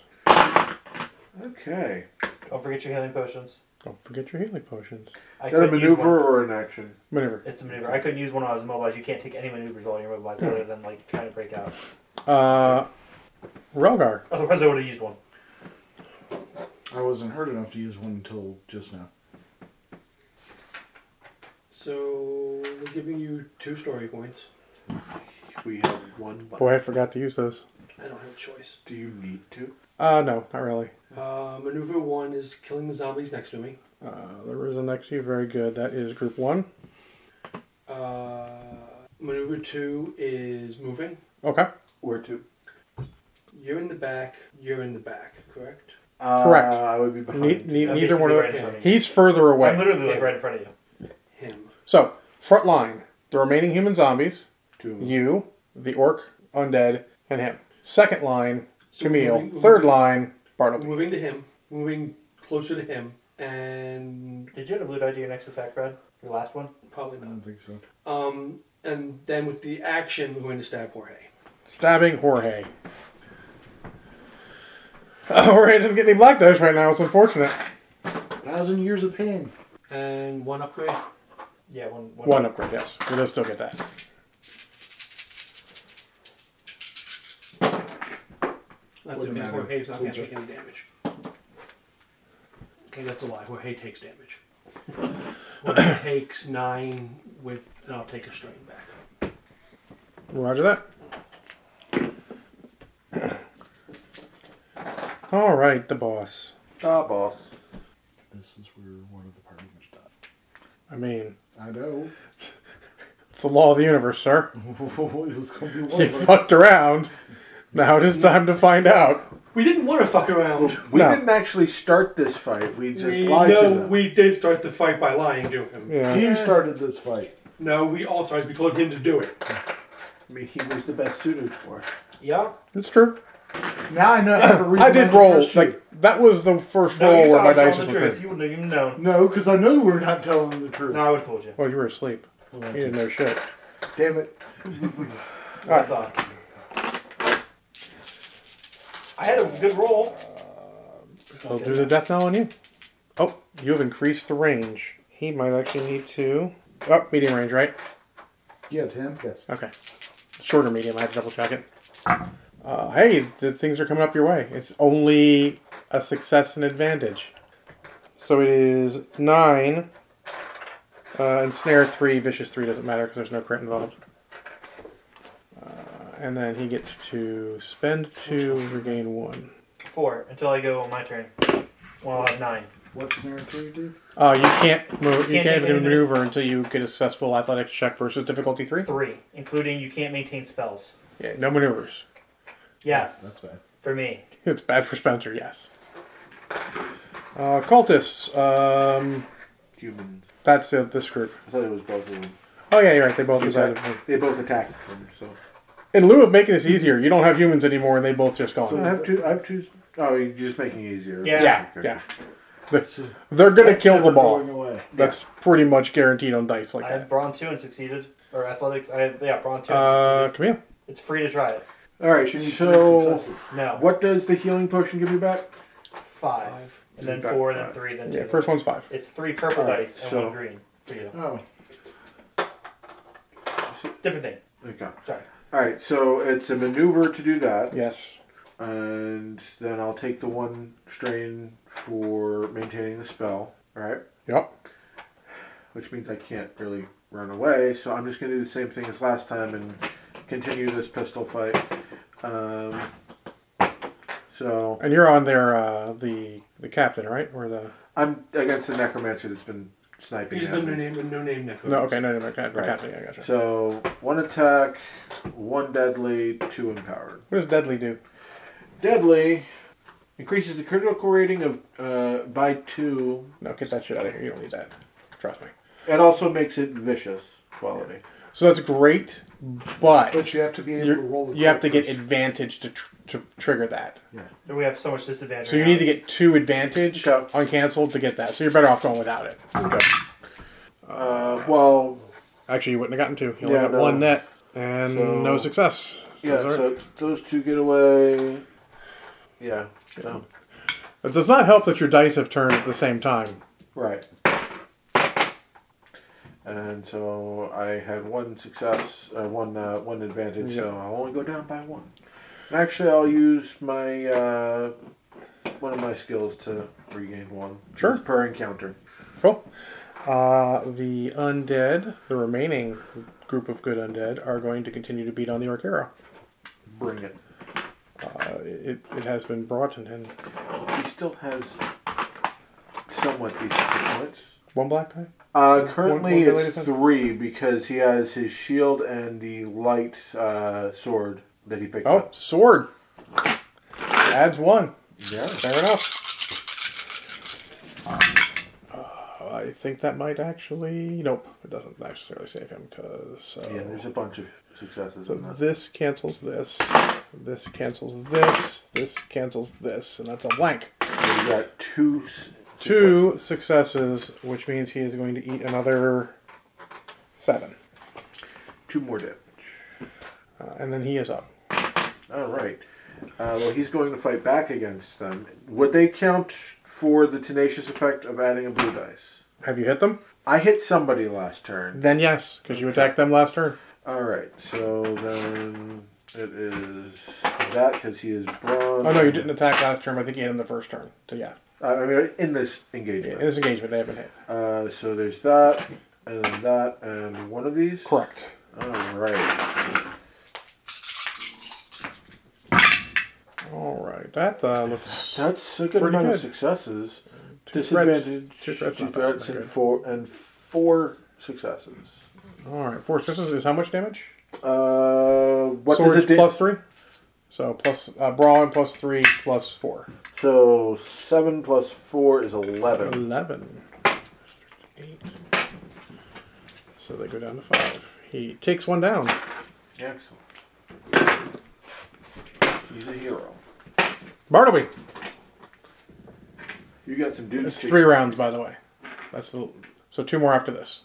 E: Okay.
C: Don't forget your healing potions.
A: Don't forget your healing potions.
C: I
E: Is that a
C: couldn't use
E: maneuver
C: one.
E: or an action?
A: Maneuver.
C: It's a maneuver. I couldn't use one when I was immobilized. You can't take any maneuvers while you're immobilized other than like trying to break out.
A: Uh, Relgar.
C: Otherwise, I would have used one.
B: I wasn't hurt enough to use one until just now.
D: So we're giving you two story points.
E: We have one. left.
A: Boy, I forgot to use those.
D: I don't have a choice.
E: Do you need to?
A: Uh, no, not really.
D: Uh, maneuver one is killing the zombies next to me.
A: Uh, the Rizzo next to you, very good. That is group one.
D: Uh, maneuver two is moving.
A: Okay.
E: Where to?
D: You're in the back. You're in the back. Correct.
E: Uh,
A: Correct.
E: I would be behind.
A: Ne- ne-
C: I'm
A: neither one of
C: basically
A: them.
C: right in front of you.
A: He's further
C: I'm
A: away.
C: literally like right in front of you.
D: Him.
A: So, front line the remaining human zombies,
E: Two.
A: you, the orc, undead, and him. Second line,
D: So
A: Camille.
D: moving-
A: Third line, Bartleby.
D: Moving to him. Moving closer to him. And
C: Did you have a blue die to your next attack, Brad? Your last one?
D: probably
B: I
D: not.
B: don't think so.
D: Um, and then with the action, we're going to stab Jorge.
A: Stabbing Jorge. Uh, Jorge doesn't get any black dice right now. It's unfortunate.
B: Thousand years of pain.
D: And one upgrade.
C: Yeah, one. One.
A: One upgrade, yes. He does still get that.
D: That's
B: Wouldn't
D: okay.
B: matter.
D: Jorge's not going to
B: Soldier.
D: take any damage. Okay, that's a lie. Jorge takes damage. Jorge takes nine with, and I'll take a strain back.
A: Roger that. All right, the boss.
E: Ah, boss.
B: This is where one of the party members died.
A: I mean,
B: I know.
A: it's the law of the universe, sir.
B: it was going to be one
A: You
B: of us.
A: fucked around. Now it is time to find out.
D: We didn't want to fuck around.
E: We
A: No.
E: didn't actually start this fight. We just
D: we,
E: lied to
D: no,
E: them.
D: we did start the fight by lying to him.
A: Yeah.
B: He started this fight.
D: No, we all started. We told him to do it.
E: I mean, he was the best suited for. it.
C: Yeah.
A: It's true.
B: Now I know every reason
A: I did
B: can
A: roll.
B: trust you.
A: Like, that was the first
C: No,
A: roll
C: you
A: where Oh, my
C: thought I was
A: dice was
C: telling the truth.
A: good.
C: You wouldn't have even known.
B: No, because I know we're not telling the truth.
C: No, I would have fooled you.
A: Well, you were asleep. You didn't know shit.
B: Damn it.
C: I thought. I had a good roll.
A: Uh, I'll do the death knell on you. Oh, you have increased the range. He might actually need to. Oh, medium range, right?
B: Yeah, Tim. Yes.
A: Okay. Shorter medium, I had to double check it. Uh, hey, the things are coming up your way. It's only a success and advantage. So it is nine Uh, ensnare three, vicious three doesn't matter because there's no crit involved. Uh, and then he gets to spend two, regain one.
C: Four until I go on my turn. Well, I'll have nine.
B: What snare three do?
A: Uh, you can't move. You
C: Can't
A: can't,
C: take any
A: maneuver until you get a successful athletics check versus difficulty three.
C: Three, including you can't maintain spells.
A: Yeah, no maneuvers.
C: Yes,
B: That's bad.
C: for me.
A: It's bad for Spencer. Yes. Uh, cultists. Um,
E: Humans.
A: that's uh, this group.
E: I thought it was both of them.
A: Oh yeah, you're right. They both
E: They
A: decided.
E: attack- They both attack each other, so.
A: In lieu of making this easier, you don't have humans anymore, and they both just gone.
E: So I have two. I have two. Oh, you're just making it easier.
C: Yeah.
A: yeah,
E: Okay.
A: yeah. They're, they're gonna
B: That's
A: kill
B: never
A: the ball.
B: Going away.
A: That's pretty much guaranteed on dice like
C: I had
A: that.
C: brawn two and succeeded, or athletics. I had yeah brawn two. And
A: Uh,
C: succeeded.
A: Camille.
C: It's free to try it.
E: All right.
B: She needs three
E: So,
B: successes.
C: No,
E: what does the healing potion give you back?
C: five, and then
E: Back
C: four,
E: five.
C: then three, then two.
A: Yeah, first one's five.
C: It's three purple
E: Alright,
C: dice and
E: so-
C: one green for you.
B: Oh,
C: Different thing.
E: Okay. All
C: Sorry.
E: right. So it's a maneuver to do that,
A: Yes.
E: and then I'll take the one strain for maintaining the spell. All right.
A: Yep.
E: Which means I can't really run away. So I'm just gonna do the same thing as last time and continue this pistol fight. Um, so
A: And you're on there, uh, the the captain, right? Or the
E: I'm against the necromancer that's been sniping.
D: He's
E: at
D: the
E: me.
D: no name, the no name necro.
A: no? Okay, no, no, no, cap-
E: Right.
A: captain. I gotcha.
E: So one attack, one deadly, two empowered.
A: what does Deadly do?
E: Deadly increases the critical rating of uh, by two.
A: No, get that shit out of here. You don't need that. Trust me.
E: It also makes it vicious quality.
A: So that's great, but,
B: but you have to be able to roll.
A: you're-
B: a
A: you have to
B: crit
A: get
B: first.
A: advantage to, tr- to trigger that.
C: Then we have so much disadvantage.
A: So you
C: right
A: need to
C: now.
A: get two advantage
E: Okay.
A: uncancelled to get that. So you're better off going without it.
E: Uh, well,
A: Actually, you wouldn't have gotten two. You only
E: Yeah,
A: got
E: no.
A: one net and
E: So-
A: no success. So
E: yeah.
A: it's all right.
E: So those two get away. Yeah. So
A: It does not help that your dice have turned at the same time.
E: right. And so I had one success, uh, one uh, one advantage. So I'll only go down by one. And actually, I'll use my uh, one of my skills to regain one.
A: Sure.
E: It's per encounter.
A: Cool. Uh, the undead, the remaining group of good undead, are going to continue to beat on the orc hero.
E: Bring it.
A: Uh, it, it has been brought in, and
E: He still has somewhat decent hit points.
A: one black tie.
E: Uh, currently,
A: one ability
E: it's
A: to-
E: three because he has his shield and the light uh, sword that he picked
A: Oh,
E: up.
A: sword. Adds one.
E: Yeah.
A: Fair enough. Uh, I think that might actually. Nope, it doesn't necessarily save him because. Uh,
E: Yeah, there's a bunch of successes
A: So
E: on that.
A: this cancels this. This cancels this. This cancels this. And that's a blank.
E: So you got two. s-
A: Two successes, which means he is going to eat another seven.
E: successes. Two more damage.
A: Uh, and then he is up.
E: All right. Uh, well, he's going to fight back against them. Would they count for the tenacious effect of adding a blue dice?
A: Have you hit them?
E: I hit somebody last turn.
A: Then yes, because you attacked them last turn.
E: All right, so then it is that because he is bronze.
A: Oh no, you didn't attack last turn. I think you hit him the first turn. So yeah,
E: Uh, I mean, in this
A: yeah in
E: engagement.
A: this engagement they haven't hit.
E: Uh, so there's that, and then that, and one of these.
A: Correct.
E: All right.
A: All right, that uh, looks.
E: That's a good
A: Pretty
E: amount
A: good.
E: of successes.
A: Two threats.
E: Disadvantage,
A: Two threats,
E: two
A: not bad,
E: threats,
A: not
E: and
A: good.
E: four and four successes.
A: All right, four sisters is how much damage?
E: Uh, what
A: Swords
E: does it do?
A: plus three. So plus uh, brawn plus three plus four.
E: So seven plus four is eleven.
A: Mm. 11. Eight. So they go down to 5. He takes one down.
E: Excellent. He's a hero.
A: Bartleby.
E: You got some dudes.
A: It's
E: to-
A: three rounds, by the way. That's the, So two more after this.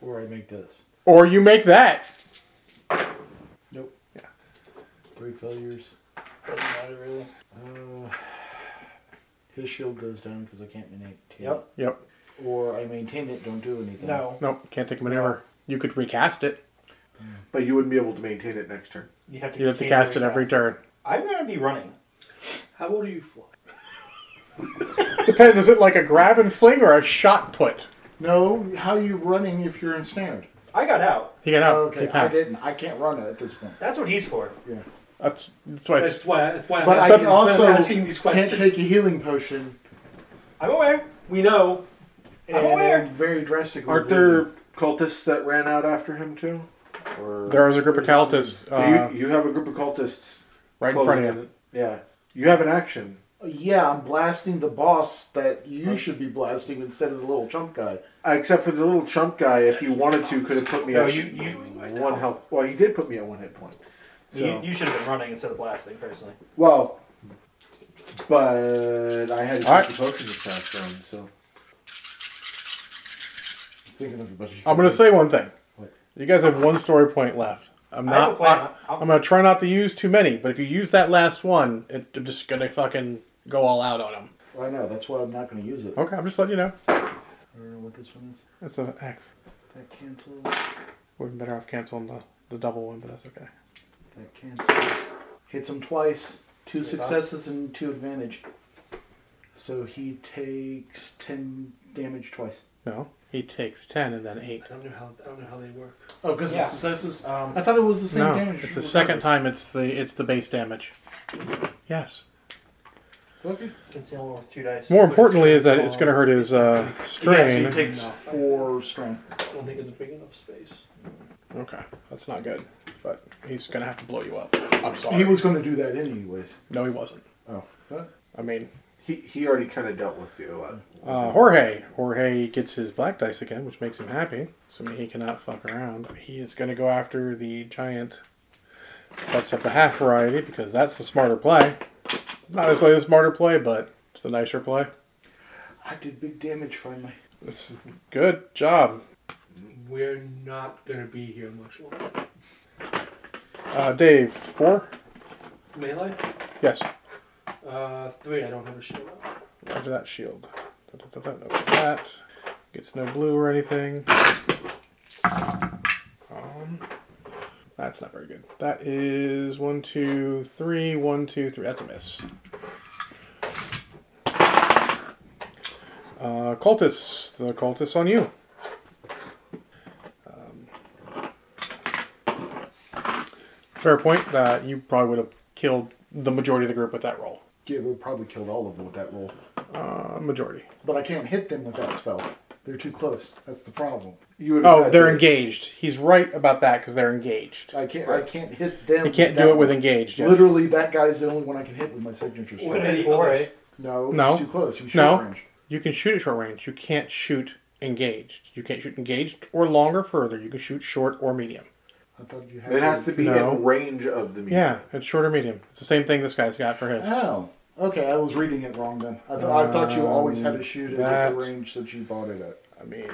B: Or I make this.
A: Or you make that.
B: Nope.
A: Yeah.
B: Three failures.
C: Doesn't matter really.
B: Uh, his shield goes down because I can't maintain
C: Yep.
A: Yep.
B: it. Or I maintain it, don't do anything.
C: No.
A: Nope. Can't take a maneuver. You could recast it.
E: But you wouldn't be able to maintain it next turn.
C: You have to.
A: You have to
C: continue
A: cast it every
C: recast.
A: turn.
C: I'm gonna be running.
D: How old are you fly?
A: Depends. Is it like a grab and fling or a shot put?
B: No, how are you running if you're ensnared?
C: I got out.
A: He got out.
B: okay,
A: He
B: I
A: passed.
B: didn't. I can't run it at this point.
C: That's what he's for.
B: Yeah.
A: That's, that's why.
D: That's
A: It's,
D: why. That's why.
B: But I
D: I'm asking,
B: can also
D: I'm asking these
B: can't
D: questions.
B: take a healing potion
C: I'm aware.
F: We know.
B: and
C: I'm aware.
B: I'm very drastically.
E: Aren't there cultists that ran out after him too? Or
A: there was a group of cultists
E: so
A: uh,
E: you, you have a group of cultists
A: right in front of
E: closing
A: you.
E: in. Yeah, you have an action.
B: bleeding. Yeah, I'm blasting the boss that you should be blasting instead of the little chump guy.
E: Uh, Except for the little chump guy, if you wanted to, could have put me
C: No,
E: at
C: you- you-
E: one health. Well, he did put me at one hit point. So,
C: You, you should have been running instead of blasting, personally.
E: well, but I had to take
A: Alright.
E: the potion this past round, so
B: Thinking of a bunch of
A: I'm going to say one thing.
B: What?
A: You guys have one story point left. I'm
C: I have a
A: not.
C: plan.
A: I,
C: I'll-
A: am going to try not to use too many, but if you use that last one, it, they're just going to fucking go all out on him.
B: I know. That's why I'm not going to use it.
A: Okay, I'm just letting you know.
B: I don't know what this one is.
A: It's an X.
B: That cancels.
A: We've been better off canceling the, the double one, but that's okay.
B: That cancels. Hits him twice. Two successes and two advantage. So he takes ten damage twice.
A: No, he takes ten and then eight.
D: I don't know how. I don't know how they work.
B: Oh, because
C: Yeah.
B: the successes.
C: Um,
B: I thought it was the same
A: No,
B: damage.
A: it's the second time. It's the it's the base damage. Yes.
B: Okay.
C: concealment with two dice.
A: More importantly, is that it's going to hurt his uh,
B: Yeah, so
A: strain.
B: he takes four strain.
D: I don't think it's a big enough space.
A: okay, that's not good. But he's going to have to blow you up. I'm sorry.
B: He was going to do that anyways.
A: no, he wasn't.
B: Oh. Huh?
A: I mean,
E: he he already kind of dealt with you a lot.
A: uh, Jorge. Jorge gets his black dice again, which makes him happy. So he cannot fuck around. He is going to go after the giant. That's up the half variety because that's the smarter play. Not necessarily the smarter play, but it's the nicer play.
B: I did big damage finally.
A: This is good job.
D: We're not gonna be here much longer.
A: Uh, Dave, four?
D: Melee.
A: Yes.
D: Uh, three. I don't have a shield.
A: Roger that shield. Da, da, da, da, open that. Gets no blue or anything. Um, that's not very good. That is one, two, three, one, two, three. That's a miss. Uh, cultists. The cultists on you. Um, fair point. That you probably would have killed the majority of the group with that roll.
B: Yeah, we probably killed all of them with that roll.
A: Uh, majority.
B: But I can't hit them with that spell. They're too close. That's the problem.
E: You would.
A: Oh, they're engaged. He's right about that because they're engaged.
B: I can't. I can't hit them.
A: He can't
B: with
A: do
B: that
A: it with
B: one.
A: engaged. Yet.
B: Literally, that guy's the only one I can hit with my signature spell.
D: What any
C: Or
D: others?
C: a-
B: No,
A: No.
B: he's too close. He's short
A: No.
B: range.
A: You can shoot at short range. You can't shoot engaged. You can't shoot engaged or long or further. You can shoot short or medium.
B: I thought you had.
E: It has to be
A: No.
E: in range of the meat.
A: Yeah, it's short or medium. It's the same thing this guy's got for his.
B: Oh, okay. I was reading it wrong then. I, th- I thought you always had to shoot it at
A: Um, that-
B: the range that you bought it at.
A: I mean,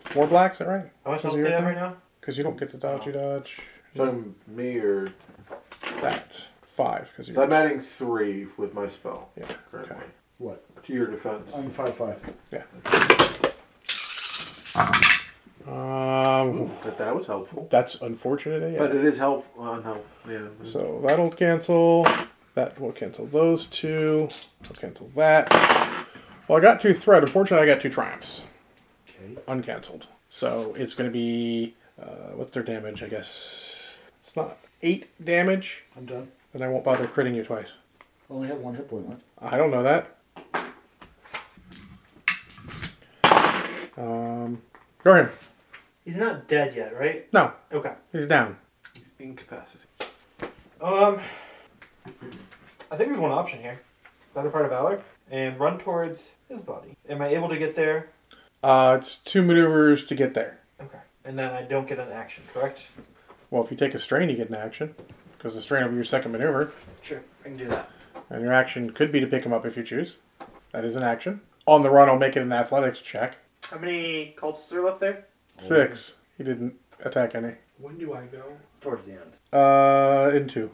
A: four blacks, is that right?
C: How much
A: Is
C: health
A: it
C: do
A: your
C: they have
A: turn?
C: right now?
A: Because you don't get to dodge. You dodge
E: Some me or
A: that five because
E: so I'm adding three with my spell.
A: Yeah,
E: Currently.
A: okay.
B: What?
E: To your defense.
B: I'm five five.
A: um.
E: But that was helpful.
A: That's unfortunate. Yeah.
E: But it is helpful. Unhelpful. Yeah.
A: So that'll cancel. That will cancel those two. I'll cancel that. Well, I got two threat. Unfortunately, I got two triumphs.
B: Okay.
A: Uncancelled. So it's going to be. Uh, what's their damage? I guess. It's not eight damage.
B: I'm done.
A: Then I won't bother critting you twice.
B: Only had one hit point left.
A: I don't know that. Um, go ahead.
C: He's not dead yet, right?
A: No,
C: Okay.
A: he's down.
E: incapacity.
C: Um, I think there's one option here. The other part of Valor. And run towards his body. Am I able to get there?
A: Uh, it's two maneuvers to get there.
C: Okay. And then I don't get an action, correct?
A: Well, if you take a strain, you get an action because the strain will be your second maneuver.
C: Sure. I can do that.
A: And your action could be to pick him up if you choose. That is an action. On the run, I'll make it an athletics check.
F: How many cultists are left there?
A: Six. He didn't attack any.
D: When do I go?
F: Towards the end.
A: Uh, in two.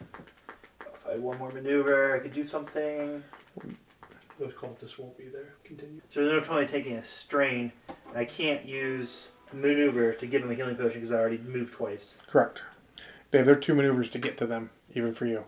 F: If I had one more maneuver, I could do something.
D: Those cultists won't be there. Continue.
F: So they're only taking a strain, and I can't use maneuver to give him a healing potion because I already moved twice.
A: Correct. Dave, there are two maneuvers to get to them, even for you.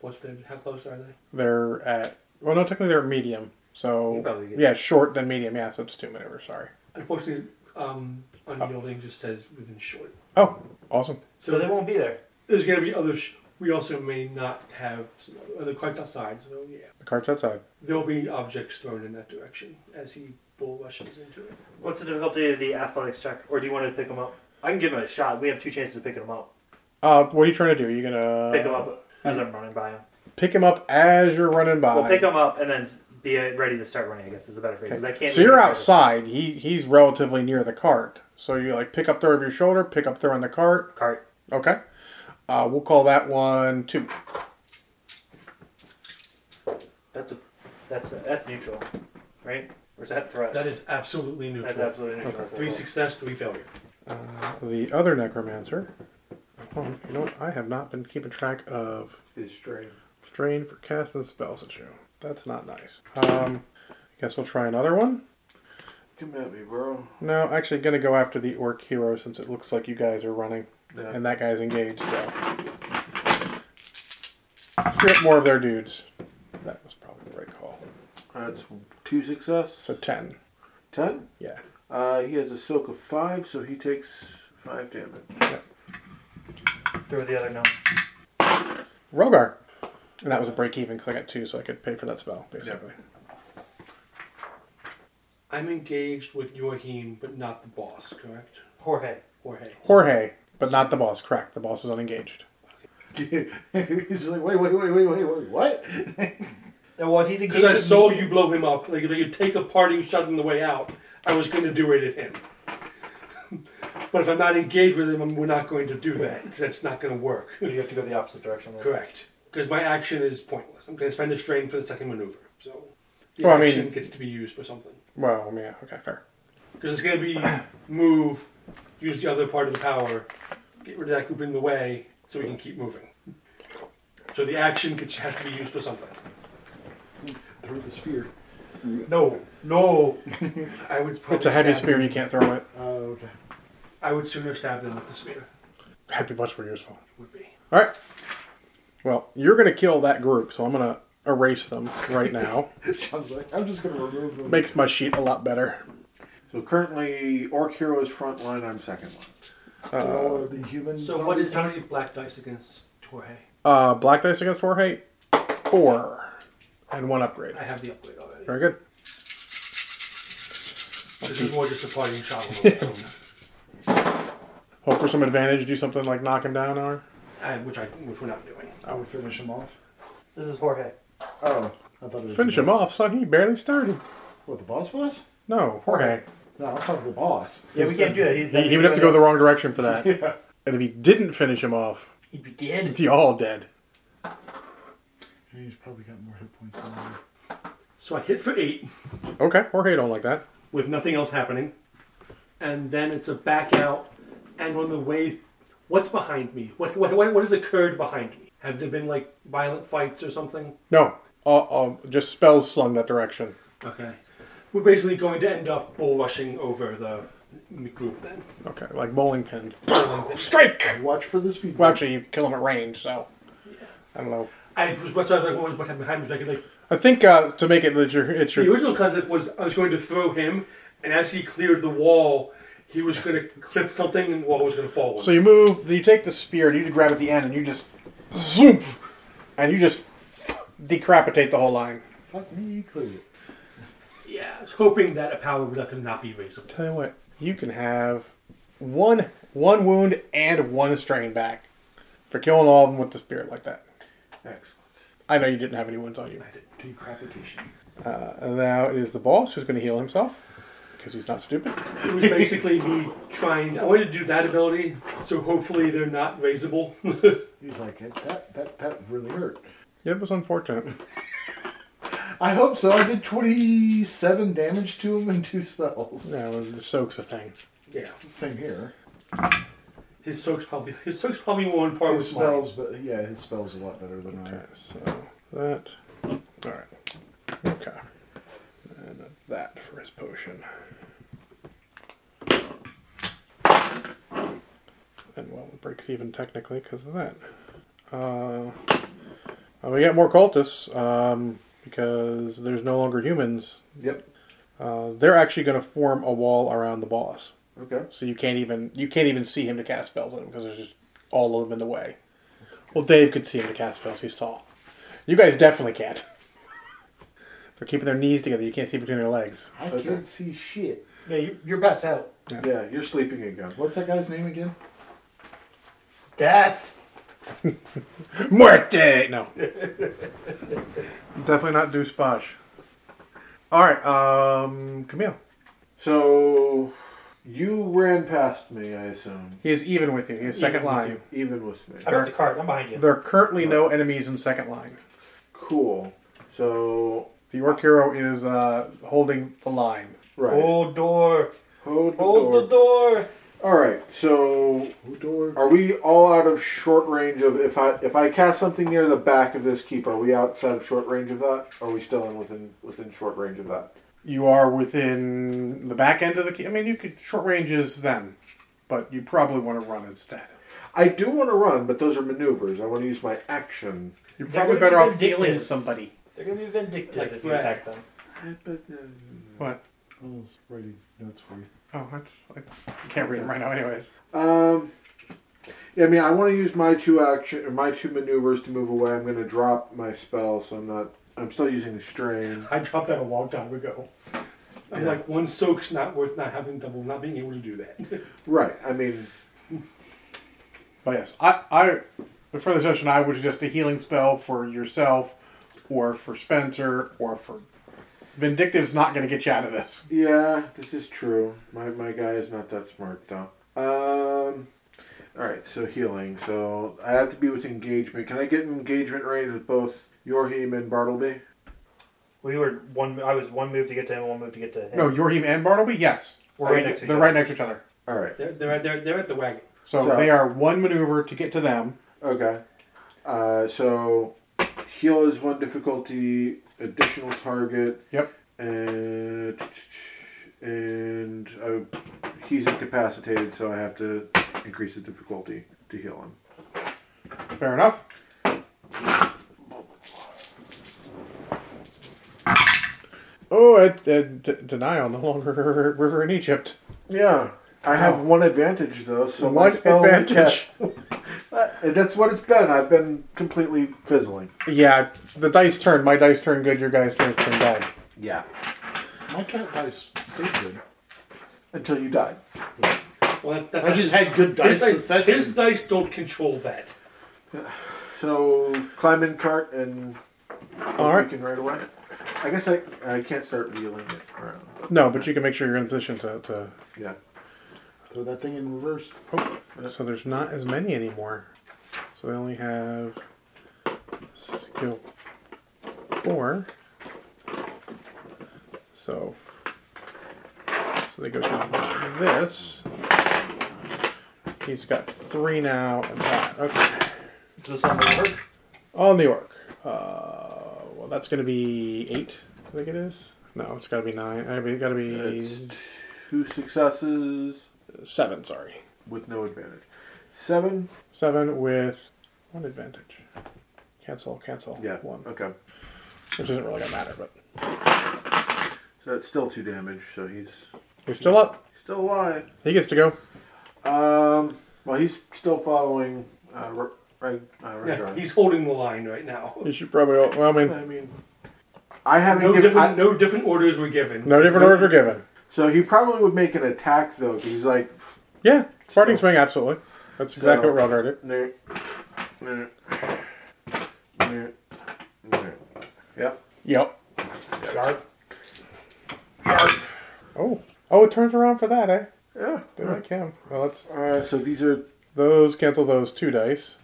D: What's the? How close are they?
A: They're at. Well, no, technically they're at medium.
F: You
A: So
F: probably get
A: yeah, short then medium. Yeah, so it's two maneuver. Sorry.
D: Unfortunately, um, unyielding just says within short.
A: Oh, awesome.
C: So they
D: So
C: won't be there.
D: there's going to be other. Sh- we also may not have some other cards outside. So yeah,
A: The cart's outside.
D: there'll be objects thrown in that direction as he bull rushes into it.
F: What's the difficulty of the athletics check, or do you want to pick them up? I can give him a shot. We have two chances of picking him up.
A: Uh, what are you trying to do? you
F: Pick him
A: gonna
F: up as I'm running by him.
A: pick him up as you're running by.
F: We'll pick him up and then be uh, ready to start running. I guess is a better phrase. 'cause I can't.
A: So you're
F: even-
A: outside. He he's relatively near the cart. So you like pick up throw of your shoulder, pick up throw on the cart.
F: Cart.
A: Okay. Uh, we'll call that one two.
F: That's a, that's a, that's neutral, right? Or is that threat?
D: That is absolutely
F: that's
D: neutral.
F: absolutely neutral.
D: Three success, three failure.
A: The other necromancer. Oh, you know what? I have not been keeping track of
E: Is strange.
A: strain for casting spells at you. That's not nice. Um, guess we'll try another one.
E: Come at me, bro.
A: No, actually, gonna go after the orc hero since it looks like you guys are running
E: Yeah.
A: and that guy's engaged. So strip more of their dudes. That was probably the right call.
E: That's two success.
A: So ten.
E: Ten.
A: Yeah.
E: Uh, he has a soak of five, so he takes five damage.
F: Throw the other no.
A: Rogar. And that was a break even because I got two, so I could pay for that spell, basically.
D: I'm engaged with Yorheim, but not the boss, correct?
C: Jorge.
D: Jorge.
A: Jorge, but not the boss. Correct. The boss is unengaged.
B: He's like, wait, wait, wait, wait, wait, wait, what?
C: And well, if he's engaged.
D: Because I
C: with
D: saw
C: me-
D: you blow him up. Like if I could take a parting shot on the way out, I was going to do it at him. but if I'm not engaged with him, we're not going to do that because that's not going to work.
C: You have to go the opposite direction. Then.
D: Correct. Because my action is pointless. I'm going to spend a strain for the second maneuver. So the
A: Well, I mean-
D: action gets to be used for something.
A: Well, yeah, okay, fair.
D: Because it's going to be move, use the other part of the power, get rid of that group in the way so we can keep moving. So the action gets, has to be used for something.
B: Throw the spear.
C: No. No.
D: I would probably
A: It's a heavy
D: stab-
A: spear, you can't throw it.
B: Oh, okay.
D: I would sooner stab them with the spear.
A: That'd be much more useful.
D: Would be.
A: All right. Well, you're going to kill that group, so I'm going to erase them right now.
B: John's like, I'm just gonna remove them.
A: Makes my sheet a lot better.
E: So currently, Orc Hero is front line. I'm second line.
B: all of uh, the humans.
H: So what is how many black dice against Torhe?
A: Uh, black dice against Jorge, four. And one upgrade.
D: I have the upgrade already.
A: Very good.
D: This is more just a parting shot. on the way
A: Hope for some advantage, do something like knock him down or.
D: out, uh, which I which we're not doing.
B: I would finish him off.
C: This is Jorge.
B: Oh, I thought it was
A: Finish
B: the
A: him
B: boss.
A: off, son. He barely started.
B: What the boss was?
A: No, Jorge.
B: No, I'm talking to the boss.
C: Yeah, we can't do that. He,
A: He, he would have to go the wrong direction for that. And if he didn't finish him off,
H: He'd be dead.
A: he'd be all dead.
B: He's probably got more hit points than I.
D: So I hit for eight
A: Okay, Jorge don't like that.
D: with nothing else happening, and then it's a back out, and on the way, what's behind me? What what what, what has occurred behind me? Have there been like violent fights or something?
A: No, uh, uh, just spells slung that direction.
D: Okay, we're basically going to end up bull rushing over the group then.
A: Okay, like bowling pin. Strike!
B: Watch for the speed.
A: Well, actually, you kill him at range, so I don't know.
D: I was what I was like, what was what happened behind me? I could like
A: I think uh, to make it that your it's
D: The
A: your
D: original concept was I was going to throw him, and as he cleared the wall, he was going to clip something, and the wall was going to fall.
A: so you move, you take the spear, and you grab at the end, and you just zoom, and you just decapitate the whole line.
B: Fuck me, you cleared it.
D: yeah, I was hoping that a power would let him not be raisable.
A: Tell you what, you can have one one wound and one strain back for killing all of them with the spear like that.
E: Excellent.
A: I know you didn't have any wounds on you.
B: Decapitation.
A: And now it is the boss who's going to heal himself because he's not stupid.
D: It was basically me trying. I wanted to do that ability, so hopefully they're not raisable.
B: He's like, "It- that that that really hurt.
A: It was unfortunate.
B: I hope so. I did 27 damage to him in two spells.
A: No, the soak's a thing.
D: yeah,
B: Same here.
D: his soak's probably his soak's probably more on par
B: His
D: with mine.
B: spells, but yeah, his spells a lot better than mine.
A: So that. All right. Okay. And that for his potion. And well, it breaks even technically because of that. Uh, well, we got more cultists. Um, because there's no longer humans.
E: Yep.
A: Uh, they're actually going to form a wall around the boss,
E: Okay.
A: so you can't even you can't even see him to cast spells at him because there's just all of them in the way. Well, Dave could see him to cast spells. He's tall. You guys definitely can't. They're keeping their knees together. You can't see between their legs.
B: I
E: Okay.
B: can't see shit.
C: Yeah, you, you're best out.
E: Yeah, you're sleeping again.
B: What's that guy's name again?
C: Death.
A: Muerte! No. Definitely not Deuce Bosch. All right, um, Camille.
E: So you ran past me, I assume.
A: He is even with you. He is second
C: Even with
A: line.
C: you.
E: Even with me.
C: I'm at the cart. I'm behind you.
A: There are currently no enemies in second line.
E: Cool. So
A: The orc hero is uh, holding the line.
E: right.
C: Old door.
E: Hold the
C: Hold
E: door.
C: the door.
E: All right. So
B: Hodor. Oh,
E: are we all out of short range of if I if I cast something near the back of this keep? Are we outside of short range of that? Are we still in within within short range of that?
A: You are within the back end of the. Key. I mean, you could short ranges them, but you probably want to run instead.
E: I do want to run, but those are maneuvers. I want to use my action.
A: You're
C: They're
A: probably
C: gonna be
A: better off
C: vindictive.
A: healing somebody.
C: They're gonna be vindictive
D: Like
C: if you
D: Brad.
C: attack them.
A: What?
B: I was writing notes for you.
A: Oh, that's. I can't read them right now, anyways.
E: Um, yeah, I mean, I want to use my two action or my two maneuvers to move away. I'm going to drop my spell, so I'm not. I'm still using the strain.
D: I dropped that a long time ago. I'm
E: Yeah.
D: like, one soak's not worth not having double, not being able to do that.
E: Right. I mean,
A: But yes, I, I before the session, I was just a healing spell for yourself, or for Spencer, or for Vindictive's not going to get you out of this.
E: yeah, this is true. My my guy is not that smart though. Um. All right, so healing. So I have to be with engagement. Can I get in engagement range with both Yorheim and Bartleby?
C: We were one. I was one move to get to him, one move to get to him.
A: No, Yorheim and Bartleby, yes,
C: We're right next to each
A: they're
C: other.
A: right next to each other.
E: All right.
D: They're, they're, they're, they're at the wagon.
A: So,
E: So-
A: they are one maneuver to get to them.
E: Okay. Uh, so heal is one difficulty. Additional target.
A: Yep.
E: and and uh, he's incapacitated, so I have to increase the difficulty to heal him.
A: Fair enough. Oh, at, at d- denial no longer river in Egypt.
E: Yeah, I have one advantage though, so my
A: One
E: spell
A: advantage.
E: Uh, that's what it's been. I've been completely fizzling.
A: Yeah, the dice turn. My dice turn good. Your guys turn turn bad.
E: Yeah,
B: My cat dice stayed good.
E: until you died.
D: Well, that, that,
B: I just had good dice
D: his
B: this
D: dice,
B: session.
D: his dice don't control that.
E: So climb in cart and
A: All right.
E: we can right away. I guess I I can't start wheeling it around.
A: No, but you can make sure you're in position to. to
E: Yeah.
B: Throw that thing in reverse.
A: so there's not as many anymore. So they only have skill four. So so they go to this. He's got three now and that. Okay.
C: Just on the orc.
A: On the orc. Uh, well, that's going to be eight. I think it is. No, it's got to be nine. I mean, got to be
E: It's two successes
A: seven. Sorry.
E: with no advantage. Seven.
A: Seven with one advantage. Cancel, cancel.
E: Yeah.
A: One.
E: Okay.
A: Which isn't really going to matter, but
E: So that's still two damage. So he's
A: he's still up.
E: still alive.
A: He gets to go.
E: Um. Well, he's still following. Uh, Ra- Ra- uh,
D: Yeah,
E: Rhaegar.
D: he's holding the line right now.
A: He should probably. All, well, I mean,
E: I mean, I haven't
D: No
E: given.
D: different,
E: I,
D: no different orders were given.
A: no different orders were given.
E: so he probably would make an attack though, 'cause he's like,
A: Yeah, parting
E: So-
A: swing, absolutely. That's exactly
E: So-
A: what Rogar did.
E: nah, nah, nah, nah. Yep.
A: Yep.
C: Guard.
A: Oh, oh, it turns around for that, eh?
E: Yeah.
A: They like him. Well, that's
E: All right. So these are.
A: those cancel those two dice,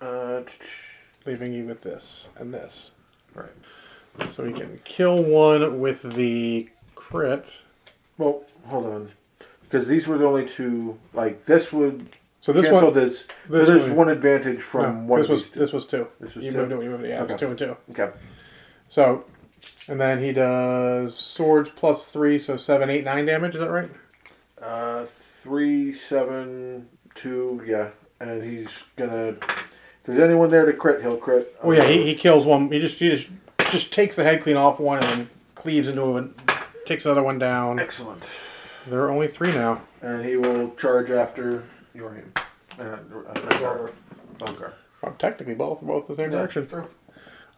E: Uh, tch, tch.
A: leaving you with this and this.
E: all right.
A: So he can kill one with the crit.
E: Well, hold on, because these were the only two. Like this would
A: So this
E: cancel
A: one.
E: this. so
A: this
E: there's
A: one-
E: one advantage from
A: no,
E: one
A: this
E: of
A: was
E: these two.
A: this was two.
E: This was
A: you
E: two?
A: moved it. You moved it. Yeah, it was
E: Okay.
A: two and two.
E: Okay.
A: So, and then he does swords plus three, so seven, eight, nine damage. Is that right?
E: Uh, three, seven, two, yeah. And he's gonna. If there's anyone there to crit, Um, he'll crit.
A: Oh yeah, he, he kills one. He just he just just takes the head clean off one and then cleaves into it, takes another one down.
E: Excellent.
A: There are only three now.
E: And he will charge after your him. Uh, uh, Bunker.
A: Well, technically, both both the same
E: Yeah.
A: direction.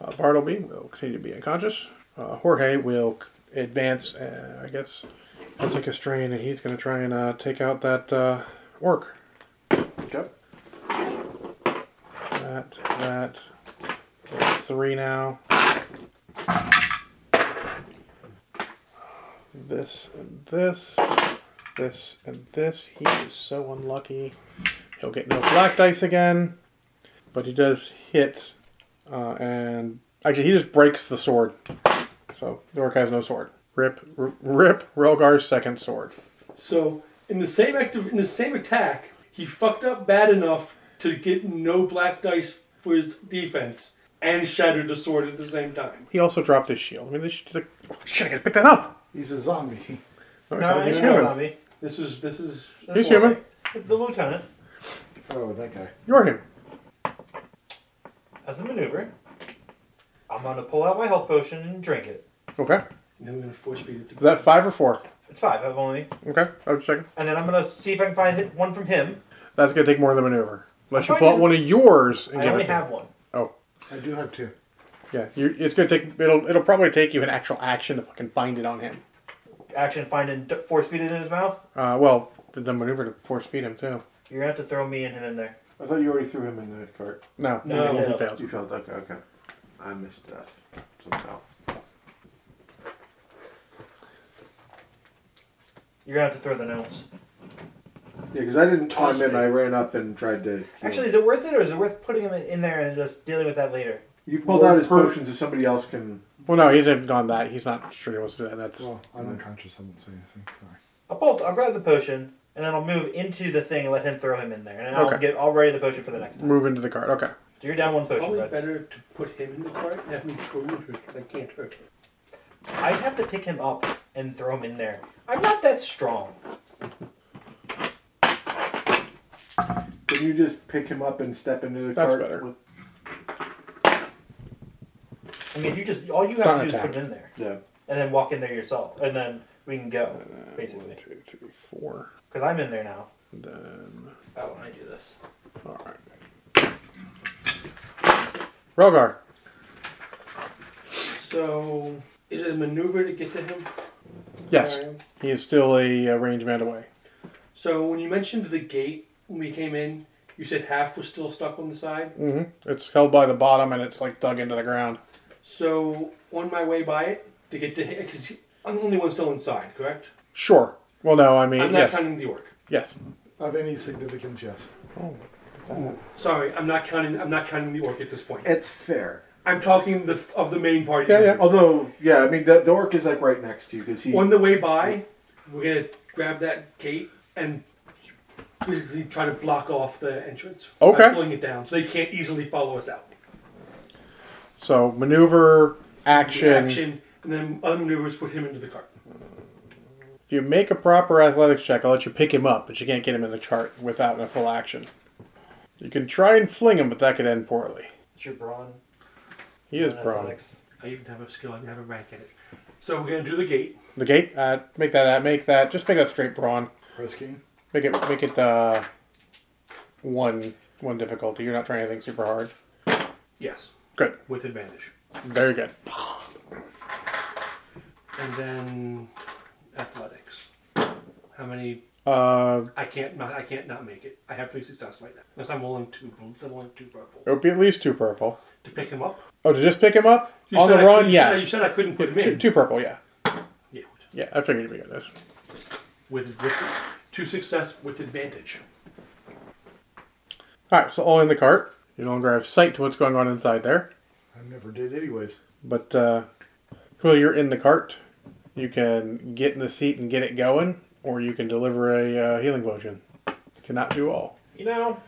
A: Uh, Bartleby will continue to be unconscious. Uh, Jorge will c- advance. Uh, I guess he'll take a strain, and he's going to try and uh, take out that uh, orc.
E: Okay.
A: That that three now. This and this, this and this. He is so unlucky. He'll get no black dice again, but he does hit, uh, and actually he just breaks the sword. So the orc has no sword. Rip, r- rip, Relgar's second sword.
D: So in the same act of, in the same attack, he fucked up bad enough to get no black dice for his defense and shattered the sword at the same time.
A: He also dropped his shield. I mean, this is like, oh, shit, I gotta pick that up. Oh,
B: He's a zombie.
A: No,
C: No,
A: he's
C: he's not a
A: human.
C: zombie.
D: This is this is
A: He's human.
C: The lieutenant
B: Oh, that guy.
A: You're him.
C: has a maneuver. I'm gonna pull out my health potion and drink it.
A: Okay.
D: And then we're gonna force feed it to
A: Is that five or four?
C: It's five. I've only,
A: Okay, I was checking.
C: and then I'm gonna see if I can find hit- one from him.
A: That's gonna take more than a maneuver. Unless you
C: Mine
A: pull out
C: is-
A: one of yours and
C: I
A: give
C: only
A: it. to-
C: have one.
A: Oh,
B: I do have two.
A: yeah. You, it's gonna take. It'll. It'll probably take you an actual action to fucking find it on him.
C: Action, find and d- force feed it in his mouth.
A: Uh, well, the, the maneuver to force feed him too.
C: You're gonna have to throw me and him in there.
E: I thought you already threw him in the cart.
A: No,
C: No,
A: he
C: he
A: failed.
E: You failed. Okay, okay. I missed that somehow.
C: You're gonna have to throw the gnomes.
E: Yeah, because I didn't
B: Toss
E: climb in.
B: me.
E: I ran up and tried to.
C: Actually, is it worth it, or is it worth putting him in, in there and just dealing with that later?
E: you pulled out his potions, if somebody else can.
A: Well, no, he didn't gone that. He's not sure he wants to do that. That's
B: Well, I'm unconscious. I won't say anything. Sorry.
C: I'll bolt. I'll grab the potion, and then I'll move into the thing and let him throw him in there, and I'll
A: Okay. Mm.
C: get all ready the potion for the next time.
A: move into the card. Okay.
C: So you're down one potion,
D: Probably
C: Brad.
D: better to put him in the cart and have me throw him into it because I can't hurt him.
C: I'd have to pick him up and throw him in there. I'm not that strong.
E: Can you just pick him up and step into the
A: That's
E: cart?
A: better.
E: with-
C: I mean, you just all you
A: It's
C: have
A: not
C: to do
A: attack.
C: is put it in there,
E: yeah.
C: and then walk in there yourself, and then we can go
A: Uh, One,
C: basically.
A: two, three, four.
C: Because I'm in there now.
A: Then
C: Oh, when I do this,
A: all right. Rogar.
D: So is it a maneuver to get to him?
A: Yes,
D: Alright.
A: he is still a uh, range man away.
D: So when you mentioned the gate when we came in, you said half was still stuck on the side.
A: hmm It's held by the bottom and it's like dug into the ground.
D: So on my way by it to get to him, because I'm the only one still inside, correct?
A: Sure. Well, no, I mean
D: I'm not
A: Mm, yes,
D: counting the orc.
A: yes.
B: Of any significance, yes.
D: Sorry, I'm not counting. I'm not counting the orc at this point.
E: It's fair.
D: I'm talking the of the main party.
A: Yeah, yeah.
E: Although, yeah, I mean, the, the orc is like right next to you because he.
D: On the way by, we're gonna grab that gate and basically try to block off the entrance. by
A: Okay.
D: pulling it down so they can't easily follow us out.
A: So maneuver, action.
D: Action, and then other maneuvers put him into the cart.
A: If you make a proper athletics check, I'll let you pick him up, but you can't get him in the chart without a full action. You can try and fling him, but that could end poorly.
C: it's your brawn.
A: He is
C: and
A: prone.
C: athletics.
D: I even have a skill. I even have a rank in it. So we're gonna do the gate.
A: The gate. Uh, make that. Uh, make that. Just make that straight brawn.
B: Risking.
A: Make it. Make it. Uh, one. One difficulty. You're not trying anything super hard.
D: Yes,
A: Good.
D: with advantage.
A: Very good.
D: And then athletics. How many?
A: Uh,
D: I can't not. I can't not make it. I have three success right now. Unless I'm rolling two. Unless I'm rolling two purple
A: it would be at least two purple.
D: to pick him up.
A: Oh, to just pick him up
D: You
A: on
D: said
A: the
D: I
A: run.
D: couldn't- you
A: yeah.
D: said I- you said I couldn't put him
A: two,
D: in.
A: two purple. Yeah.
D: Yeah,
A: Yeah. I figured you'd be good. That's-
D: with, with two success with advantage.
A: All right. So all in the cart. You no longer have sight to what's going on inside there.
B: I never did, anyways.
A: But uh, well, you're in the cart. You can get in the seat and get it going, or you can deliver a uh, healing potion. Cannot do all.
C: You know,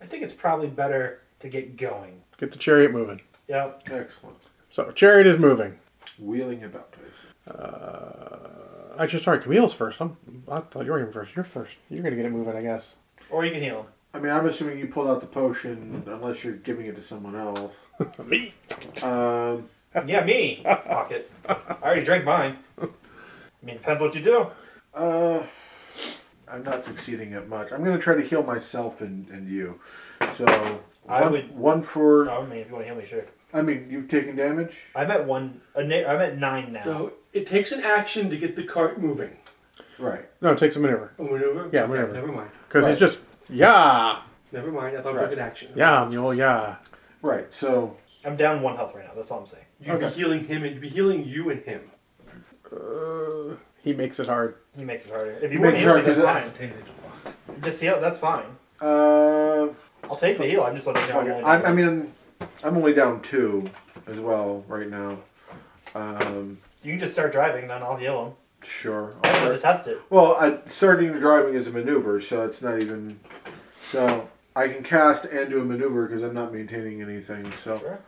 C: I think it's probably better to get going.
A: Get the chariot moving.
C: Yep.
E: Excellent.
A: So chariot is moving.
E: Wheeling about. I see.
A: Actually, sorry, Camille's first. I'm, I thought you were even first. You're first. You're gonna get it moving, I guess.
C: Or you can heal him.
E: I mean, I'm assuming you pulled out the potion, unless you're giving it to someone else. Me. Um,
C: yeah, me. Pocket. I already drank mine. I mean, depends what you do.
E: Uh, I'm not succeeding at much. I'm gonna try to heal myself and, and you. So
C: I
E: one,
C: would-
E: one for.
C: I mean, if you want to heal me, sure.
E: I mean, you've taken damage.
C: I'm at one. a na- I'm at nine now.
D: So it takes an action to get the cart moving.
E: Right.
A: No, it takes a maneuver.
D: A maneuver?
A: Yeah, maneuver.
D: Never mind.
A: Because he's just, yeah,
D: Never mind. I thought it
E: Right.
D: took an action.
A: yeah, mule, yeah.
E: Right. So
C: I'm down one health right now. That's all I'm saying.
D: You'd be
E: Okay.
D: healing him and you'd be healing you and him.
A: Uh, he makes it hard.
C: He makes it harder. If
E: He
C: you want to
E: makes it
C: heal me,
E: harder
C: that's
E: 'cause
C: fine. Just heal. That's fine.
E: uh,
C: I'll take the heal. I'm just letting you know. I'm
E: okay.
C: only-
E: I, I mean, I'm only down two as well right now. Um,
C: you can just start driving, then I'll heal him.
E: sure.
C: I have
E: I'll
C: to
E: start-
C: test it.
E: Well, I, starting to driving is a maneuver, so it's not even. So I can cast and do a maneuver because I'm not maintaining anything. So.
C: Sure.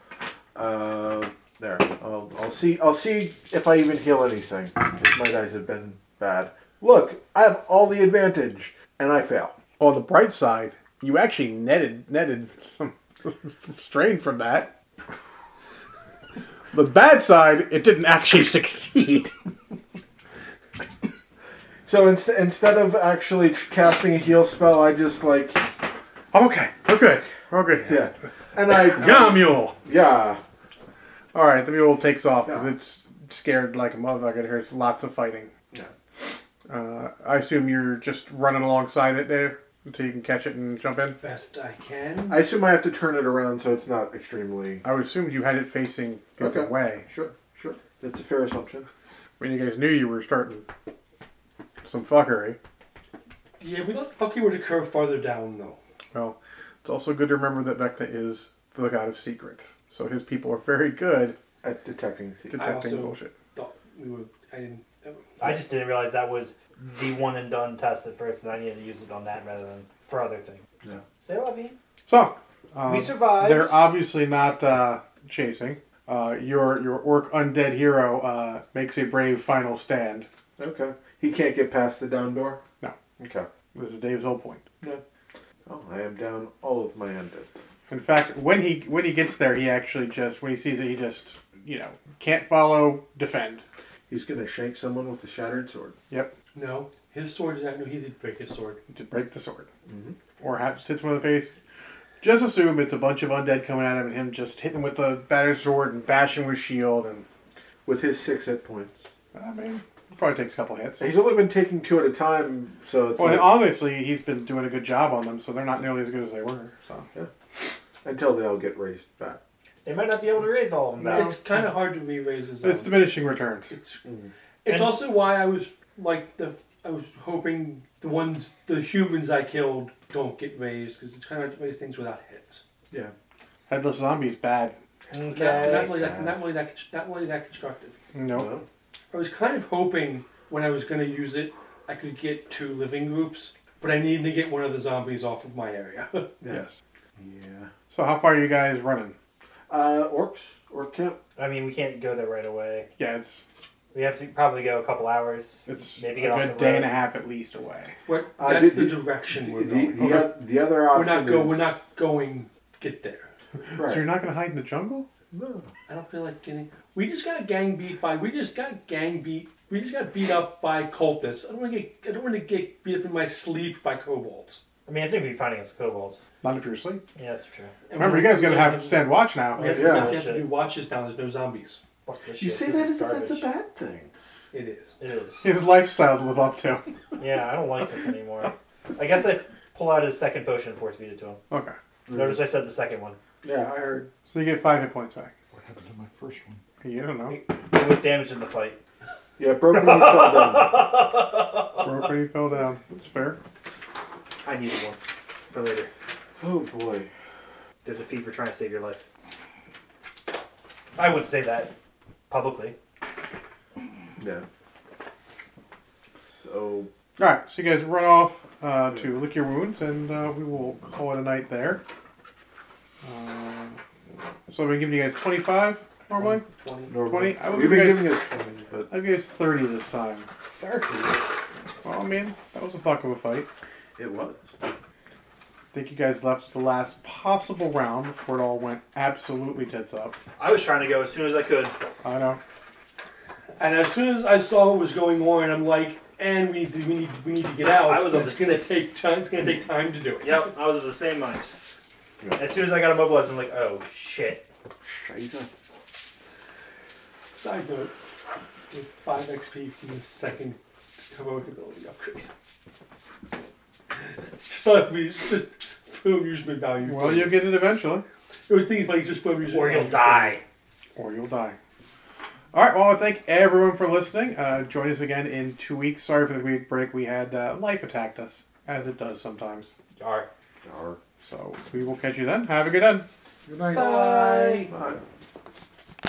E: Uh, there. I'll, I'll see. I'll see if I even heal anything. 'cause my dice have been bad. Look, I have all the advantage, and I fail.
A: On the bright side, you actually netted netted some strain from that. The bad side, it didn't actually succeed.
E: So inst- instead of actually ch- casting a heal spell, I just like
A: I'm okay. We're good. We're good.
E: yeah, and I
A: Yeah, mule.
E: yeah.
A: All right, the mule takes off because
E: Yeah.
A: it's scared like a motherfucker. There's lots of fighting.
E: Yeah.
A: Uh, I assume you're just running alongside it, Dave, until you can catch it and jump in.
D: Best I can.
E: I assume I have to turn it around so it's not extremely.
A: I would assume you had it facing the other
E: Okay.
A: way.
E: Sure, sure. That's a fair assumption.
A: When you guys knew you were starting some fuckery.
D: Yeah, we thought Bucky were to curve farther down though.
A: Well, it's also good to remember that Vecna is the god of secrets. So his people are very good
E: At detecting secrets.
A: detecting
D: also-
A: bullshit.
D: Thought we were. I didn't.
C: I just didn't realize that was the one and done test at first, and I needed to use it on that rather than for other things.
E: Yeah.
C: Say la vie.
A: So, um,
C: we survived.
A: They're obviously not uh, chasing. Uh, your your orc undead hero uh, makes a brave final stand.
E: Okay. He can't get past the down door.
A: No.
E: Okay.
A: This is Dave's whole point.
E: No. Oh, I am down all of my undead.
A: In fact, when he when he gets there, he actually just when he sees it, he just you know can't follow, defend.
E: He's gonna shank someone with the shattered sword.
A: Yep,
D: No, his sword is. I know he did break his sword.
A: to break the sword, or have hits him in the face. Just assume it's a bunch of undead coming at him, and him just hitting with the battered sword and bashing with shield, and
E: With his six hit points.
A: I mean, it probably takes a couple hits.
E: He's only been taking two at a time, so it's
A: Well, and
E: like-
A: obviously he's been doing a good job on them, so they're not nearly as good as they were. So.
E: until they all get raised back.
C: They might not be able to raise all of them. Now.
D: It's kind of hard to re-raise his.
A: It's
D: own.
A: diminishing returns.
D: It's
E: Mhm.
D: it's
C: Mm. And-
D: also why I was like the I was hoping the ones the humans I killed don't get raised because it's kind of hard to raise things without hits.
E: Yeah.
A: Headless zombies bad.
D: Not, not
C: okay.
D: really that not really that const- not really that constructive.
A: No.
E: No?
D: I was kind of hoping when I was going to use it I could get two living groups, but I needed to get one of the zombies off of my area.
A: Yes.
E: Yeah.
A: So how far are you guys running?
E: Uh, orcs. Orc camp.
C: I mean, we can't go there right away.
A: Yeah, it's
C: We have to probably go a couple hours.
A: it's
C: Maybe
A: a
C: get off
A: good
C: the
A: day
C: road.
A: and a half at least away.
D: What,
E: Uh,
D: that's
E: the-
D: the,
E: the-
D: direction
E: The,
D: we're
E: the,
D: going.
E: the, o- the other
D: We're
E: option
D: not go.
E: is-
D: We're not going. Get there.
E: Right.
A: So you're not going to hide in the jungle?
E: No.
D: I don't feel like getting. We just got gang beat by. We just got gang beat. We just got beat up by cultists. I don't want to get. I don't want to get beat up in my sleep by kobolds.
C: I mean, I think we'd be finding us kobolds.
A: Not if you're asleep.
C: Yeah, that's true.
D: And
A: Remember, you guys got to have
D: We
A: stand watch now.
D: have,
E: Yeah.
D: we have to do watches now. There's no zombies.
C: Fuck this
E: You
C: shit.
E: say
C: This
E: that
C: is
E: as if that's a
C: garbage.
E: bad thing.
D: It is.
C: It is.
A: His lifestyle to live up to.
C: Yeah, I don't like this anymore. I guess I pull out his second potion and force feed it to him.
A: Okay.
E: Mm-hmm.
C: Notice I said the second one.
E: Yeah, I heard.
A: So you get five hit points back.
B: What happened to my first one?
A: You don't know.
C: It was damaged in the fight.
E: Yeah, broken knees fell down.
A: Broke when he fell down. That's fair.
C: I needed one for later.
E: Oh boy.
C: There's a fee for trying to save your life. I wouldn't say that publicly.
E: Yeah. So
A: All right. So you guys run off uh, to lick your wounds, and uh, we will call it a night there. Um, so we give you guys twenty-five normally.
D: Twenty.
E: normal.
A: 20? I would
E: You've been
A: guys-
E: giving us twenty, but
A: I guess 30 this time.
E: thirty.
A: Well, I mean, that was a fuck of a fight.
E: It was.
A: think you guys left the last possible round before it all went absolutely tits up.
C: I was trying to go as soon as I could.
A: I know.
D: And as soon as I saw what was going on, I'm like, "And we need to, we need we need to get out."
C: I was on
D: it's
C: the
D: gonna
C: sixth.
D: take time. It's gonna take time to do it.
C: Yep, I was of the same mind.
E: Yeah.
C: As soon as I got immobilized, I'm like, oh shit.
E: Scheiße.
D: Side note: with five XP from the second heroic ability upgrade. just thought it'd be just for amusement value.
A: Well, you'll get it eventually,
D: It was thinking like just for amusement.
C: Or you'll
D: value.
C: die.
A: or you'll die. All right. Well, I thank everyone for listening. Uh, join us again in two weeks. Sorry for the week break. We had uh, life attacked us, as it does sometimes.
C: Alright.
E: Arr.
A: So we will catch you then. Have a good one.
B: Good night.
I: Bye.
E: Bye.